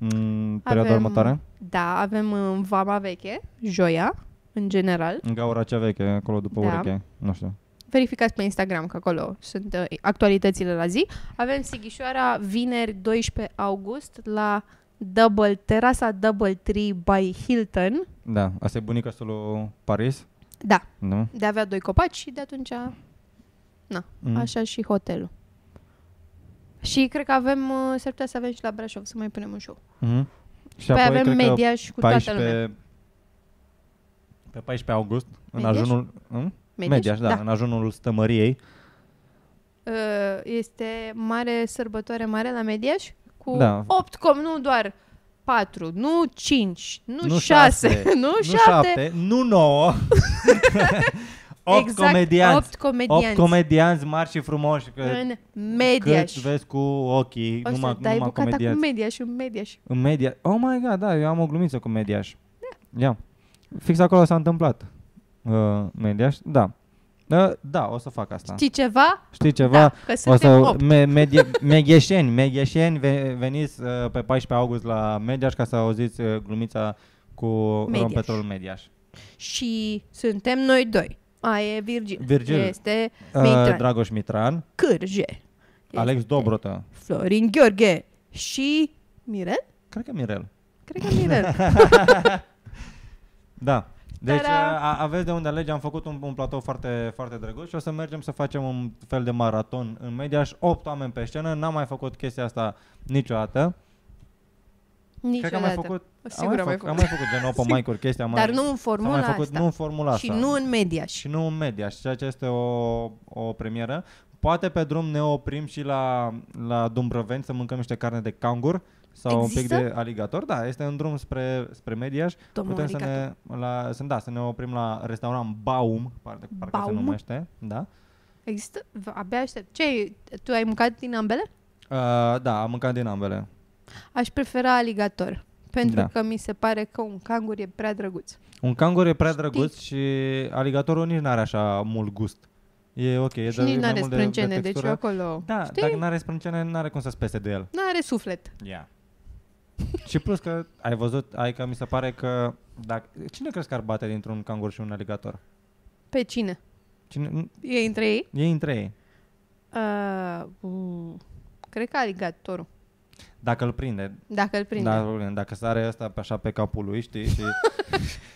S3: în perioada
S4: Avem-
S3: următoare?
S4: Da, avem în Vama Veche, joia, în general.
S3: În gaura cea veche, acolo după
S4: Da.
S3: da. ureche. Nu știu.
S4: Verificați pe Instagram, că acolo sunt uh, actualitățile la zi. Avem Sighișoara, vineri 12 august, la Double, terasa Double Tree by Hilton.
S3: Da, asta e bunica asta lui Paris,
S4: Da,
S3: nu?
S4: de avea doi copaci și de atunci
S3: Mm.
S4: Așa și hotelul. Și cred că avem, uh, s-ar putea să avem și la Brașov, să mai punem un show.
S3: Mhm. Și
S4: Păi
S3: apoi
S4: avem
S3: cred că
S4: media și cu toată lumea.
S3: Pe 14 august, în
S4: Mediaș?
S3: ajunul... În?
S4: Mediaș?
S3: da, în ajunul stămăriei.
S4: Uh, Este mare sărbătoare mare la Mediaș cu
S3: Da.
S4: 8 com, nu doar 4, nu 5, nu,
S3: Nu
S4: 6,
S3: șase,
S4: nu
S3: nu
S4: 7.
S3: șapte, nu 9. 8
S4: exact,
S3: comedianți.
S4: 8
S3: 8
S4: comedianți
S3: comedianți mari și frumoși. Că,
S4: în
S3: cât
S4: Mediaș.
S3: vezi cu ochii,
S4: O
S3: numai,
S4: să dai
S3: numai
S4: bucata
S3: comedianți.
S4: cu Mediaș, un Mediaș.
S3: În media... Oh my god, da, eu am o glumiță cu mediaș. Da. Ia. Fix acolo s-a întâmplat. Uh, mediaș, da. Uh, da, o să fac asta.
S4: Știi ceva?
S3: Știi ceva?
S4: Da, că
S3: o
S4: suntem
S3: să
S4: 8.
S3: me, medie, megheșeni, megheșeni, ve, veniți uh, pe 14 august la Mediaș ca să auziți uh, glumița cu Rom
S4: Mediaș.
S3: Petrol Mediaș.
S4: Și suntem noi doi. A, e Virgil.
S3: Virgil.
S4: Este
S3: Uh,
S4: Mitran.
S3: Dragoș Mitran,
S4: Cârje.
S3: Alex Dobrotă,
S4: Florin Gheorghe și Mirel?
S3: cred că Mirel.
S4: Cred că Mirel.
S3: Da. Deci
S4: Ta-da!
S3: a, aveți de unde alege, am făcut un, un platou foarte, foarte drăguț și o să mergem să facem un fel de maraton în Mediaș, 8 oameni pe scenă, n-am mai făcut chestia asta niciodată.
S4: Niciodată.
S3: Cred că am mai făcut,
S4: Sigur am mai
S3: Am
S4: făcut.
S3: mai făcut gen open mic-uri, chestia am
S4: Dar
S3: mai,
S4: nu în
S3: s-a
S4: formula
S3: mai făcut,
S4: asta.
S3: nu în formula
S4: și
S3: asta.
S4: nu în media. Și
S3: și nu în media, și ceea ce este o, o premieră. Poate pe drum ne oprim și la, la Dumbrăveni să mâncăm niște carne de cangur sau
S4: Există?
S3: un pic de aligator. Da, este un drum spre, spre Mediaș.
S4: Domnul
S3: Putem să ne, la, să, da, să ne oprim la restaurant Baum, parcă, parcă se
S4: Baum?
S3: numește. Da.
S4: Există? V- Abia aștept. Ce, tu ai mâncat din ambele?
S3: Uh, da, am mâncat din ambele.
S4: Aș prefera aligator. Pentru
S3: Da.
S4: că mi se pare că un cangur e prea drăguț.
S3: Un cangur e prea drăguț și aligatorul nici n-are așa mult gust. E ok, e
S4: și
S3: de,
S4: nici
S3: e
S4: nu
S3: mai
S4: are
S3: mult de-
S4: sprâncene,
S3: de
S4: deci eu
S3: textură.
S4: acolo...
S3: Da,
S4: știi?
S3: dacă n-are sprâncene, n-are cum să-ți pese de el.
S4: Nu are suflet.
S3: Yeah. și plus că ai văzut, ai că mi se pare că dacă, cine crezi că ar bate dintr-un cangur și un aligator?
S4: Pe cine?
S3: Cine, n-
S4: E între ei?
S3: ei între ei.
S4: Uh, uh, cred că aligatorul.
S3: Dacă îl prinde,
S4: Dacă îl prinde.
S3: Da, îl prinde. dacă sare ăsta pe așa pe capul lui, știi, și,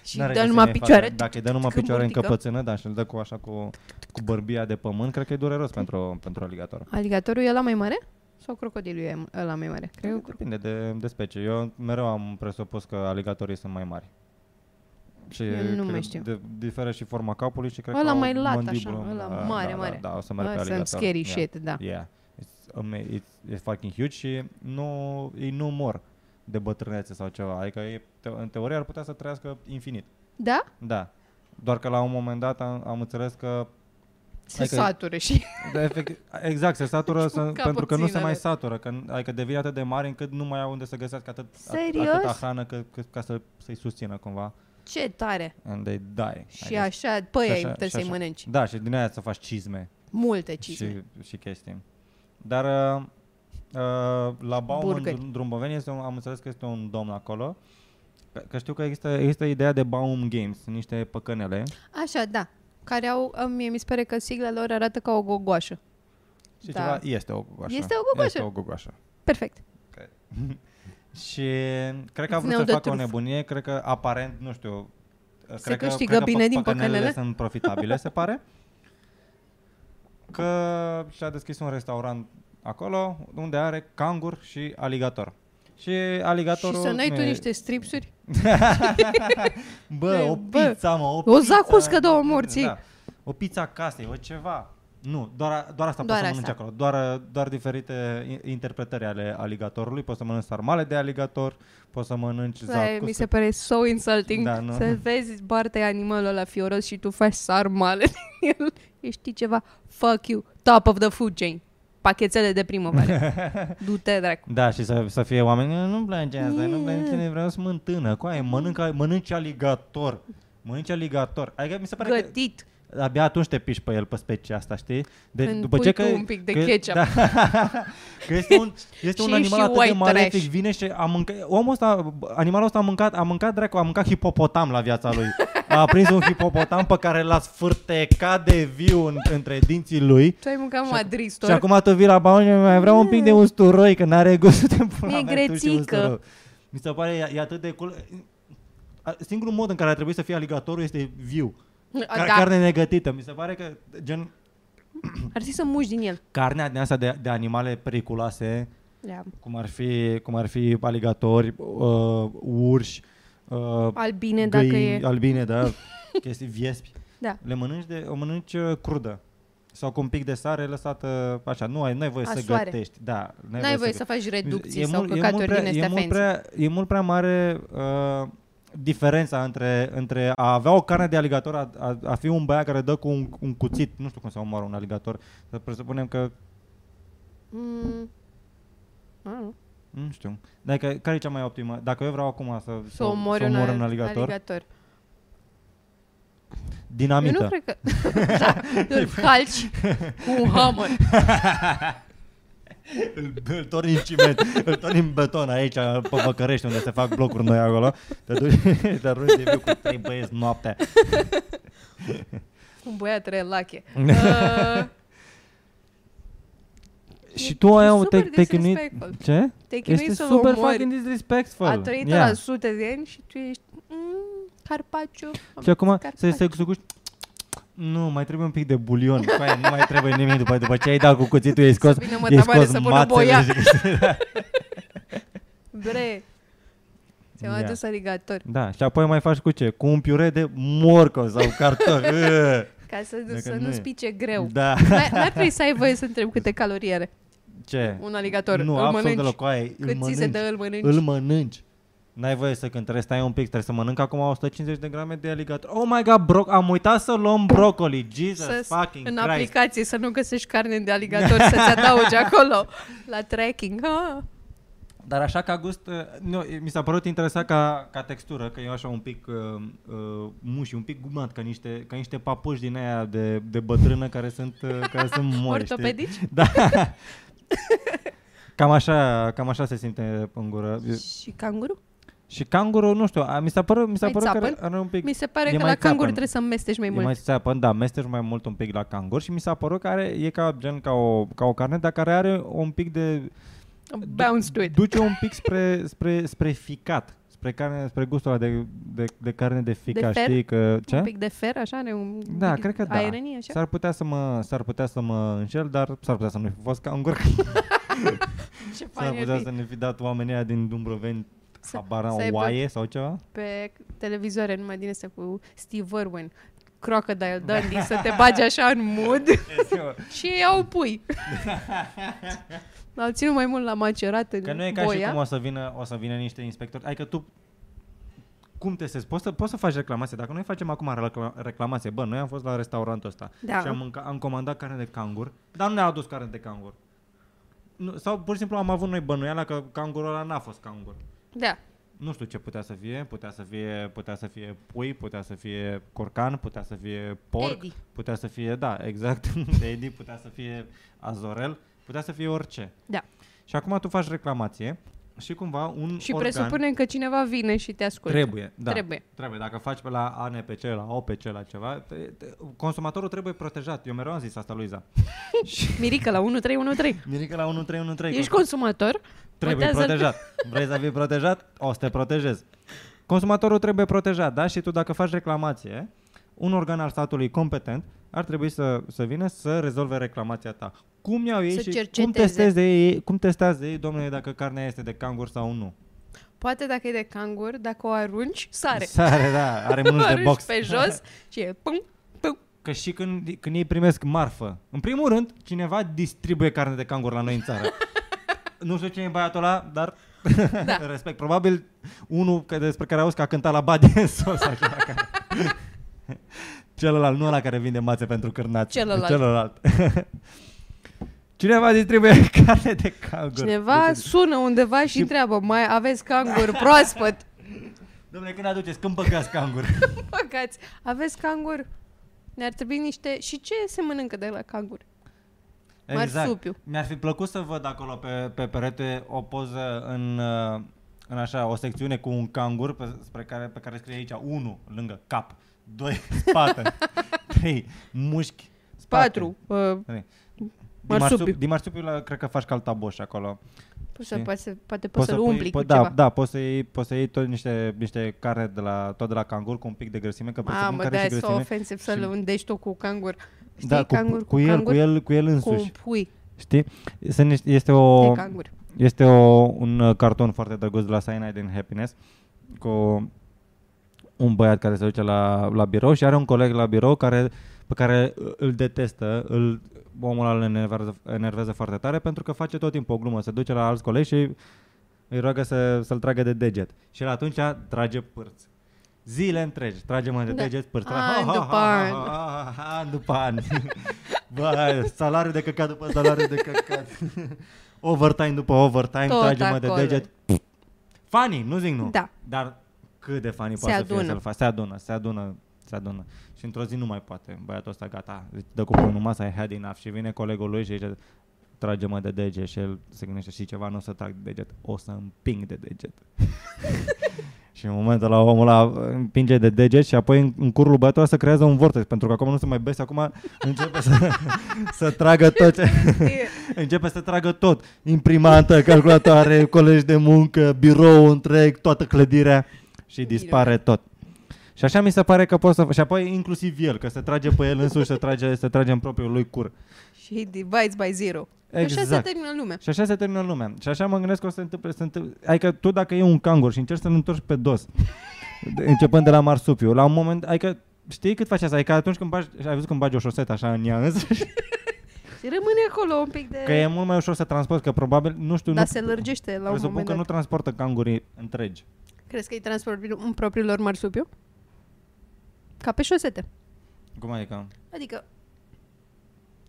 S4: și
S3: n-are
S4: dă
S3: ce
S4: numai
S3: să-i facă.
S4: picioare.
S3: Dacă îi dă numai
S4: când
S3: picioare în
S4: urtică.
S3: căpățână, da, și îl dă cu așa cu, cu bărbia de pământ, cred că e dureros pentru, pentru aligator.
S4: Aligatorul e la mai mare? Sau crocodilul e la mai mare? Cred că
S3: Depinde de, de specie. Eu mereu am presupus că aligatorii sunt mai mari. Și
S4: Eu nu
S3: cred
S4: mai
S3: că
S4: știu.
S3: De, diferă și forma capului și cred
S4: Ăla
S3: că au
S4: mai lat așa,
S3: mandibulă-
S4: ăla
S3: da,
S4: mare,
S3: da,
S4: mare.
S3: Da, da, o să merg pe
S4: Ăla
S3: aligator.
S4: sunt scary
S3: yeah.
S4: shit, da.
S3: Yeah. It's, ama- it's, it's fucking huge și nu, ei nu mor de bătrânețe sau ceva. Adică ei, te, în teorie ar putea să trăiască infinit.
S4: Da?
S3: Da. Doar că la un moment dat am, am înțeles că...
S4: Se
S3: Adică-
S4: satură și...
S3: Da, efect, exact, se satură
S4: Își
S3: să,
S4: mânca
S3: pentru că nu se
S4: puțin
S3: mai
S4: alea.
S3: satură. Că, n- adică devin atât de mari încât nu mai au unde să găsească atât, at-
S4: Serios?
S3: atâta hrană că, că, ca să, să-i susțină cumva.
S4: Ce tare!
S3: And they die. I
S4: Și
S3: guess.
S4: așa, păi
S3: Și
S4: ai
S3: așa-
S4: trebuie
S3: și
S4: să-i
S3: așa.
S4: mănânci.
S3: Da, și din aia să faci cizme.
S4: Multe cizme.
S3: Și, și chestii. Dar uh, uh, la Baum
S4: Burgeri.
S3: în Drumboveni este un, am înțeles că este un domn acolo. Că, că știu că există, există ideea de Baum Games, niște păcănele.
S4: Așa, da. Care au, mie mi se pare că sigla lor arată ca o gogoașă.
S3: Și
S4: Da.
S3: ceva, este o gogoașă.
S4: Este o gogoașă.
S3: Este o gogoașă.
S4: Perfect.
S3: Și cred că a vrut
S4: Ne-au
S3: să
S4: dat
S3: facă o
S4: truf.
S3: nebunie, cred că aparent, nu știu, se cred
S4: câștigă
S3: că, cred
S4: bine
S3: că pă-
S4: din păcănele?
S3: sunt profitabile, se pare. Că și-a deschis un restaurant acolo unde are cangur și aligator. Și aligatorul...
S4: și să n-ai
S3: nu
S4: tu
S3: e-
S4: niște stripsuri?
S3: Bă, o
S4: Bă,
S3: pizza, mă, o,
S4: o
S3: pizza,
S4: zacuscă de omorții.
S3: Da. O pizza acasă, o ceva. Nu, doar, doar asta
S4: Doar
S3: poți să
S4: asta.
S3: mănânci acolo. Doar, doar diferite i- interpretări ale aligatorului. Poți să mănânci sarmale de aligator, poți Exact, să mănânci
S4: Da,
S3: zacuscă.
S4: mi se pare so insulting
S3: Da, nu?
S4: să vezi partea animalul ăla fioros și tu faci sarmale din el. E Știi ceva? Fuck you. Top of the food chain. Pachetele de primăvară. Du-te, dracu.
S3: Da, și să, să fie oameni, "Nu, nu-mi place asta, nu-mi
S4: Mm.
S3: place, cine vreau să mănânc tână, cu aia, mănânc, mănânci aligator, mănânci aligator. Adică mi se pare
S4: Gătit.
S3: că, abia atunci te piși pe el, pe specia asta, știi? De,
S4: Când pui tu un pic de ketchup.
S3: Da, că este un, este un
S4: Și-
S3: animal
S4: și
S3: atât de
S4: white
S3: malefic,
S4: trash.
S3: vine și a mâncat, omul ăsta, animalul ăsta a mâncat, a mâncat dracu, a mâncat hipopotam la viața lui. A prins un hipopotam pe care l-a sfârtecat de viu în, între dinții lui.
S4: Tu ai mâncat
S3: Și
S4: madristor.
S3: acum tu vii la baune, mai vreau un pic de usturoi, că n-are gustul de pula
S4: Mm. Mi-e
S3: mea, tu și
S4: grețică.
S3: usturoi. Mi se pare, e, e atât de cool. A- Singurul mod în care ar trebui să fie aligatorul este viu.
S4: A,
S3: Car-
S4: da.
S3: Carne negătită. Mi se pare că, gen,
S4: Ar fi să muși din el.
S3: carnea din asta de, de animale periculoase,
S4: Da.
S3: cum ar fi, cum ar fi aligatori, uh, urși, uh,
S4: Albine, dacă e...
S3: albine, da, chestii viespi.
S4: Da.
S3: Le mănânci, de, o mănânci uh, crudă. Sau cu un pic de sare lăsată așa. Nu ai, nu ai voie
S4: La
S3: să
S4: soare.
S3: gătești. Da,
S6: N-ai
S3: n-ai,
S6: voie
S3: gătești.
S6: să faci reducții
S3: E
S6: sau
S3: mult- e
S6: căcaturi
S3: mult prea-
S6: din astea
S3: e mult,
S6: fancy.
S3: prea, e mult prea mare uh, diferența între, între a avea o carne de aligator, a, a, a fi un băiat care dă cu un, un cuțit, nu știu cum se omoară un aligator, să presupunem că,
S4: Mm. Ah, nu.
S3: nu știu, dacă, care e cea mai optimă? Dacă eu vreau acum să,
S6: Să omori
S3: să
S6: un,
S3: omor
S6: al-
S3: un aligator,
S6: aligator. Eu
S3: dinamită.
S6: nu cred că... da, îl calci cu un hammer.
S3: îl, îl torni în ciment, îl torni în beton aici, pe Văcărești, unde se fac blocuri noi acolo. Te duci, te arunci de viu cu trei băieți noaptea.
S4: Un băiat relache. Uh,
S3: Și tu ai un te,
S4: super
S3: te chinui...
S4: disrespectful.
S3: Ce?
S4: Te chinui
S3: Este
S4: să
S3: super
S4: omori.
S3: fucking disrespectful.
S4: A trăit yeah. la sute de ani și tu ești... Mm, carpaciu.
S3: Și acum să
S4: Carpaciu.
S3: se sucuși... Nu, mai trebuie un pic de bulion. Cu aia nu mai trebuie nimic după, după ce ai dat cu cuțitul, ai scos,
S4: vină mă
S3: ai
S4: tavoare
S3: scos
S4: să pună
S3: mațele.
S4: boia.
S3: și-
S4: Bre. Ți-am
S3: Ia.
S4: adus aligator.
S3: Da, și apoi mai faci cu ce? Cu un piure de morcov sau cartofi. Ă!
S4: Ca să,
S3: Dacă
S4: să
S3: nu
S4: nu
S3: e.
S4: spice greu.
S3: da.
S4: N-ar n-ar trebui să ai voie să întreb câte calorii are
S3: Ce?
S4: un aligator.
S3: nu,
S4: îl
S3: absolut
S4: mănânci.
S3: deloc. Cu aia, îl
S4: Cât ți se
S3: mănânci.
S4: dă, îl mănânci.
S3: Îl mănânci. N-ai voie să cântărești, stai un pic, trebuie să mănânc acum 150 de grame de aligator. Oh my god, bro- am uitat să luăm broccoli, Jesus
S4: să,
S3: fucking
S4: în
S3: Christ.
S4: aplicație să nu găsești carne de aligator să-ți adaugi acolo la tracking. Ah.
S3: Dar așa ca gust, uh, nu, mi s-a părut interesant ca, ca textură, că e așa un pic uh, uh, muși, un pic gumat, ca niște, ca niște papuși din aia de, de bătrână care sunt, uh, care sunt mori, știi?
S4: Ortopedici?
S3: Da. cam, așa, cam așa se simte în gură.
S4: Și canguru?
S3: Și cangurul, nu știu, a, mi s-a părut, mi s-a
S4: Mai
S3: părut că
S4: Păi țapăn?
S3: are- are un pic...
S4: Mi se pare
S3: e
S4: că
S3: mai
S4: la
S3: țapăn.
S4: canguru trebuie să mestești mai
S3: E
S4: mult.
S3: mai țeapăn, da, mestești mai mult un pic la cangur și mi s-a părut că are, e ca gen ca o, ca o carne, dar care are un pic de...
S4: Bounce to it.
S3: Duce un pic spre, spre, spre ficat, spre, carne, spre gustul ăla de, de, de carne de fica,
S4: fer?
S3: știi că... Ce?
S4: Un pic de fer, așa, are un
S3: Da,
S4: pic
S3: cred că da.
S4: aerenie, așa.
S3: S-ar putea, să mă, s-ar putea să mă înșel, dar s-ar putea să nu fi fost cangur.
S4: Ce
S3: s-ar
S4: fain
S3: putea
S4: ar fi.
S3: să ne fi dat oamenii ăia din Dumbroveni
S4: Să-
S3: habar
S4: să
S3: o
S4: aibă-
S3: oaie sau ceva?
S4: Pe televizoare, numai din asta cu Steve Irwin. Crocodile Dundee, să te bagi așa în mood și ei au pui. L-au ținut mai mult la macerat în
S3: Că nu e ca
S4: boia.
S3: și cum o să vină, o să vină niște inspectori. Adică tu cum te sezi? Poți să, poți să faci reclamație. Dacă noi facem acum recla- reclamație, bă, noi am fost la restaurantul ăsta
S4: Da.
S3: și am, mânca, am comandat carne de cangur, dar nu ne-a adus carne de cangur. Nu, sau pur și simplu am avut noi bănuiala că cangurul ăla n-a fost cangur.
S4: Da.
S3: Nu știu ce putea să fie, putea să fie, putea să fie pui, putea să fie corcan, putea să fie porc,
S4: Eddie.
S3: putea să fie, da, exact, Eddie, putea să fie azorel, putea să fie orice.
S4: Da.
S3: Și acum tu faci reclamație și cumva un
S4: Și
S3: organ
S4: presupunem că cineva vine și te ascultă.
S3: trebuie, da.
S4: Trebuie.
S3: Trebuie, dacă faci pe la ANPC, la OPC, la ceva, te, te, consumatorul trebuie protejat. Eu mereu am zis asta, Luiza. și
S4: Mirica la 1313.
S3: mirică la 1313.
S4: Ești consumator?
S3: Trebuie
S4: Contează-
S3: protejat. Vrei să fii protejat? O să te protejez. Consumatorul trebuie protejat, da? Și tu dacă faci reclamație, un organ al statului competent ar trebui să, să vină să rezolve reclamația ta. Cum iau ei
S6: Să
S3: și cum,
S6: cerceteze.
S3: testeze ei, cum testează ei, domnule, dacă carnea este de cangur sau nu?
S4: Poate dacă e de cangur, dacă o arunci, sare.
S3: Sare, da, are mânuși de
S4: arunci
S3: box.
S4: pe jos și e pum, pum.
S3: Că și când, când ei primesc marfă. În primul rând, cineva distribuie carne de cangur la noi în țară. nu știu cine e băiatul ăla, dar da. respect. Probabil unul că despre care auzi că a cântat la Badie sau așa. Care... Celălalt, nu ăla care vinde mațe pentru cârnați.
S4: Celălalt.
S3: Celălalt. Cineva distribuie carne de cangur.
S4: Cineva sună undeva și întreabă, mai aveți cangur proaspăt?
S3: Domnule, când aduceți? Când băgați cangur?
S4: Păcați, aveți cangur? Ne-ar trebui niște... Și ce se mănâncă de la cangur? Marsupiu.
S3: Exact. Mi-ar fi plăcut să văd acolo pe, pe perete o poză în, uh, în așa, o secțiune cu un cangur pe, spre care, pe care scrie aici 1 lângă cap, 2 spate, 3 mușchi, spate.
S4: Patru. Uh,
S3: Din
S4: marsupiu.
S3: marsup- Din marsupiu la, cred că faci caltaboș acolo.
S4: poți
S3: Și-
S4: să, poate, să- poate poți să-l umpli cu
S3: da,
S4: ceva.
S3: da, poți să iei, poți să iei tot niște, niște carne de la, tot de la cangur cu un pic de grăsime, că presupun
S4: Mamă,
S3: care
S4: da,
S3: și
S4: e so
S3: grăsime.
S4: ofensiv
S3: și-
S4: să-l undești tu cu cangur. Știi,
S3: da, cu,
S4: cangur
S3: cu, el,
S4: cangur,
S3: cu el, cu el
S4: cu un
S3: însuși.
S4: pui
S3: Știi? Sunt niște- Este o,
S4: de cangur.
S3: Este o, un uh, carton foarte drăguț de la Cyanide and Happiness cu un băiat care se duce la, la birou și are un coleg la birou care, pe care uh, îl detestă, îl, omul ăla îl enervează, enervează foarte tare pentru că face tot timpul o glumă, se duce la alți colegi și îi roagă să, să-l tragă de deget. Și el atunci trage pârți. Zile întregi, trage mă de
S4: Da.
S3: deget, pârți.
S4: An
S3: Ha, ha,
S4: după
S3: ha,
S4: an.
S3: ha, ha, ha, An după an. Bă, salariu de căcat după salariu de căcat. overtime după overtime,
S4: Tot
S3: trage-mă de
S4: acolo.
S3: deget. Funny, nu zic nu.
S4: Da.
S3: Dar cât de funny
S4: Se
S3: poate să fie
S4: adună.
S3: să-l faci. Se adună, se adună, se adună. Și într-o zi nu mai poate. Băiatul ăsta gata, zice, dă cu pumnul în masă, I had enough. Și vine colegul lui și zice, trage-mă de deget și el se gândește și ceva, nu o să trag de deget, o să împing de deget. și în momentul la omul ăla împinge de deget și apoi în, în curul băiatului se creează un vortex, pentru că acum nu se mai bese, acum începe să, să tragă tot ce... începe să tragă tot, imprimantă, calculatoare, colegi de muncă, birou întreg, toată clădirea și dispare tot. Și așa mi se pare că poți să... Și apoi inclusiv el, că se trage pe el însuși, se trage, se trage în propriul lui cur.
S4: Și divides by zero.
S3: Exact.
S4: Așa se termină lumea.
S3: Și așa se termină lumea. Și așa mă gândesc că o să se întâmple. Se întâmple adică tu dacă e un cangur și încerci să-l întorci pe dos, de- începând de la marsupiu, la un moment, adică știi cât faci asta? Adică atunci când bagi, ai văzut când bagi o șosetă așa în ea însă,
S4: Și rămâne acolo un pic de...
S3: că e mult mai ușor să transporti, că probabil, nu știu,
S4: Dar
S3: nu,
S4: se lărgește la un
S3: presupun
S4: moment
S3: că
S4: dat.
S3: nu transportă cangurii întregi.
S4: Crezi că îi transportă în propriul lor marsupiu? Ca pe șosete.
S3: Cum adică?
S4: Adică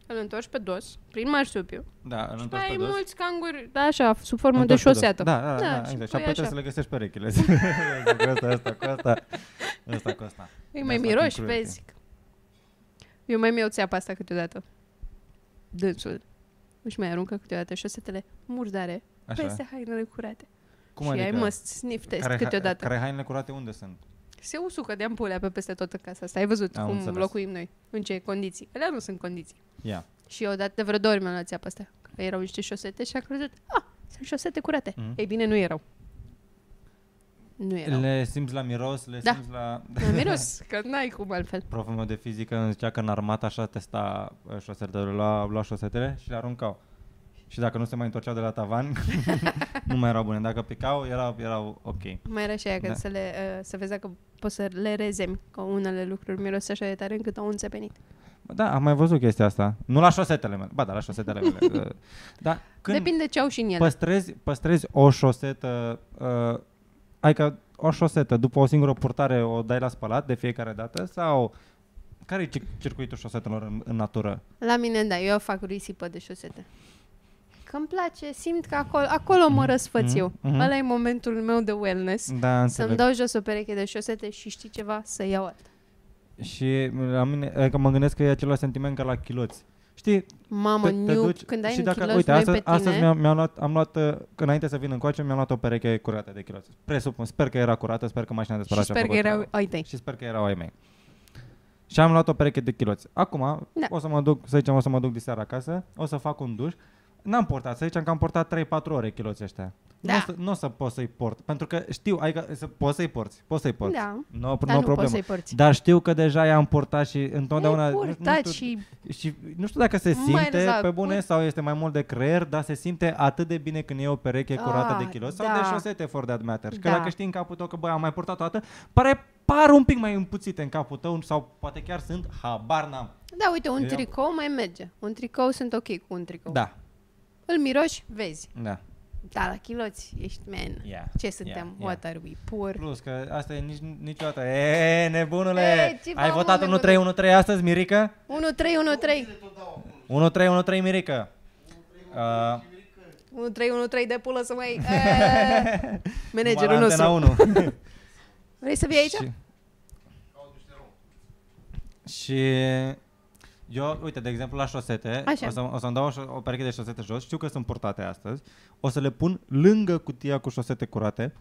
S4: îl întorci pe dos, prin marsupiu,
S3: Da, îl
S4: și
S3: întorci
S4: mai
S3: pe
S4: ai
S3: dos.
S4: mulți canguri, da, așa, sub formă
S3: Întorci
S4: de
S3: pe dos.
S4: șosetă.
S3: Da, da, da,
S4: Da,
S3: da
S4: și
S3: exact. Și
S4: pui
S3: apoi trebuie
S4: așa.
S3: să le găsești perechile. cu asta, asta, cu asta, asta, cu asta.
S4: Îi
S3: Da,
S4: mai
S3: fucking
S4: miroși,
S3: cruelty.
S4: vezi. Eu mai mi-o țeapă asta câteodată. Dânsul. Își mai aruncă câteodată șosetele murdare
S3: Așa.
S4: peste hainele curate.
S3: Cum
S4: Păi și
S3: adică?
S4: ai must sniff test
S3: care, ha-
S4: câteodată.
S3: Care hainele curate unde sunt?
S4: Se usucă de ampulea pe peste tot în casa asta. Ai văzut
S3: Am
S4: cum
S3: înțeles.
S4: locuim noi, în ce condiții. Alea nu sunt condiții.
S3: Ia.
S4: Și eu odată de vreo două ori mi-am luat țeapă asta. Că erau niște șosete și am crezut, ah, sunt șosete curate.
S3: Mhm.
S4: Mm. Ei bine, nu erau. Nu erau. Le...
S3: Le simți la miros, le
S4: Da.
S3: simți la...
S4: Miros, că n-ai cum altfel.
S3: Proful meu de fizică îmi zicea că în armată așa testa uh, șosetele, lua, lua șosetele și le aruncau. Și dacă nu se mai întorceau de la tavan, nu mai erau bune. Dacă picau, erau, erau ok.
S4: Mai era și aia că
S3: Da.
S4: da. să, le, uh, să vezi dacă poți să le rezemi, că unele lucruri miros așa de tare încât au înțepenit.
S3: Bă, Da, am mai văzut chestia asta. Nu la șosetele mele. Ba da, la șosetele mele. Uh, Dar
S4: Când
S3: când
S4: Depinde ce au și în ele.
S3: păstrezi, păstrezi o șosetă, uh, adică o șosetă după o singură purtare o dai la spălat de fiecare dată sau care e circuitul șosetelor în, în natură?
S4: La mine, da, eu fac risipă de șosete. Că îmi place, simt că acolo, acolo mă răsfăț
S3: mhm,
S4: eu.
S3: mhm.
S4: Ăla e momentul meu de wellness.
S3: Da,
S4: Să-mi
S3: înțeleg.
S4: dau jos o pereche de șosete și știi ceva, să iau alta.
S3: Și la mine, adică mă gândesc că e același sentiment ca la chiloți. Știi,
S4: Mamă,
S3: te, te
S4: new,
S3: duci
S4: când ai
S3: și
S4: în
S3: dacă,
S4: kilos
S3: uite,
S4: noi
S3: astăzi,
S4: pe tine,
S3: astăzi mi-am, mi-am luat, am luat, uh, că înainte să vin încoace, mi-am luat o pereche curată de chiloți. Presupun, sper că era curată, sper că mașina de
S4: și
S3: spălat și-a
S4: sper că
S3: făcut
S4: erau
S3: treaba.
S4: ai tăi.
S3: Și sper că erau ai mei. Și am luat o pereche de chiloți. Acum,
S4: Da.
S3: o să mă duc, să zicem, o să mă duc de seara acasă, o să fac un duș. N-am portat, să zicem că am portat 3-4 ore chiloți ăștia.
S4: Da.
S3: Nu o să, nu o să pot să-i port, pentru că știu, adică să, poți să-i porți, poți să-i porți.
S4: Da.
S3: Nu, no,
S4: Dar nu
S3: problemă.
S4: poți să-i porți.
S3: Dar știu că deja i-am purtat și întotdeauna...
S4: Ai
S3: nu- nu
S4: purtat
S3: știu-
S4: și
S3: și nu știu dacă se
S4: Mai exact.
S3: simte
S4: ales la
S3: pe bune
S4: cur-
S3: sau este mai mult de creier, dar se simte atât de bine când e o pereche curată
S4: Ah,
S3: de kilos sau deci
S4: da.
S3: de șosete for that matter. Și că
S4: Da.
S3: dacă știi în capul tău că băi, am mai purtat o dată, pare par un pic mai împuțite în capul tău sau poate chiar sunt, habar n-am.
S4: Da, uite, un
S3: Eu-
S4: tricou mai merge. Un tricou sunt ok cu un tricou.
S3: Da,
S4: Îl miroși, vezi.
S3: da.
S4: Da, la chiloți ești man.
S3: Yeah,
S4: Ce suntem?
S3: yeah,
S4: What are we? Poor.
S3: Plus că asta e nici, niciodată. E, nebunule!
S4: E, ce
S3: Ai
S4: v-am
S3: votat
S4: mâncat?
S3: 1-3-1-3 astăzi, Mirica?
S4: 1, 3, 1, 3.
S3: 1-3-1-3, Mirica! Uh,
S4: 1, 3, 1, 3 de pulă să mai... Eh, Managerul
S3: numai
S4: nostru.
S3: la Antena 1.
S4: Vrei să vii aici?
S3: Și- Și eu, uite, de exemplu, la șosete,
S4: Așa.
S3: o, să, o să-mi dau o, șo- o pereche de șosete jos, știu că sunt purtate astăzi, o să le pun lângă cutia cu șosete curate,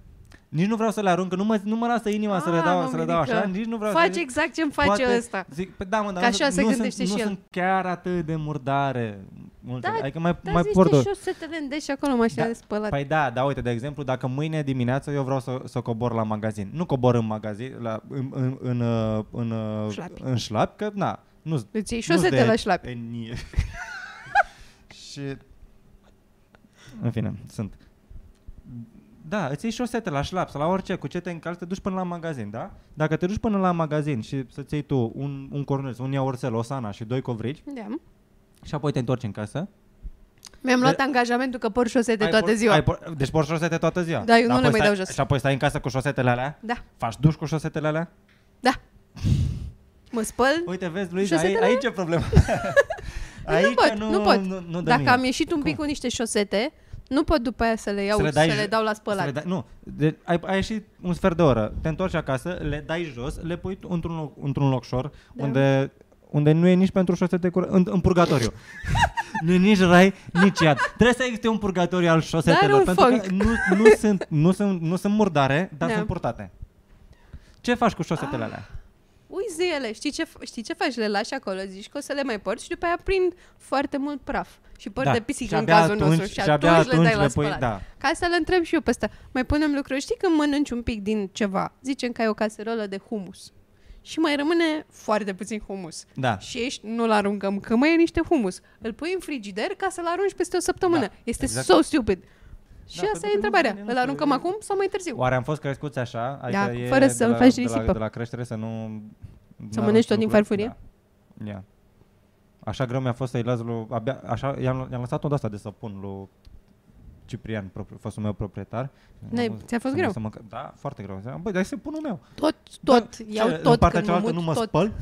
S3: nici nu vreau să le arunc, că nu mă, nu mă lasă inima să le
S5: Ah,
S3: dau,
S5: mă,
S3: să le dau
S5: Mirica.
S3: așa, nici nu vreau să...
S5: Face exact ce-mi face
S3: Poate-
S5: ăsta.
S3: Zic, pe da, mă, dar
S4: Că
S3: nu,
S4: așa se
S3: nu, sunt,
S4: gândește
S3: nu
S4: și el.
S3: sunt chiar atât de murdare. Multe.
S5: Da,
S3: adică mai,
S5: Dar
S3: mai
S5: zici
S3: port
S5: că
S3: doar.
S5: și o să te vendești și acolo în mașina
S3: Da.
S5: de spălat.
S3: Păi da, da, uite, de exemplu, dacă mâine dimineață eu vreau să, să cobor la magazin. Nu cobor în magazin, la, în, în, în, uh, în, uh,
S4: Șlapi.
S3: în șlap, că na, nu
S4: Îți iei
S3: nu-s
S4: șosete
S3: de
S4: la șlapi.
S3: etnie. și... În fine, sunt. Da, îți iei șosete la șlap sau la orice, cu ce te încalzi, te duci până la magazin, da? Dacă te duci până la magazin și să-ți iei tu un, un cornuț, un iaurțel, o sana și doi covrici
S4: Da.
S3: și apoi te întorci în casă...
S4: Mi-am luat
S3: De-
S4: angajamentul că por șosete
S3: ai
S4: toată
S3: por-
S4: ziua.
S3: Ai por- deci porți șosete toată ziua?
S4: Da, eu nu
S3: Apoi
S4: le mai
S3: stai-
S4: dau jos.
S3: Și apoi stai în casă cu șosetele alea?
S4: Da.
S3: Faci duș cu șosetele alea?
S4: Mă spăl?
S3: Uite, vezi, Luiza, aici,
S4: Șosetele?
S3: aici e problema. aici
S4: pot,
S3: nu,
S4: nu pot.
S3: Nu, nu dă
S4: Dacă
S3: mine.
S4: am ieșit un pic cu niște șosete, nu pot după aia să le iau
S3: Să
S4: să
S3: le
S4: le,
S3: dai
S4: să le
S3: jo-
S4: dau la
S3: Să le
S4: spălat.
S3: dai, nu, de, ai, ai ieșit un sfert de oră, te întorci acasă, le dai jos, le pui într-un loc, într-un loc șor, da. unde, unde nu e nici pentru șosete curate, în, în purgatoriu. nu e nici rai, nici iad. Trebuie să existe un purgatoriu al șosetelor,
S4: un
S3: pentru că
S4: funk.
S3: nu, nu, sunt, nu, sunt, nu sunt murdare, dar
S4: Da.
S3: sunt purtate. Ce faci cu șosetele ah. alea?
S4: Uiți de ele, știi ce, f- știi ce faci? Le lași acolo, zici că o să le mai porți și după aia prind foarte mult praf și păr de pisică
S3: Da. și
S4: în
S3: abia
S4: cazul nostru. Și, atunci, le dai la spălat.
S3: da.
S4: Ca să le întreb și eu pe ăsta. Mai punem lucruri. Știi când mănânci un pic din ceva? Zicem că ai o caserolă de humus. Și mai rămâne foarte puțin humus.
S3: Da.
S4: Și ești, nu-l aruncăm, că mai e niște humus. Îl pui în frigider ca să-l arunci peste o săptămână.
S3: Da,
S4: este
S3: exact.
S4: so stupid. Și
S3: pentru
S4: asta
S3: că
S4: e
S3: nu
S4: întrebarea.
S3: vine, nu
S4: Îl
S3: știu,
S4: aruncăm
S3: e-
S4: acum sau mai târziu?
S3: Oare am fost crescuți așa? Adică
S4: Da,
S3: e
S4: fără să
S3: de la,
S4: faci
S3: de la,
S4: risipă.
S3: de la creștere să nu...
S4: Să
S3: n-arunci
S4: mănânci tot din
S3: lucruri?
S4: farfurie?
S3: Da. Ia. Așa greu mi-a fost să-i las lui... Abia, așa, i-am, i-am lăsat o de asta de săpun lui Ciprian, propriu, fostul meu proprietar.
S4: N-ai-
S3: Am-
S4: ți-a fost
S3: să-
S4: greu?
S3: Să mănca- da, foarte greu. Ziceam, Băi, dar e săpunul meu.
S4: Tot, tot, iau
S3: Ce,
S4: tot
S3: Da. în partea
S4: când mă
S3: cealaltă
S4: mut,
S3: nu mă
S4: tot.
S3: spăl?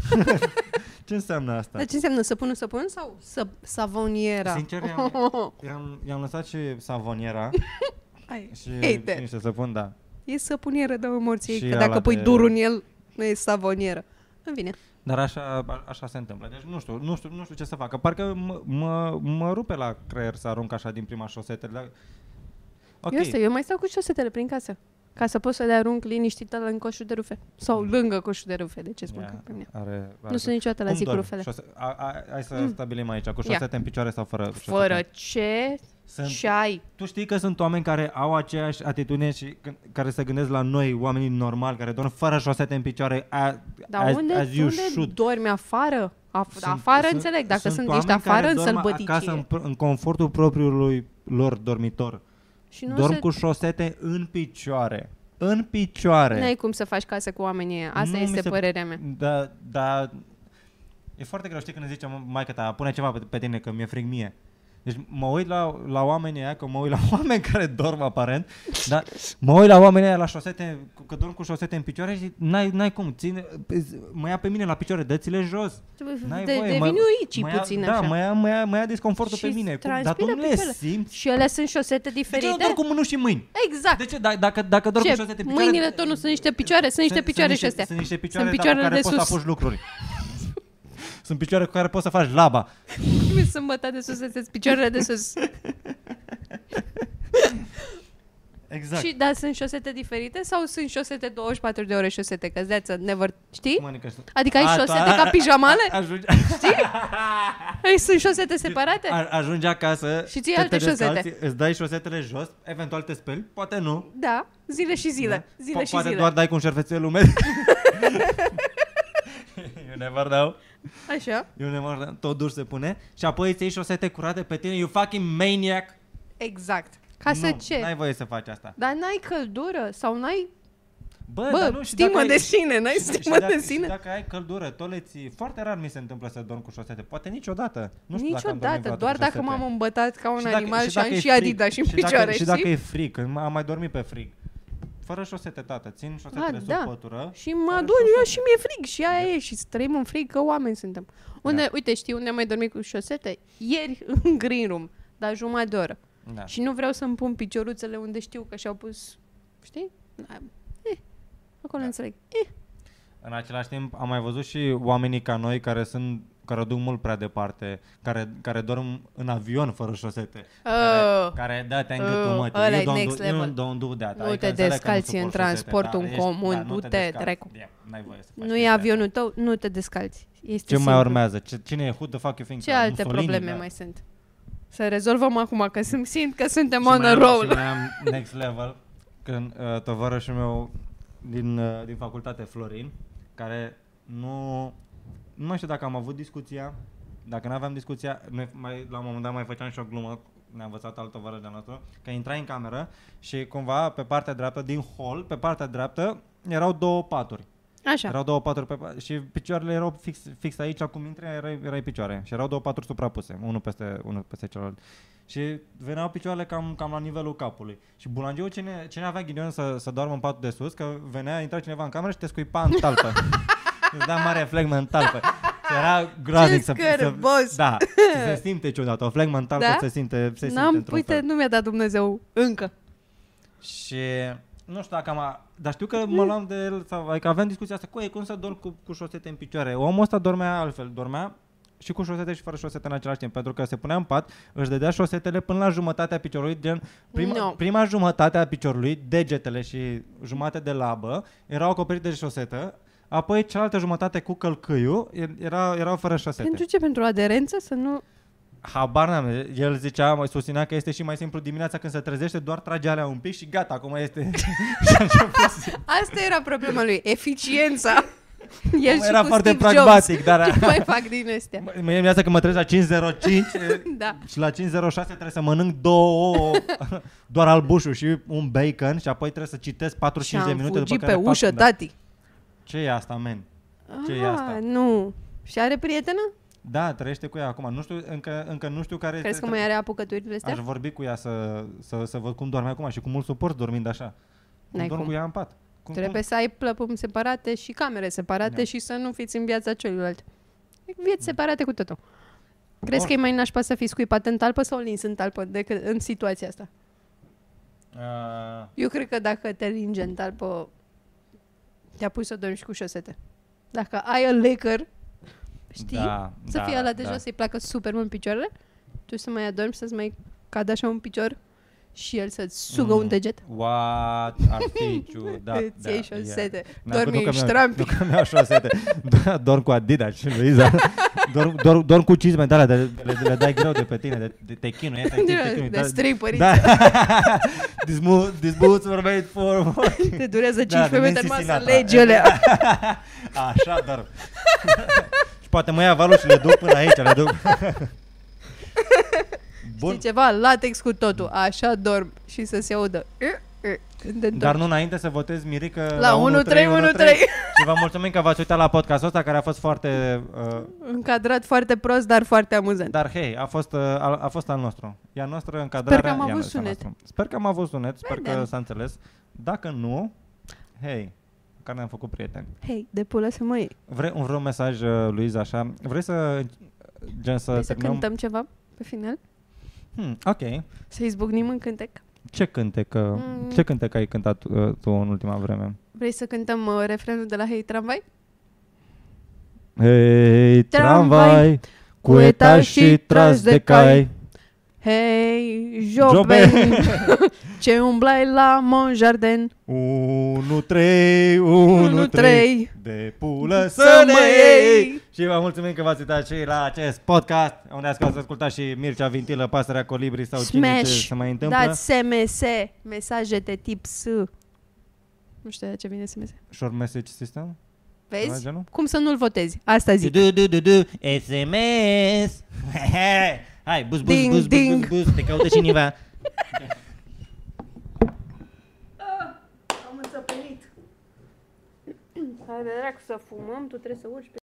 S3: Ce înseamnă asta?
S4: Dar ce Deci înseamnă săpunul săpun sau să, savoniera?
S3: Sincer,
S4: Oh,
S3: i-am,
S4: oh, oh.
S3: i-am, i-am lăsat și savoniera
S4: Ai,
S3: și
S4: Hater.
S3: niște săpun, da.
S4: E săpunieră, dă morții,
S3: Și
S4: că
S3: ăla
S4: dacă pui
S3: de-
S4: durul în el, nu e savonieră. În fine.
S3: Dar așa, a- așa se întâmplă. Deci nu știu, nu știu, nu știu ce să facă. Parcă mă, mă, mă rupe la creier să arunc așa din prima șosetă. Dar... Ok,
S4: Okay. Eu, asta, eu mai stau cu șosetele prin casă. Ca să pot să le arunc liniștită în coșul de rufe. Sau lângă coșul de rufe, de ce spun
S3: Mm. Ia,
S4: că pe mine.
S3: Are, are
S4: Nu sunt niciodată la
S3: Cum
S4: zi cu
S3: dormi?
S4: rufele.
S3: Șose... A, a, hai să mm. stabilim aici, cu șosete în picioare sau fără șosete?
S4: Fără ce
S3: Sunt,
S4: și ai.
S3: tu știi că sunt oameni care au aceeași atitudine și când- care se gândesc la noi, oamenii normali, care dorm fără șosete în picioare. A,
S4: Dar
S3: as,
S4: unde,
S3: as you
S4: unde
S3: should.
S4: dormi afară? Af-
S3: Sunt-
S4: afară
S3: sunt-
S4: înțeleg, dacă sunt, ești
S3: oameni care
S4: afară în
S3: dorm Acasă,
S4: sălbăticie.
S3: în, pr- în confortul propriului lor dormitor.
S4: Și nu
S3: Dorm
S4: se...
S3: cu șosete în picioare. În picioare.
S4: N-ai cum să faci casă cu oamenii ăia. Asta
S3: Nu mi
S4: este
S3: se-
S4: părerea mea.
S3: Da, da. E foarte greu, știi, când îmi zice maica ta, pune ceva pe, pe tine, că mi-e frig mie. Deci mă uit la, la oamenii aia, că mă uit la oameni care dorm aparent, dar mă uit la oamenii aia la șosete, cu- că dorm cu șosete în picioare și n-ai, n-ai cum, ține, mă ia pe mine la picioare, dă-ți-le jos. N-ai
S4: De,
S3: voie,
S4: devin
S3: mă-
S4: uici
S3: mă ia-
S4: puțin
S3: Da,
S4: așa.
S3: mă ia, mă ia, mă ia disconfortul
S4: Și
S3: pe mine. Cum, dar tu
S4: transpiră
S3: nu le
S4: picioarele.
S3: simți.
S4: Și ele sunt șosete
S3: De ce
S4: diferite?
S3: nu dorm cu mânu și mâini?
S4: Exact.
S3: De ce? Da- Dacă, dacă dorm cu
S4: ce?
S3: șosete în picioare...
S4: Mâinile tot nu sunt niște picioare? Sunt niște picioare și astea.
S3: Sunt niște picioare,
S4: Sunt
S3: sunt
S4: picioarele
S3: care
S4: de
S3: poți să
S4: sus.
S3: apuci lucruri. sunt picioare cu care poți să faci laba.
S4: Trebuie să îmbăta de sus, să picioarele de sus.
S3: Exact.
S4: Și da, sunt șosete diferite sau sunt șosete 24 de ore șosete? Că zeață, never, știi?
S3: Mănică,
S4: Adică ai
S3: A, da. tu-
S4: șosete ca pijamale?
S3: a- ajungi,
S4: Ai, sunt șosete separate?
S3: a- ajungi acasă
S4: Și ții
S3: te-
S4: alte
S3: te descalzi,
S4: șosete.
S3: Îți dai șosetele jos, eventual te speli, poate nu.
S4: Da, zile și zile.
S3: Da?
S4: Zile
S3: Po-
S4: și
S3: poate
S4: zile.
S3: doar dai cu un șervețel umed. you never know. da-
S4: Așa,
S3: You never know. Tot dur se pune. Și apoi îți iei șosete curate pe tine. You fucking maniac.
S4: exact. Ca să
S3: nu,
S4: ce?
S3: N-ai voie să faci asta.
S4: Dar n-ai căldură sau n-ai...
S3: Bă,
S4: Bă,
S3: Da, dar nu, și dacă
S4: stimă deci
S3: ai-
S4: de sine, n-ai
S3: și
S4: stimă
S3: Deci, dacă,
S4: de
S3: și
S4: sine.
S3: dacă ai căldură, toleții, foarte rar mi se întâmplă să dorm cu șosete. Poate niciodată. Nu știu dacă am dormit
S4: Niciodată,
S3: vreodată
S4: doar
S3: cu
S4: dacă
S3: șosete.
S4: m-am îmbătat ca un
S3: Și
S4: animal și am
S3: e
S4: și
S3: frig,
S4: Adidas și în picioare,
S3: dacă, Și
S4: știi?
S3: dacă e frig, când am mai dormit pe frig. Fără șosete, tată, țin șosetele
S4: Ah,
S3: sub
S4: da.
S3: pătură.
S4: Și mă
S3: Care
S4: adun
S3: șosete?
S4: eu și mi-e frig și aia e și trăim în frig că oameni suntem. Unde,
S3: Da.
S4: uite, știi unde am mai dormit cu șosete? Ieri în green room, dar jumătate de oră.
S3: Da.
S4: Și nu vreau să-mi pun picioruțele unde știu că și-au pus, știi? Da. Eh, acolo
S3: Da.
S4: înțeleg.
S3: În același timp am mai văzut și oamenii ca noi care sunt care o duc mult prea departe, care, care dorm în avion fără șosete. Care,
S4: Oh.
S3: care da, te-ai
S4: Oh,
S3: îngătul, mă.
S4: ăla e
S3: you don't
S4: next
S3: do,
S4: level.
S3: You don't do that.
S4: Nu
S3: Adică
S4: te
S3: înțeleg că nu
S4: descalți
S3: suport
S4: în
S3: șosete,
S4: transportul
S3: da, ești-
S4: comun,
S3: da, nu
S4: du-te,
S3: descalți.
S4: dracu.
S3: Yeah, n-ai voie să faci
S4: Nu e
S3: chestia
S4: avionul
S3: asta.
S4: tău, nu te descalți. Este
S3: Ce mai
S4: simplu.
S3: urmează? Ce, cine e? Who the fuck you think?
S4: Ce
S3: you are?
S4: alte
S3: Mussolini,
S4: probleme
S3: da.
S4: mai sunt? Să rezolvăm acum, că sunt, simt că suntem
S3: Și
S4: on
S3: mai
S4: a
S3: am-
S4: roll.
S3: Și mai am next level, când uh, tovarășul meu din, uh, din facultate, Florin, care nu... Nu mai știu dacă am avut discuția, dacă nu aveam discuția, noi mai, la un moment dat mai făceam și o glumă, ne-a învățat alt tovarăș de-al nostru, că intrai în cameră și cumva pe partea dreaptă, din hall, pe partea dreaptă, erau două paturi.
S4: Așa.
S3: Erau două paturi pe pa- și picioarele erau fix, fix aici, acum intre, erai, erai picioare. Și erau două paturi suprapuse, unul peste, unul peste celălalt. Și veneau picioarele cam, cam la nivelul capului. Și bulangiu cine, cine avea ghinion să, să doarmă în patul de sus, că venea, intra cineva în cameră și te scuipa în talpă. Îți da mare flegmă în talpă. Și era groaznic să, să,
S4: scârbos!
S3: Da, și se simte ciudat. O flegmă în talpă
S4: Da?
S3: se simte, se simte
S4: N-am,
S3: într-un
S4: uite,
S3: fel.
S4: nu mi-a dat Dumnezeu încă.
S3: Și nu știu dacă am... A... Dar știu că mă luam de el, sau, adică aveam discuția asta, cu ei, cum să dorm cu, cu șosete în picioare? Omul ăsta dormea altfel, dormea și cu șosete și fără șosete în același timp, pentru că se punea în pat, își dădea șosetele până la jumătatea piciorului, gen prima,
S4: No.
S3: prima jumătate a piciorului, degetele și jumate de labă erau acoperite de șosetă, apoi cealaltă jumătate cu călcâiul e- era, erau fără șosete.
S4: Pentru ce? Pentru aderență? Să nu...
S3: Habar n-am, el zicea, mai susținea că este și mai simplu dimineața când se trezește, doar trage alea un pic și gata, acum este... și a început să-
S4: Asta era problema lui, eficiența. El și
S3: era
S4: cu
S3: foarte
S4: Steve
S3: pragmatic,
S4: Jobs. Păi-
S3: dar-
S4: Ce mai fac din astea?
S3: Mă- Mie mi-a că mă trez la 5.05
S4: Da.
S3: și la 5.06 trebuie să mănânc două ouă, doar albușul și un bacon și apoi trebuie să citesc
S4: Și
S3: 45 de
S4: am
S3: minute.
S4: fugit
S3: după
S4: pe
S3: care fac-
S4: ușă,
S3: da.
S4: tati.
S3: Ce e asta, men? Ce e
S4: Ah,
S3: asta?
S4: nu. Și are prietenă?
S3: Da, trăiește cu ea acum. Nu știu, încă, încă nu știu care
S4: Crezi
S3: este...
S4: că mai are apucăturile
S3: Aș
S4: astea?
S3: vorbi cu ea să, să, să văd cum doarme acum și cu mult suport dormind așa.
S4: N-ai
S3: Cum dorm
S4: cum.
S3: cu ea în pat. Cum, cum,
S4: Trebuie să ai plăpumi separate și camere separate
S3: Da.
S4: și să nu fiți în viața celuilalt. Vieți separate cu totul. Crezi
S3: Mm. Or-
S4: că e mai nașpa să fii scuipat în talpă sau lins în talpă decât în situația asta?
S3: Uh,
S4: Eu cred că dacă te linge în talpă, te apuci să dormi și cu șosete. Dacă ai un lecker, știi?
S3: Da,
S4: să
S3: da,
S4: fie ăla de
S3: da.
S4: jos, să-i placă super mult picioarele, tu să mai adormi, să-ți mai cadă așa un picior și el să-ți sugă mm. un deget.
S3: What ar fi ciu, da,
S4: Îți
S3: da,
S4: iei șosete,
S3: Na,
S4: dormi
S3: nu că
S4: în
S3: mi-au-
S4: ștrampi.
S3: Nu că mi-au șosete, Da, dorm cu Adidas și Luiza, dorm, dorm, dorm cu cizme de alea, de, le, le dai greu de pe tine, de, de te chinui, efectiv te
S4: De,
S3: chinui.
S4: de stripări,
S3: da. These mo- these boots were made for...
S4: te durează
S3: Da,
S4: 15 minute numai să
S3: mensisinata.
S4: legi alea.
S3: Așa dorm. și poate mă ia valul și le duc până aici, le duc. Bun,
S4: Știi ceva? Latex cu totul. Așa dorm și să se audă. "E, e", când te
S3: Dar
S4: întorci.
S3: nu înainte să votez Mirica la,
S4: 1313.
S3: Și vă mulțumim că v-ați uitat la podcastul ăsta care a fost foarte... Uh,
S4: Încadrat foarte prost, dar foarte amuzant.
S3: dar hei, a fost, uh, a, a fost al nostru. E al nostru încadrarea.
S4: Sper că am
S3: e a
S4: avut
S3: noastră,
S4: sunet. da.
S3: a noastră. Sper că am avut sunet, sper că
S4: Vedem.
S3: s-a înțeles. Dacă nu, hei, care ne-am făcut prieteni.
S4: Hei, de pulă să mă iei.
S3: Vrei un vreun mesaj, uh, Luiza, așa? Vrei să... Gen să
S4: Vrei să
S3: terminăm?
S4: cântăm ceva pe final?
S3: Hmm, ok.
S4: Să-i zbucnim în cântec?
S3: Ce cântec, uh,
S4: Mm.
S3: ce cântec ai cântat uh, tu în ultima vreme?
S4: Vrei să cântăm uh, refrenul de la Hei Tramvai?
S3: Hei,
S4: Tramvai,
S3: tramvai, cu etaj și tras de cai.
S4: Hei, Joben, ce umblai la Mon Jardin?
S3: 1, 3, 1, 3
S4: trei.
S3: De pulă să,
S4: Să
S3: ne
S4: mă
S3: iei
S4: iei!
S3: Și vă mulțumim că v-ați uitat și la acest podcast Unde ați ați ascultat și Mircea Vintilă, Pasărea Colibri sau cine ce
S4: Smash!
S3: se mai întâmplă
S4: Dați SMS, mesaje de tip S. Nu știu de ce vine SMS.
S3: Short message system? Ceva de
S4: Vezi?
S3: genul?
S4: Cum să nu-l votezi? Asta zic.
S3: Du, du, du, du, SMS Hai, buz, buz,
S4: Ding,
S3: buz, buz,
S4: ding.
S3: buz, buz, te caută cineva
S4: Hai de dracu să fumăm, tu trebuie să urci pe